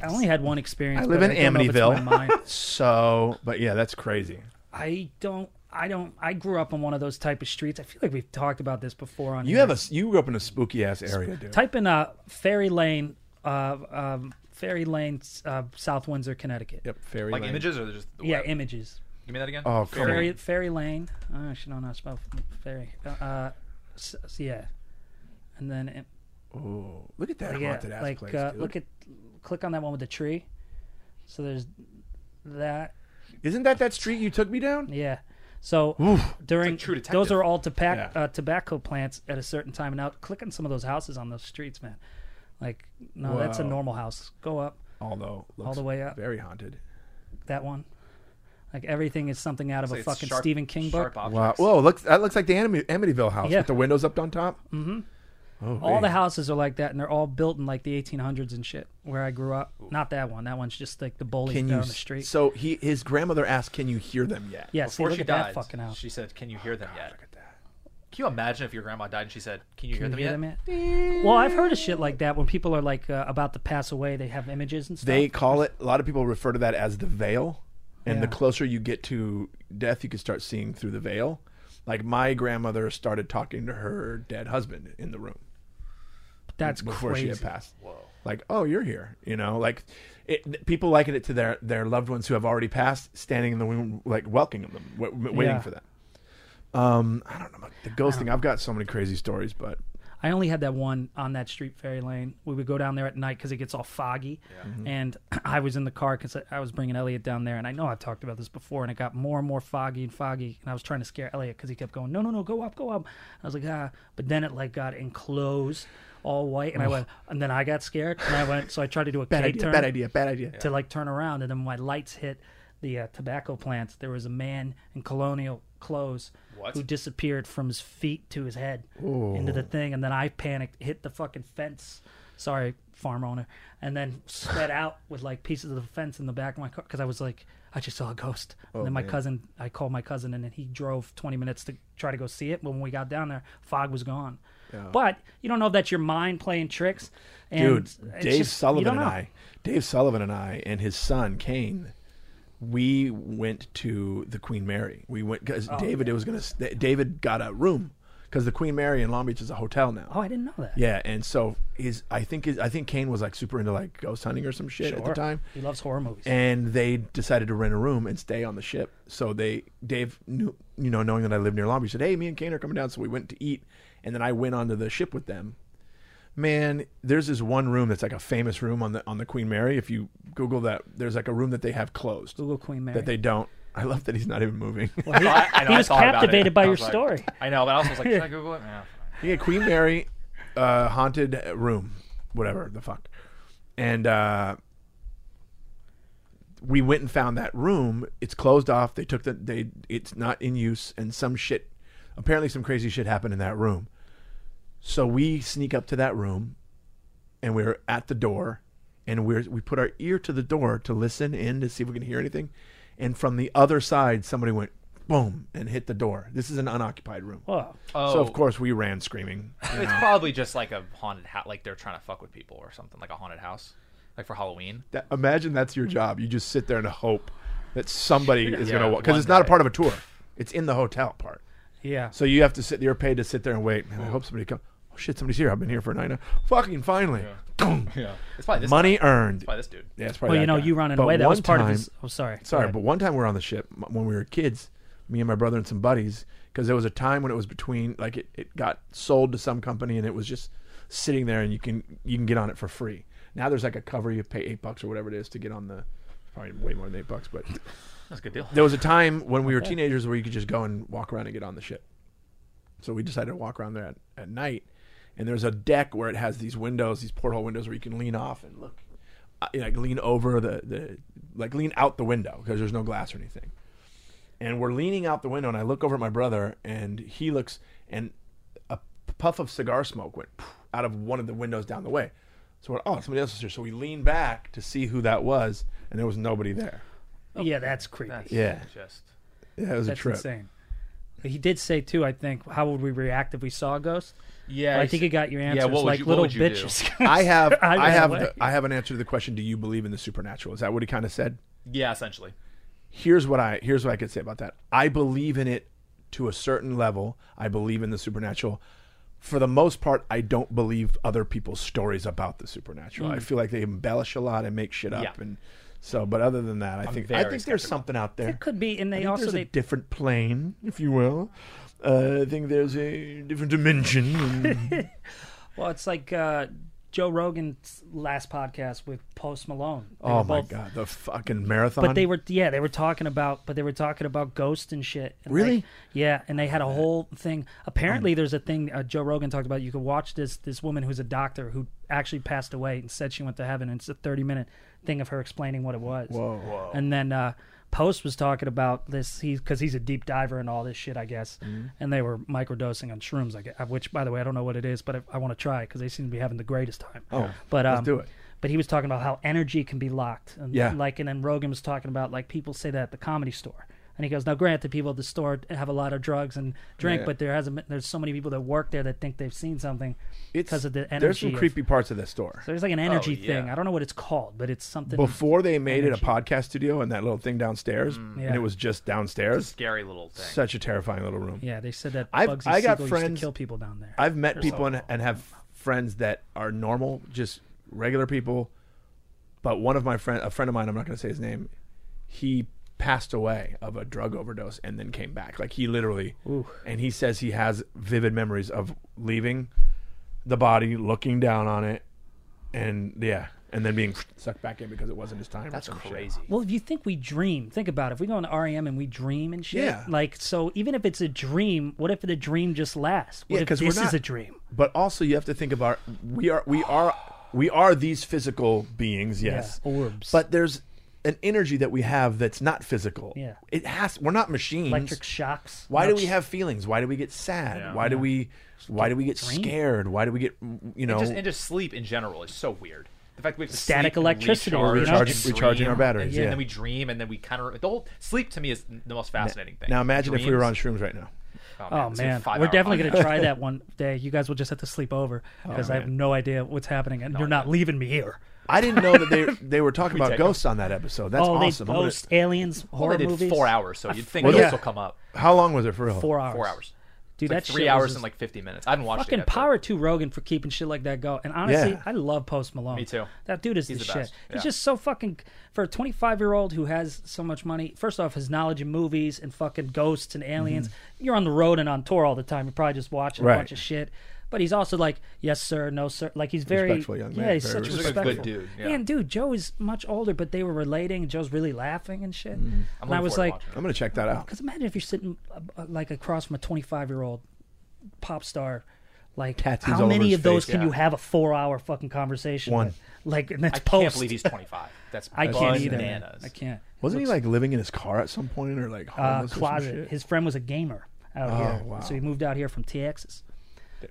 [SPEAKER 3] I only had one experience.
[SPEAKER 2] I live
[SPEAKER 3] but
[SPEAKER 2] in
[SPEAKER 3] don't know if it's
[SPEAKER 2] Amityville.
[SPEAKER 3] my mind.
[SPEAKER 2] So, but yeah, that's crazy.
[SPEAKER 3] I don't. I don't. I grew up on one of those type of streets. I feel like we've talked about this before on.
[SPEAKER 2] You have a you grew up in a spooky ass area, dude.
[SPEAKER 3] type in uh, Fairy Lane, uh, um, Fairy Lane, uh, South Windsor, Connecticut.
[SPEAKER 2] Yep, fairy
[SPEAKER 4] Like
[SPEAKER 2] lane.
[SPEAKER 4] images or just the
[SPEAKER 3] Yeah,
[SPEAKER 4] web?
[SPEAKER 3] images.
[SPEAKER 4] Give me that again.
[SPEAKER 2] Oh, come
[SPEAKER 3] Fairy
[SPEAKER 2] on.
[SPEAKER 3] Fairy Lane. Oh, I should know how to spell fairy. Uh, Uh, s- s- yeah, and then it-
[SPEAKER 2] Ooh, look at that
[SPEAKER 3] yeah,
[SPEAKER 2] haunted ass
[SPEAKER 3] like
[SPEAKER 2] place.
[SPEAKER 3] uh,
[SPEAKER 2] dude.
[SPEAKER 3] look at click on that one with the tree. So there's that.
[SPEAKER 2] Isn't that that street you took me down?
[SPEAKER 3] Yeah. So during
[SPEAKER 4] It's like True Detective.
[SPEAKER 3] those are all tobac-
[SPEAKER 2] Yeah.
[SPEAKER 3] uh, tobacco plants at a certain time. Now click on some of those houses on those streets, man. Like no, that's a
[SPEAKER 2] Wow.
[SPEAKER 3] normal house. Go up
[SPEAKER 2] Although looks
[SPEAKER 3] all the way up
[SPEAKER 2] very haunted.
[SPEAKER 3] that one. Like everything is something out
[SPEAKER 4] It's
[SPEAKER 3] of a
[SPEAKER 4] like it's
[SPEAKER 3] fucking
[SPEAKER 4] sharp-
[SPEAKER 3] Stephen King book.
[SPEAKER 4] sharp objects.
[SPEAKER 2] Wow. Whoa, looks that looks like the Amity- Amityville house
[SPEAKER 3] Yeah.
[SPEAKER 2] with the windows up on top. Mm-hmm. Oh,
[SPEAKER 3] All
[SPEAKER 2] hey.
[SPEAKER 3] the houses are like that, and they're all built in like the 1800s and shit. Where I grew up, not that one. That one's just like the bully
[SPEAKER 2] Can
[SPEAKER 3] down
[SPEAKER 2] you?
[SPEAKER 3] the
[SPEAKER 2] s-
[SPEAKER 3] street.
[SPEAKER 2] So he his grandmother asked, "Can you hear them yet?"
[SPEAKER 3] yeah, see,
[SPEAKER 4] Before
[SPEAKER 3] look
[SPEAKER 4] she
[SPEAKER 3] at
[SPEAKER 4] died,
[SPEAKER 3] that fucking house.
[SPEAKER 4] she said, "Can you hear them yet?"
[SPEAKER 2] Oh, Look at that.
[SPEAKER 4] Can you imagine if your grandma died and she said, "Can you hear,
[SPEAKER 3] You
[SPEAKER 4] them,
[SPEAKER 3] hear
[SPEAKER 4] yet?
[SPEAKER 3] them yet? Well, I've heard of shit like that when people are like uh, about to pass away, they have images and stuff.
[SPEAKER 2] They call it. A lot of people refer to that as the veil, and the
[SPEAKER 3] Yeah.
[SPEAKER 2] closer you get to death, you can start seeing through the veil. Like my grandmother started talking to her dead husband in the room
[SPEAKER 3] That's
[SPEAKER 2] before
[SPEAKER 3] crazy.
[SPEAKER 2] she had passed. Whoa. Like, oh, you're here. You know, like it, th- people liken it to their their loved ones who have already passed, standing in the room, like welcoming them, wa- wa- waiting
[SPEAKER 3] Yeah.
[SPEAKER 2] for them. Um, I don't know about the ghost thing. I've got so many crazy stories, but
[SPEAKER 3] I only had that one on that street, Ferry Lane. We would go down there at night because it gets all foggy.
[SPEAKER 2] Mm-hmm.
[SPEAKER 3] And I was in the car because I was bringing Elliot down there. And I know I've talked about this before, and it got more and more foggy and foggy. And I was trying to scare Elliot because he kept going, no, no, no, go up, go up. I was like, ah. But then it like got enclosed all white. And I went, and then I got scared. And I went, so I tried to do a
[SPEAKER 2] bad
[SPEAKER 3] K
[SPEAKER 2] idea,
[SPEAKER 3] turn
[SPEAKER 2] bad idea, bad idea.
[SPEAKER 3] to like turn around. And then when my lights hit the uh, tobacco plants, there was a man in colonial clothes
[SPEAKER 4] What?
[SPEAKER 3] who disappeared from his feet to his head into the thing. And then I panicked, hit the fucking fence. Sorry, farm owner. And then sped out with like pieces of the fence in the back of my car because I was like, I just saw a ghost.
[SPEAKER 2] Oh,
[SPEAKER 3] and then my cousin, I called my cousin and then he drove 20 minutes to try to go see it. But when we got down there, fog was gone. But you don't know if that's your mind playing tricks. And
[SPEAKER 2] Dude,
[SPEAKER 3] it's
[SPEAKER 2] Dave
[SPEAKER 3] just- you
[SPEAKER 2] Sullivan
[SPEAKER 3] don't
[SPEAKER 2] and
[SPEAKER 3] know.
[SPEAKER 2] I, Dave Sullivan and I, and his son Kane, we went to the Queen Mary. We went because David was gonna. st- David got a room because the Queen Mary in Long Beach is a hotel now.
[SPEAKER 3] Oh, I didn't know that.
[SPEAKER 2] Yeah, and so his I think his, I think Kane was like super into like ghost hunting or some shit at the
[SPEAKER 3] Sure.
[SPEAKER 2] time,
[SPEAKER 3] He loves horror movies.
[SPEAKER 2] and they decided to rent a room and stay on the ship. So they Dave knew you know knowing that I lived near Long Beach said, "Hey, me and Kane are coming down." So we went to eat, and then I went onto the ship with them. Man, there's this one room that's like a famous room on the on the Queen Mary. If you Google that, there's like a room that they have closed
[SPEAKER 3] Google Queen Mary.
[SPEAKER 2] that they don't. I love that he's not even moving.
[SPEAKER 3] Well, he,
[SPEAKER 4] I- I know,
[SPEAKER 3] he
[SPEAKER 4] I
[SPEAKER 3] was
[SPEAKER 4] thought about it.
[SPEAKER 3] captivated by
[SPEAKER 4] I
[SPEAKER 3] your
[SPEAKER 4] was like-
[SPEAKER 3] story.
[SPEAKER 4] I know, but I also was like, should I Google it? Yeah.
[SPEAKER 2] Yeah, Queen Mary, uh, haunted room, whatever the fuck, and uh, we went and found that room. It's closed off. They took the they. It's not in use, and some shit. Apparently, some crazy shit happened in that room. So we sneak up to that room, and we're at the door, and we're we put our ear to the door to listen in to see if we can hear anything, and from the other side, somebody went boom and hit the door. This is an unoccupied room.
[SPEAKER 3] Whoa.
[SPEAKER 4] Oh,
[SPEAKER 2] So of course we ran screaming.
[SPEAKER 4] it's probably just like a haunted house. Like they're trying to fuck with people or something, like a haunted house, like for Halloween.
[SPEAKER 2] That, imagine that's your job. You just sit there and hope that somebody is
[SPEAKER 4] Yeah,
[SPEAKER 2] going to because
[SPEAKER 4] one
[SPEAKER 2] it's not a
[SPEAKER 4] day.
[SPEAKER 2] part of a tour. It's in the hotel part.
[SPEAKER 3] Yeah.
[SPEAKER 2] So you have to sit. You're paid to sit there and wait. Man, I hope somebody comes. Oh shit, somebody's here. I've been here for nine. hours. Fucking finally,
[SPEAKER 4] Yeah. It's probably this.
[SPEAKER 2] money earned.
[SPEAKER 4] It's probably this dude.
[SPEAKER 2] Yeah, it's probably.
[SPEAKER 3] well, you
[SPEAKER 2] that
[SPEAKER 3] know,
[SPEAKER 2] guy.
[SPEAKER 3] you running
[SPEAKER 2] But
[SPEAKER 3] away. That was
[SPEAKER 2] one
[SPEAKER 3] part
[SPEAKER 2] time-
[SPEAKER 3] of his. Oh, sorry. Go
[SPEAKER 2] Sorry,
[SPEAKER 3] ahead.
[SPEAKER 2] but one time we were on the ship m- when we were kids, me and my brother and some buddies, because there was a time when it was between like it, it got sold to some company and it was just sitting there and you can you can get on it for free. Now there's like a cover you pay eight bucks or whatever it is to get on the probably way more than eight bucks, but
[SPEAKER 4] That's a good deal.
[SPEAKER 2] there was a time when we were teenagers where you could just go and walk around and get on the ship. So we decided to walk around there at, at night, and there's a deck where it has these windows, these porthole windows where you can lean off and look, uh, you know, like lean over the, the like lean out the window because there's no glass or anything. And we're leaning out the window, and I look over at my brother, and he looks, and a puff of cigar smoke went out of one of the windows down the way. So we're, oh, somebody else is here. So we lean back to see who that was, and there was nobody there.
[SPEAKER 3] yeah, that's creepy.
[SPEAKER 4] That's
[SPEAKER 2] Yeah.
[SPEAKER 4] Just.
[SPEAKER 2] Yeah, it was a
[SPEAKER 3] That's
[SPEAKER 2] trip.
[SPEAKER 3] insane. But he did say too. I think, how would we react if we saw a ghost?
[SPEAKER 4] Yeah.
[SPEAKER 3] I think it got your answer.
[SPEAKER 4] Yeah. What would
[SPEAKER 3] like
[SPEAKER 4] you,
[SPEAKER 3] little
[SPEAKER 4] what would you
[SPEAKER 3] bitches.
[SPEAKER 2] I have
[SPEAKER 3] I
[SPEAKER 2] I,
[SPEAKER 3] ran
[SPEAKER 2] have
[SPEAKER 3] away.
[SPEAKER 2] the, I have an answer to the question. Do you believe in the supernatural? Is that what he kind of said?
[SPEAKER 4] Do? Yeah. Essentially.
[SPEAKER 2] Here's what I here's what I could say about that. I believe in it to a certain level. I believe in the supernatural. For the most part, I don't believe other people's stories about the supernatural. I feel like they embellish a lot and make shit up,
[SPEAKER 4] Mm. Yeah.
[SPEAKER 2] and so. But other than that, I think I
[SPEAKER 4] very
[SPEAKER 2] think there's something out there.
[SPEAKER 3] Could be, and
[SPEAKER 2] I
[SPEAKER 3] they
[SPEAKER 2] think
[SPEAKER 3] also
[SPEAKER 2] there's
[SPEAKER 3] they
[SPEAKER 2] a different plane, if you will. Uh, I think there's a different dimension. and-
[SPEAKER 3] Well, it's like uh, Joe Rogan's last podcast with Post Malone. They
[SPEAKER 2] oh
[SPEAKER 3] were
[SPEAKER 2] my
[SPEAKER 3] both-
[SPEAKER 2] god, the fucking marathon!
[SPEAKER 3] But they were yeah, they were talking about but they were talking about ghosts and shit. And
[SPEAKER 2] Really?
[SPEAKER 3] like- yeah, and they had a whole thing. Apparently, there's a thing uh, Joe Rogan talked about. You could watch this this woman who's a doctor who actually passed away and said she went to heaven. And it's a 30 minute thing of her explaining what it was.
[SPEAKER 2] Whoa.
[SPEAKER 3] And then uh, Post was talking about this. He's because he's a deep diver and all this shit, I guess.
[SPEAKER 2] Mm-hmm.
[SPEAKER 3] And they were microdosing on shrooms, I guess, which, by the way, I don't know what it is, but I, I want to try because they seem to be having the greatest time.
[SPEAKER 2] Oh,
[SPEAKER 3] but um,
[SPEAKER 2] let's do it.
[SPEAKER 3] But he was talking about how energy can be locked, and
[SPEAKER 2] Yeah.
[SPEAKER 3] like, and then Rogan was talking about like people say that at the comedy store. And he goes, now granted, people at the store have a lot of drugs and drink,
[SPEAKER 2] Yeah.
[SPEAKER 3] but there hasn't been, there's so many people that work there that think they've seen something
[SPEAKER 2] It's-
[SPEAKER 3] because of the energy.
[SPEAKER 2] There's some
[SPEAKER 3] of-
[SPEAKER 2] creepy parts of this store.
[SPEAKER 3] there's like an energy
[SPEAKER 4] yeah.
[SPEAKER 3] thing. I don't know what it's called, but it's something.
[SPEAKER 2] Before they made it
[SPEAKER 3] energy.
[SPEAKER 2] a podcast studio and that little thing downstairs, and
[SPEAKER 3] Yeah.
[SPEAKER 2] it was just downstairs.
[SPEAKER 4] Scary little thing.
[SPEAKER 2] Such a terrifying little room.
[SPEAKER 3] Yeah, they said that
[SPEAKER 2] I've-
[SPEAKER 3] Bugsy
[SPEAKER 2] I got
[SPEAKER 3] Siegel used
[SPEAKER 2] friends-
[SPEAKER 3] to kill people down there.
[SPEAKER 2] I've met people and, and have friends that are normal, just regular people. But one of my friend, a friend of mine, I'm not going to say his name, he passed away of a drug overdose and then came back. Like he literally, and he says he has vivid memories of leaving the body, looking down on it, and yeah, and then being sucked back in because it wasn't his time. or
[SPEAKER 4] That's
[SPEAKER 2] some shit.
[SPEAKER 4] crazy.
[SPEAKER 3] Well, if you think we dream, think about it. If we go into REM and we dream and shit,
[SPEAKER 2] Yeah.
[SPEAKER 3] like so, even if it's a dream, what if the dream just lasts? What
[SPEAKER 2] Yeah,
[SPEAKER 3] if
[SPEAKER 2] 'cause
[SPEAKER 3] this
[SPEAKER 2] we're
[SPEAKER 3] is
[SPEAKER 2] not-
[SPEAKER 3] a dream?
[SPEAKER 2] but also you have to think about we are we are we are these physical beings yes
[SPEAKER 3] Yeah, orbs.
[SPEAKER 2] but there's an energy that we have that's not physical
[SPEAKER 3] Yeah.
[SPEAKER 2] it has we're not machines
[SPEAKER 3] Electric shocks.
[SPEAKER 2] why do we
[SPEAKER 3] That's-
[SPEAKER 2] have feelings why do we get sad
[SPEAKER 4] Yeah.
[SPEAKER 2] why do we why do we get scared why do we get you know
[SPEAKER 4] just and just sleep in general is so weird. The fact that we have to
[SPEAKER 3] Static
[SPEAKER 4] sleep and
[SPEAKER 3] electricity,
[SPEAKER 4] recharge
[SPEAKER 3] you know?
[SPEAKER 4] and
[SPEAKER 2] Recharge- recharging
[SPEAKER 4] dream,
[SPEAKER 2] our batteries,
[SPEAKER 4] and
[SPEAKER 2] yeah.
[SPEAKER 4] then we dream, and then we kind of the whole sleep to me is the most fascinating thing.
[SPEAKER 2] now imagine if we were on
[SPEAKER 4] Dreams-
[SPEAKER 2] shrooms right now
[SPEAKER 3] Oh
[SPEAKER 4] it's like a
[SPEAKER 3] man,
[SPEAKER 4] five-hour
[SPEAKER 3] we're definitely
[SPEAKER 4] podcast.
[SPEAKER 3] going to try that one day. You guys will just have to sleep over
[SPEAKER 4] Oh,
[SPEAKER 3] because I have no idea what's happening, and you're not leaving me here.
[SPEAKER 2] i didn't know that they they were talking about
[SPEAKER 4] take 'em.
[SPEAKER 2] ghosts on that episode that's
[SPEAKER 3] oh,
[SPEAKER 2] awesome
[SPEAKER 3] they
[SPEAKER 2] I'm gonna-
[SPEAKER 3] ghost aliens horror
[SPEAKER 4] Well, they did
[SPEAKER 3] movies.
[SPEAKER 4] four hours, so you'd think
[SPEAKER 2] Well,
[SPEAKER 4] this
[SPEAKER 2] yeah.
[SPEAKER 4] will come up.
[SPEAKER 2] how long was it for real
[SPEAKER 3] Four hours.
[SPEAKER 4] Four hours.
[SPEAKER 3] Dude,
[SPEAKER 4] It's like
[SPEAKER 3] that
[SPEAKER 4] three
[SPEAKER 3] shit was
[SPEAKER 4] hours
[SPEAKER 3] just-
[SPEAKER 4] and like fifty minutes. I haven't watched it.
[SPEAKER 3] Fucking
[SPEAKER 4] yet, but-
[SPEAKER 3] power to Rogan for keeping shit like that go. And honestly,
[SPEAKER 2] Yeah.
[SPEAKER 3] I love Post Malone.
[SPEAKER 4] Me too.
[SPEAKER 3] That dude is
[SPEAKER 4] He's
[SPEAKER 3] the,
[SPEAKER 4] the
[SPEAKER 3] shit.
[SPEAKER 4] best.
[SPEAKER 3] He's
[SPEAKER 4] Yeah.
[SPEAKER 3] just so fucking for a 25 year old who has so much money. First off, his knowledge of movies and fucking ghosts and aliens. You're on the road and on tour all the time. You're probably just watching
[SPEAKER 2] Mm-hmm.
[SPEAKER 3] a
[SPEAKER 2] Right.
[SPEAKER 3] bunch of shit. But he's also like, yes sir, no sir. Like he's very
[SPEAKER 2] Respectful young man,
[SPEAKER 3] Yeah, he's
[SPEAKER 2] very
[SPEAKER 3] such a
[SPEAKER 4] He's like
[SPEAKER 3] respectful
[SPEAKER 4] a good dude. Yeah.
[SPEAKER 3] And dude, Joe is much older, but they were relating. and Joe's really laughing
[SPEAKER 2] Mm-hmm.
[SPEAKER 3] and shit. And I
[SPEAKER 4] looking forward
[SPEAKER 3] was
[SPEAKER 4] to
[SPEAKER 3] like,
[SPEAKER 4] watching it.
[SPEAKER 2] i'm gonna check that out
[SPEAKER 3] because imagine if you're sitting uh, uh, like across from a 25 year old pop star, like
[SPEAKER 2] Tattoos all
[SPEAKER 3] how
[SPEAKER 2] over
[SPEAKER 3] many
[SPEAKER 2] his
[SPEAKER 3] of those
[SPEAKER 2] face,
[SPEAKER 3] can
[SPEAKER 4] yeah.
[SPEAKER 3] you have a four hour fucking conversation?
[SPEAKER 2] One.
[SPEAKER 3] with? Like and that's
[SPEAKER 4] I
[SPEAKER 3] post.
[SPEAKER 4] can't believe he's twenty five. That's
[SPEAKER 3] I can't either. man.
[SPEAKER 4] bananas.
[SPEAKER 3] I can't.
[SPEAKER 2] wasn't he like living in his car at some point or like
[SPEAKER 3] Uh,
[SPEAKER 2] homeless or some
[SPEAKER 3] closet.
[SPEAKER 2] shit? Oh,
[SPEAKER 3] His friend was a gamer out here,
[SPEAKER 2] wow.
[SPEAKER 3] so he moved out here from Texas.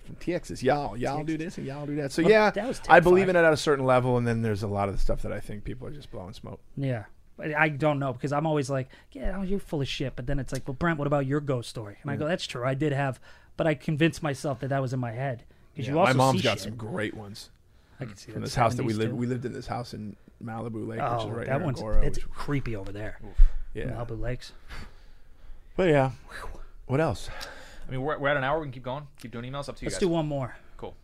[SPEAKER 2] from Texas. Y'all, y'all do this and y'all do that. So
[SPEAKER 3] Well,
[SPEAKER 2] yeah,
[SPEAKER 3] that was
[SPEAKER 2] I believe
[SPEAKER 3] terrifying.
[SPEAKER 2] in it at a certain level, and then there's a lot of the stuff that I think people are just blowing smoke.
[SPEAKER 3] Yeah. But I don't know because I'm always like, yeah, oh, you're full of shit. But then it's like, well, Brent, what about your ghost story? And I
[SPEAKER 2] Mm.
[SPEAKER 3] go, that's true. I did have, but I convinced myself that that was in my head because you also
[SPEAKER 2] My mom's
[SPEAKER 3] see
[SPEAKER 2] got
[SPEAKER 3] shit.
[SPEAKER 2] some great ones
[SPEAKER 3] I can see
[SPEAKER 2] from
[SPEAKER 3] that
[SPEAKER 2] this house that we
[SPEAKER 3] 70s
[SPEAKER 2] lived.
[SPEAKER 3] too.
[SPEAKER 2] We lived in this house in Malibu Lake, which
[SPEAKER 3] Oh,
[SPEAKER 2] is right
[SPEAKER 3] that
[SPEAKER 2] near
[SPEAKER 3] one's
[SPEAKER 2] Agora.
[SPEAKER 3] it's
[SPEAKER 2] which-
[SPEAKER 3] creepy over there.
[SPEAKER 2] Yeah.
[SPEAKER 3] Malibu Lakes.
[SPEAKER 2] But yeah. What else?
[SPEAKER 4] I mean, we're, we're at an hour. We can keep going. Keep doing emails. Up to you
[SPEAKER 3] Let's
[SPEAKER 4] guys.
[SPEAKER 3] do one more.
[SPEAKER 4] Cool.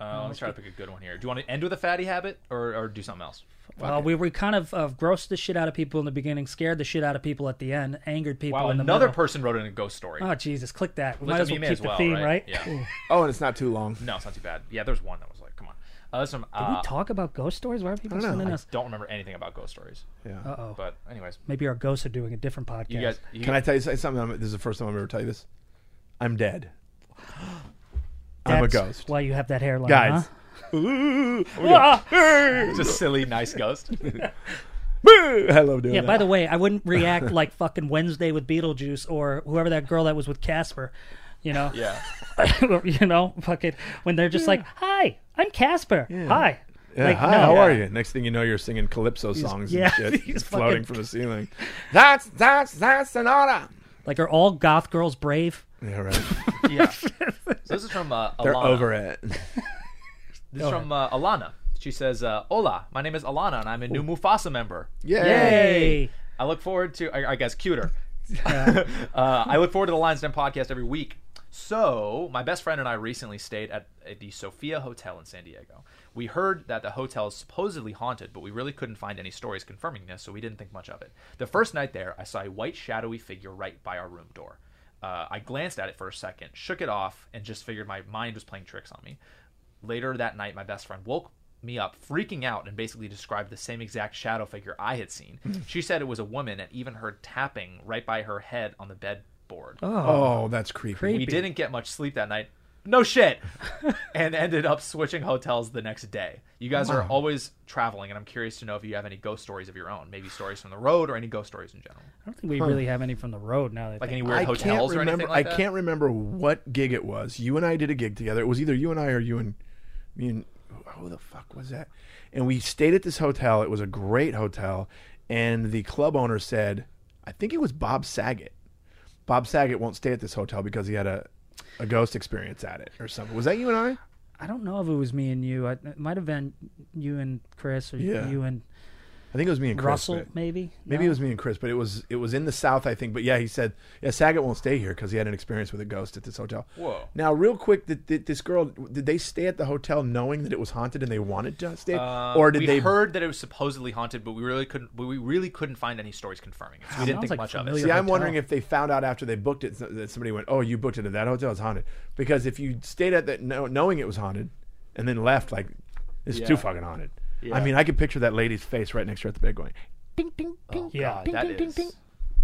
[SPEAKER 4] Uh, let me try to pick a good one here. Do you want to end with a fatty habit or, or do something else?
[SPEAKER 3] Well, we we kind of uh, grossed the shit out of people in the beginning, scared the shit out of people at the end, angered people
[SPEAKER 4] Wow,
[SPEAKER 3] in the
[SPEAKER 4] another
[SPEAKER 3] middle.
[SPEAKER 4] person wrote in a ghost story.
[SPEAKER 3] oh Jesus, click that. We
[SPEAKER 4] Which,
[SPEAKER 3] might
[SPEAKER 4] I
[SPEAKER 3] as well
[SPEAKER 4] mean, you
[SPEAKER 3] keep the theme, right?
[SPEAKER 4] Yeah.
[SPEAKER 2] Oh, and it's not too long.
[SPEAKER 4] no, it's not too bad. Yeah, there's one that was like, come on. Uh, this one,
[SPEAKER 3] Did
[SPEAKER 4] uh,
[SPEAKER 3] we talk about ghost stories? Why are people
[SPEAKER 2] don't know.
[SPEAKER 3] sending
[SPEAKER 2] I
[SPEAKER 3] us?
[SPEAKER 4] don't remember anything about ghost stories.
[SPEAKER 2] Yeah.
[SPEAKER 3] Uh oh.
[SPEAKER 4] But anyways,
[SPEAKER 3] Maybe our ghosts are doing a different podcast.
[SPEAKER 4] you guys, you
[SPEAKER 2] Can I tell you something? I'm- This is the first time I've ever tell you this. I'm dead. I'm a
[SPEAKER 3] That's
[SPEAKER 2] ghost.
[SPEAKER 3] Why you have that hairline,
[SPEAKER 2] Guys.
[SPEAKER 3] huh?
[SPEAKER 2] Ooh.
[SPEAKER 3] Ah!
[SPEAKER 4] just silly, nice ghost.
[SPEAKER 2] Boo! I love doing
[SPEAKER 3] Yeah,
[SPEAKER 2] that.
[SPEAKER 3] by the way, I wouldn't react like fucking Wednesday with Beetlejuice or whoever that girl that was with Casper, you know?
[SPEAKER 4] yeah.
[SPEAKER 3] you know, fucking when they're just like, "Hi, I'm Casper. Hi."
[SPEAKER 2] Yeah,
[SPEAKER 3] like,
[SPEAKER 2] hi,
[SPEAKER 3] no.
[SPEAKER 2] how are
[SPEAKER 4] Yeah.
[SPEAKER 2] you? Next thing you know, you're singing calypso songs
[SPEAKER 3] yeah,
[SPEAKER 2] and shit,
[SPEAKER 3] he's
[SPEAKER 2] floating
[SPEAKER 3] fucking-
[SPEAKER 2] from the ceiling. That's that's that's sonata.
[SPEAKER 3] Like are all goth girls brave?
[SPEAKER 2] Yeah, right.
[SPEAKER 4] Yeah. So this is from uh, Alana.
[SPEAKER 2] They're over it.
[SPEAKER 4] This is from uh, Alana. She says, uh, "Hola, my name is Alana, and I'm a new Mufasa member.
[SPEAKER 3] Yay.
[SPEAKER 4] I look forward to, I, I guess, cuter. uh, I look forward to the Lions Den podcast every week. So, my best friend and I recently stayed at, at the Sophia Hotel in San Diego. We heard that the hotel is supposedly haunted, but we really couldn't find any stories confirming this, so we didn't think much of it. The first night there, I saw a white, shadowy figure right by our room door. Uh, I glanced at it for a second, shook it off, and just figured my mind was playing tricks on me. Later that night, my best friend woke me up freaking out and basically described the same exact shadow figure I had seen.
[SPEAKER 2] Hmm.
[SPEAKER 4] she said it was a woman and even heard tapping right by her head on the bedboard.
[SPEAKER 2] Oh, that's creepy.
[SPEAKER 4] we didn't get much sleep that night. No shit. and ended up switching hotels the next day. You guys are always traveling, and I'm curious to know if you have any ghost stories of your own. Maybe stories from the road or any ghost stories in general.
[SPEAKER 3] I don't think we really have any from the road now. That
[SPEAKER 4] Like
[SPEAKER 3] they-
[SPEAKER 4] any weird
[SPEAKER 2] I can't
[SPEAKER 4] hotels or
[SPEAKER 2] remember.
[SPEAKER 4] anything like
[SPEAKER 2] I
[SPEAKER 4] that.
[SPEAKER 2] can't remember what gig it was. You and I did a gig together. It was either you and I or you and me and who the fuck was that? And we stayed at this hotel. It was a great hotel, and the club owner said, I think it was Bob Saget. Bob Saget won't stay at this hotel because he had a a ghost experience at it or something. Was that you and I?
[SPEAKER 3] I don't know if it was me and you. I, it might have been you and Chris or
[SPEAKER 2] Yeah.
[SPEAKER 3] you and
[SPEAKER 2] I think it was me and Chris.
[SPEAKER 3] Russell,
[SPEAKER 2] but-
[SPEAKER 3] maybe.
[SPEAKER 2] Maybe it was me and Chris, but it was it was in the South, I think. But yeah, he said, yeah, Saget won't stay here because he had an experience with a ghost at this hotel.
[SPEAKER 4] Whoa.
[SPEAKER 2] Now, real quick, did, did this girl did they stay at the hotel knowing that it was haunted and they wanted to stay,
[SPEAKER 4] Um,
[SPEAKER 2] or did
[SPEAKER 4] we
[SPEAKER 2] they?
[SPEAKER 4] heard that it was supposedly haunted, but we really couldn't. but We really couldn't find any stories confirming it. So we didn't
[SPEAKER 3] Sounds
[SPEAKER 4] think
[SPEAKER 3] like
[SPEAKER 4] much of it.
[SPEAKER 3] familiar
[SPEAKER 2] See, I'm
[SPEAKER 3] hotel.
[SPEAKER 2] wondering if they found out after they booked it so- that somebody went, "Oh, you booked it at that hotel; it's haunted." Because if you stayed at that no, knowing it was haunted, and then left, like it's
[SPEAKER 4] Yeah.
[SPEAKER 2] too fucking haunted. I
[SPEAKER 4] Yeah.
[SPEAKER 2] mean, I could picture that lady's face right next to her at the bed going,
[SPEAKER 3] Yeah.
[SPEAKER 4] God, that is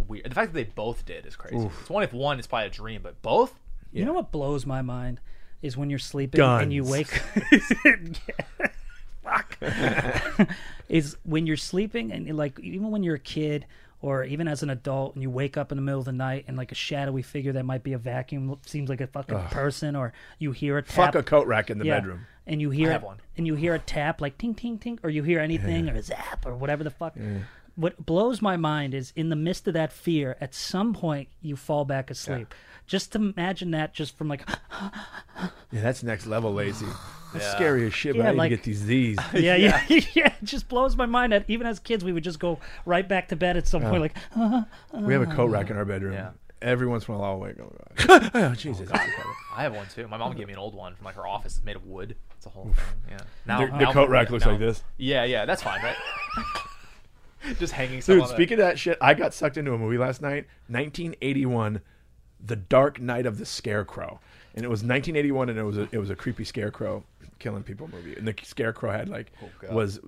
[SPEAKER 4] weird. The fact that they both did is crazy. It's one if one is probably a dream, but both.
[SPEAKER 3] You know what blows my mind is when you're sleeping and you
[SPEAKER 2] Guns.
[SPEAKER 3] wake. Fuck. is when you're sleeping and like even when you're a kid or even as an adult and you wake up in the middle of the night and like a shadowy figure that might be a vacuum seems like a fucking person or you hear a
[SPEAKER 2] "Fuck
[SPEAKER 3] tap.
[SPEAKER 2] a coat rack in the
[SPEAKER 3] yeah,
[SPEAKER 2] bedroom."
[SPEAKER 3] And you hear
[SPEAKER 4] have one.
[SPEAKER 3] and you hear a tap like ting ting ting or you hear anything or a zap or whatever the fuck. What blows my mind is in the midst of that fear, at some point you fall back asleep. Just imagine that just from like
[SPEAKER 2] Yeah, that's next level lazy. That's scary as shit. But
[SPEAKER 3] Yeah,
[SPEAKER 2] I need
[SPEAKER 3] like-
[SPEAKER 2] to get these Z's.
[SPEAKER 3] yeah, yeah, yeah, It just blows my mind that even as kids, we would just go right back to bed at some point. Like, huh,
[SPEAKER 2] We have a coat rack in our bedroom.
[SPEAKER 4] Yeah.
[SPEAKER 2] Every once in a while, I'll wake up. oh, Jesus.
[SPEAKER 4] I have one too. My mom gave me an old one from like her office. It's made of wood. It's a whole thing. Yeah. Now
[SPEAKER 2] The- the
[SPEAKER 4] now-
[SPEAKER 2] coat rack
[SPEAKER 4] yeah,
[SPEAKER 2] looks
[SPEAKER 4] now-
[SPEAKER 2] like this.
[SPEAKER 4] Yeah, yeah. That's fine, right? Just hanging. some
[SPEAKER 2] Dude,
[SPEAKER 4] on the-
[SPEAKER 2] speaking of that shit, I got sucked into a movie last night, 1981, The Dark Knight of the Scarecrow. And it was 1981, and it was a, it was a creepy scarecrow killing people movie. And the scarecrow had like was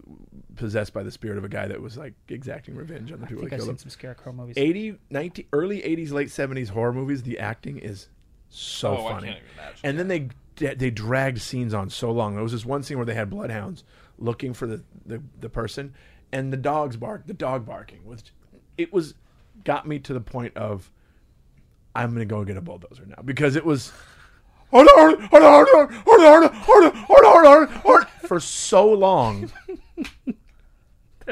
[SPEAKER 2] possessed by the spirit of a guy that was like exacting revenge on the
[SPEAKER 3] I
[SPEAKER 2] people
[SPEAKER 3] think
[SPEAKER 2] that
[SPEAKER 3] I've
[SPEAKER 2] killed him.
[SPEAKER 3] seen some scarecrow movies.
[SPEAKER 2] 80, 90, early 80s, late 70s horror movies, the acting is so
[SPEAKER 4] Oh, I
[SPEAKER 2] funny.
[SPEAKER 4] can't even imagine,
[SPEAKER 2] and then they they dragged scenes on so long. There was this one scene where they had bloodhounds looking for the, the, the person, and the dogs bark. The dog barking was it was got me to the point of I'm gonna go get a bulldozer now because it was for so long.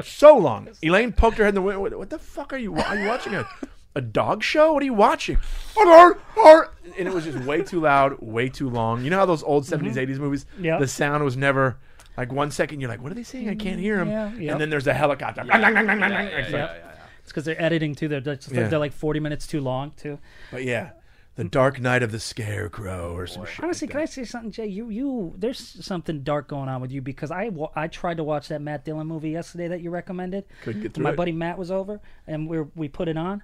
[SPEAKER 2] So long. Elaine poked her head in the window. What, what the fuck are you? Are you watching a, a dog show? What are you watching? And it was just way too loud, way too long. You know how those old 70s, 80s movies?
[SPEAKER 3] Mm-hmm. Yeah.
[SPEAKER 2] The sound was never like one second you're like, what are they saying? I can't hear them.
[SPEAKER 3] Mm-hmm. Yeah, yeah.
[SPEAKER 2] And then there's a helicopter.
[SPEAKER 4] Yeah, yeah, yeah, yeah, yeah, yeah.
[SPEAKER 3] It's because they're editing too. They're just,
[SPEAKER 2] Yeah.
[SPEAKER 3] they're like forty minutes too long too.
[SPEAKER 2] But yeah, the Dark Knight of the Scarecrow or some shit.
[SPEAKER 3] Honestly, can I say something, Jay? You, you, there's something dark going on with you because I, wa- I tried to watch that Matt Dillon movie yesterday that you recommended.
[SPEAKER 2] Couldn't get
[SPEAKER 3] And
[SPEAKER 2] through
[SPEAKER 3] My
[SPEAKER 2] it.
[SPEAKER 3] buddy Matt was over, and we we put it on.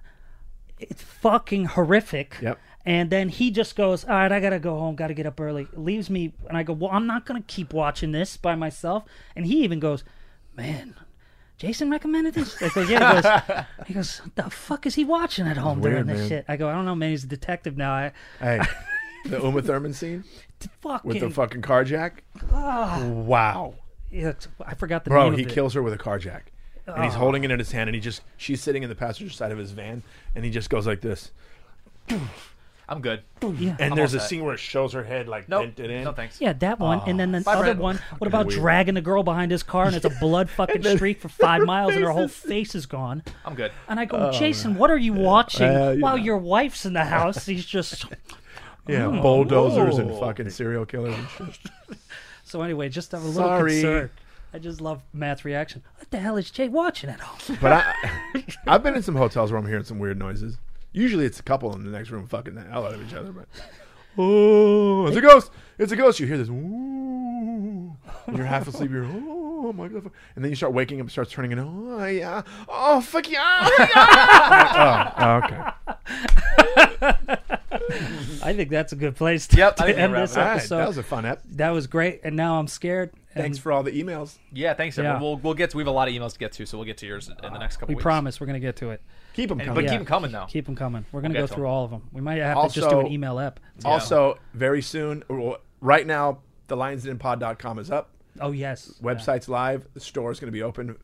[SPEAKER 3] It's fucking horrific.
[SPEAKER 2] Yep.
[SPEAKER 3] And then he just goes, "All right, I gotta go home. Gotta get up early." Leaves me, and I go, "Well, I'm not gonna keep watching this by myself." And he even goes, "Man." Jason recommended this. I go, yeah. He goes, he goes, what the fuck is he watching at home
[SPEAKER 2] weird,
[SPEAKER 3] during this
[SPEAKER 2] man.
[SPEAKER 3] shit? I go, I don't know, man. He's a detective now. I
[SPEAKER 2] Hey, the Uma Thurman scene
[SPEAKER 3] fucking
[SPEAKER 2] with the fucking car jack. Wow,
[SPEAKER 3] Yeah, it's- I forgot the
[SPEAKER 2] bro,
[SPEAKER 3] name
[SPEAKER 2] he
[SPEAKER 3] of it.
[SPEAKER 2] kills her with a car jack, and he's holding it in his hand, and he just she's sitting in the passenger side of his van, and he just goes like this.
[SPEAKER 4] I'm good.
[SPEAKER 3] Yeah.
[SPEAKER 2] And
[SPEAKER 4] I'm
[SPEAKER 2] there's
[SPEAKER 4] all
[SPEAKER 2] a
[SPEAKER 4] set.
[SPEAKER 2] scene where it shows her head like
[SPEAKER 4] Nope.
[SPEAKER 2] dented in.
[SPEAKER 4] No thanks.
[SPEAKER 3] yeah, that one, and then the
[SPEAKER 4] my
[SPEAKER 3] other
[SPEAKER 4] friend.
[SPEAKER 3] one. What about
[SPEAKER 2] weird.
[SPEAKER 3] dragging a girl behind his car and it's a blood fucking streak for five miles and her whole face is gone?
[SPEAKER 4] I'm good.
[SPEAKER 3] And I go, Jason, what are you watching
[SPEAKER 2] Uh, you
[SPEAKER 3] while
[SPEAKER 2] know.
[SPEAKER 3] your wife's in the house? He's just
[SPEAKER 2] Yeah, bulldozers and
[SPEAKER 4] Whoa.
[SPEAKER 2] fucking serial killers and shit.
[SPEAKER 3] so anyway. Just have a little
[SPEAKER 2] Sorry.
[SPEAKER 3] concern. I just love Matt's reaction. What the hell is Jay watching at home?
[SPEAKER 2] But I, I've been in some hotels where I'm hearing some weird noises. Usually it's a couple in the next room fucking the hell out of each other. But oh, it's a ghost! It's a ghost! You hear this? Ooh, And you're half asleep. You're oh my god! And then you start waking up, it starts turning, and oh yeah, oh fuck yeah! Oh, my God." I'm like, oh, oh, okay.
[SPEAKER 3] I think that's a good place to,
[SPEAKER 4] Yep, I
[SPEAKER 3] to
[SPEAKER 4] think we
[SPEAKER 3] end
[SPEAKER 4] wrap
[SPEAKER 3] this
[SPEAKER 4] it up.
[SPEAKER 2] All right,
[SPEAKER 3] episode.
[SPEAKER 2] that was a fun app.
[SPEAKER 3] great, and now I'm scared. and
[SPEAKER 2] Thanks for all the emails.
[SPEAKER 4] Yeah, thanks.
[SPEAKER 3] Yeah.
[SPEAKER 4] everyone. We'll we'll get to, we have a lot of emails to get to, so we'll get to yours in the next couple
[SPEAKER 3] we
[SPEAKER 4] weeks.
[SPEAKER 3] promise we're gonna get to it.
[SPEAKER 2] Keep them
[SPEAKER 4] And-
[SPEAKER 2] coming.
[SPEAKER 4] but
[SPEAKER 3] Yeah.
[SPEAKER 4] keep them coming though.
[SPEAKER 3] Keep them coming. We're gonna
[SPEAKER 4] get
[SPEAKER 3] go
[SPEAKER 4] to
[SPEAKER 3] through
[SPEAKER 4] 'em.
[SPEAKER 3] all of them. We might have to just do
[SPEAKER 2] Also-
[SPEAKER 3] an email app.
[SPEAKER 2] Also, very soon, well, right now, the lionsdenpod.com is up.
[SPEAKER 3] Oh yes,
[SPEAKER 2] Website's live. The store is going to be open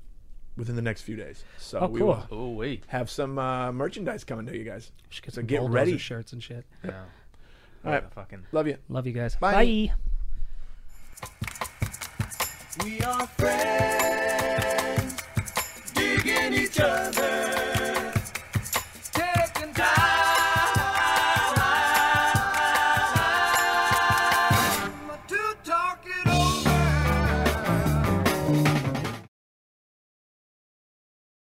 [SPEAKER 2] within the next few days. So
[SPEAKER 3] Oh,
[SPEAKER 2] we
[SPEAKER 3] cool.
[SPEAKER 2] will
[SPEAKER 4] Oh wait.
[SPEAKER 2] have some uh, merchandise coming to you guys.
[SPEAKER 3] Should get
[SPEAKER 2] So
[SPEAKER 3] some
[SPEAKER 2] get
[SPEAKER 3] bulldozer
[SPEAKER 2] ready.
[SPEAKER 3] shirts and shit.
[SPEAKER 4] Yeah.
[SPEAKER 2] All right.
[SPEAKER 4] Fucking.
[SPEAKER 2] Love you.
[SPEAKER 3] Love you guys.
[SPEAKER 2] Bye.
[SPEAKER 3] Bye.
[SPEAKER 1] We are friends, digging each other.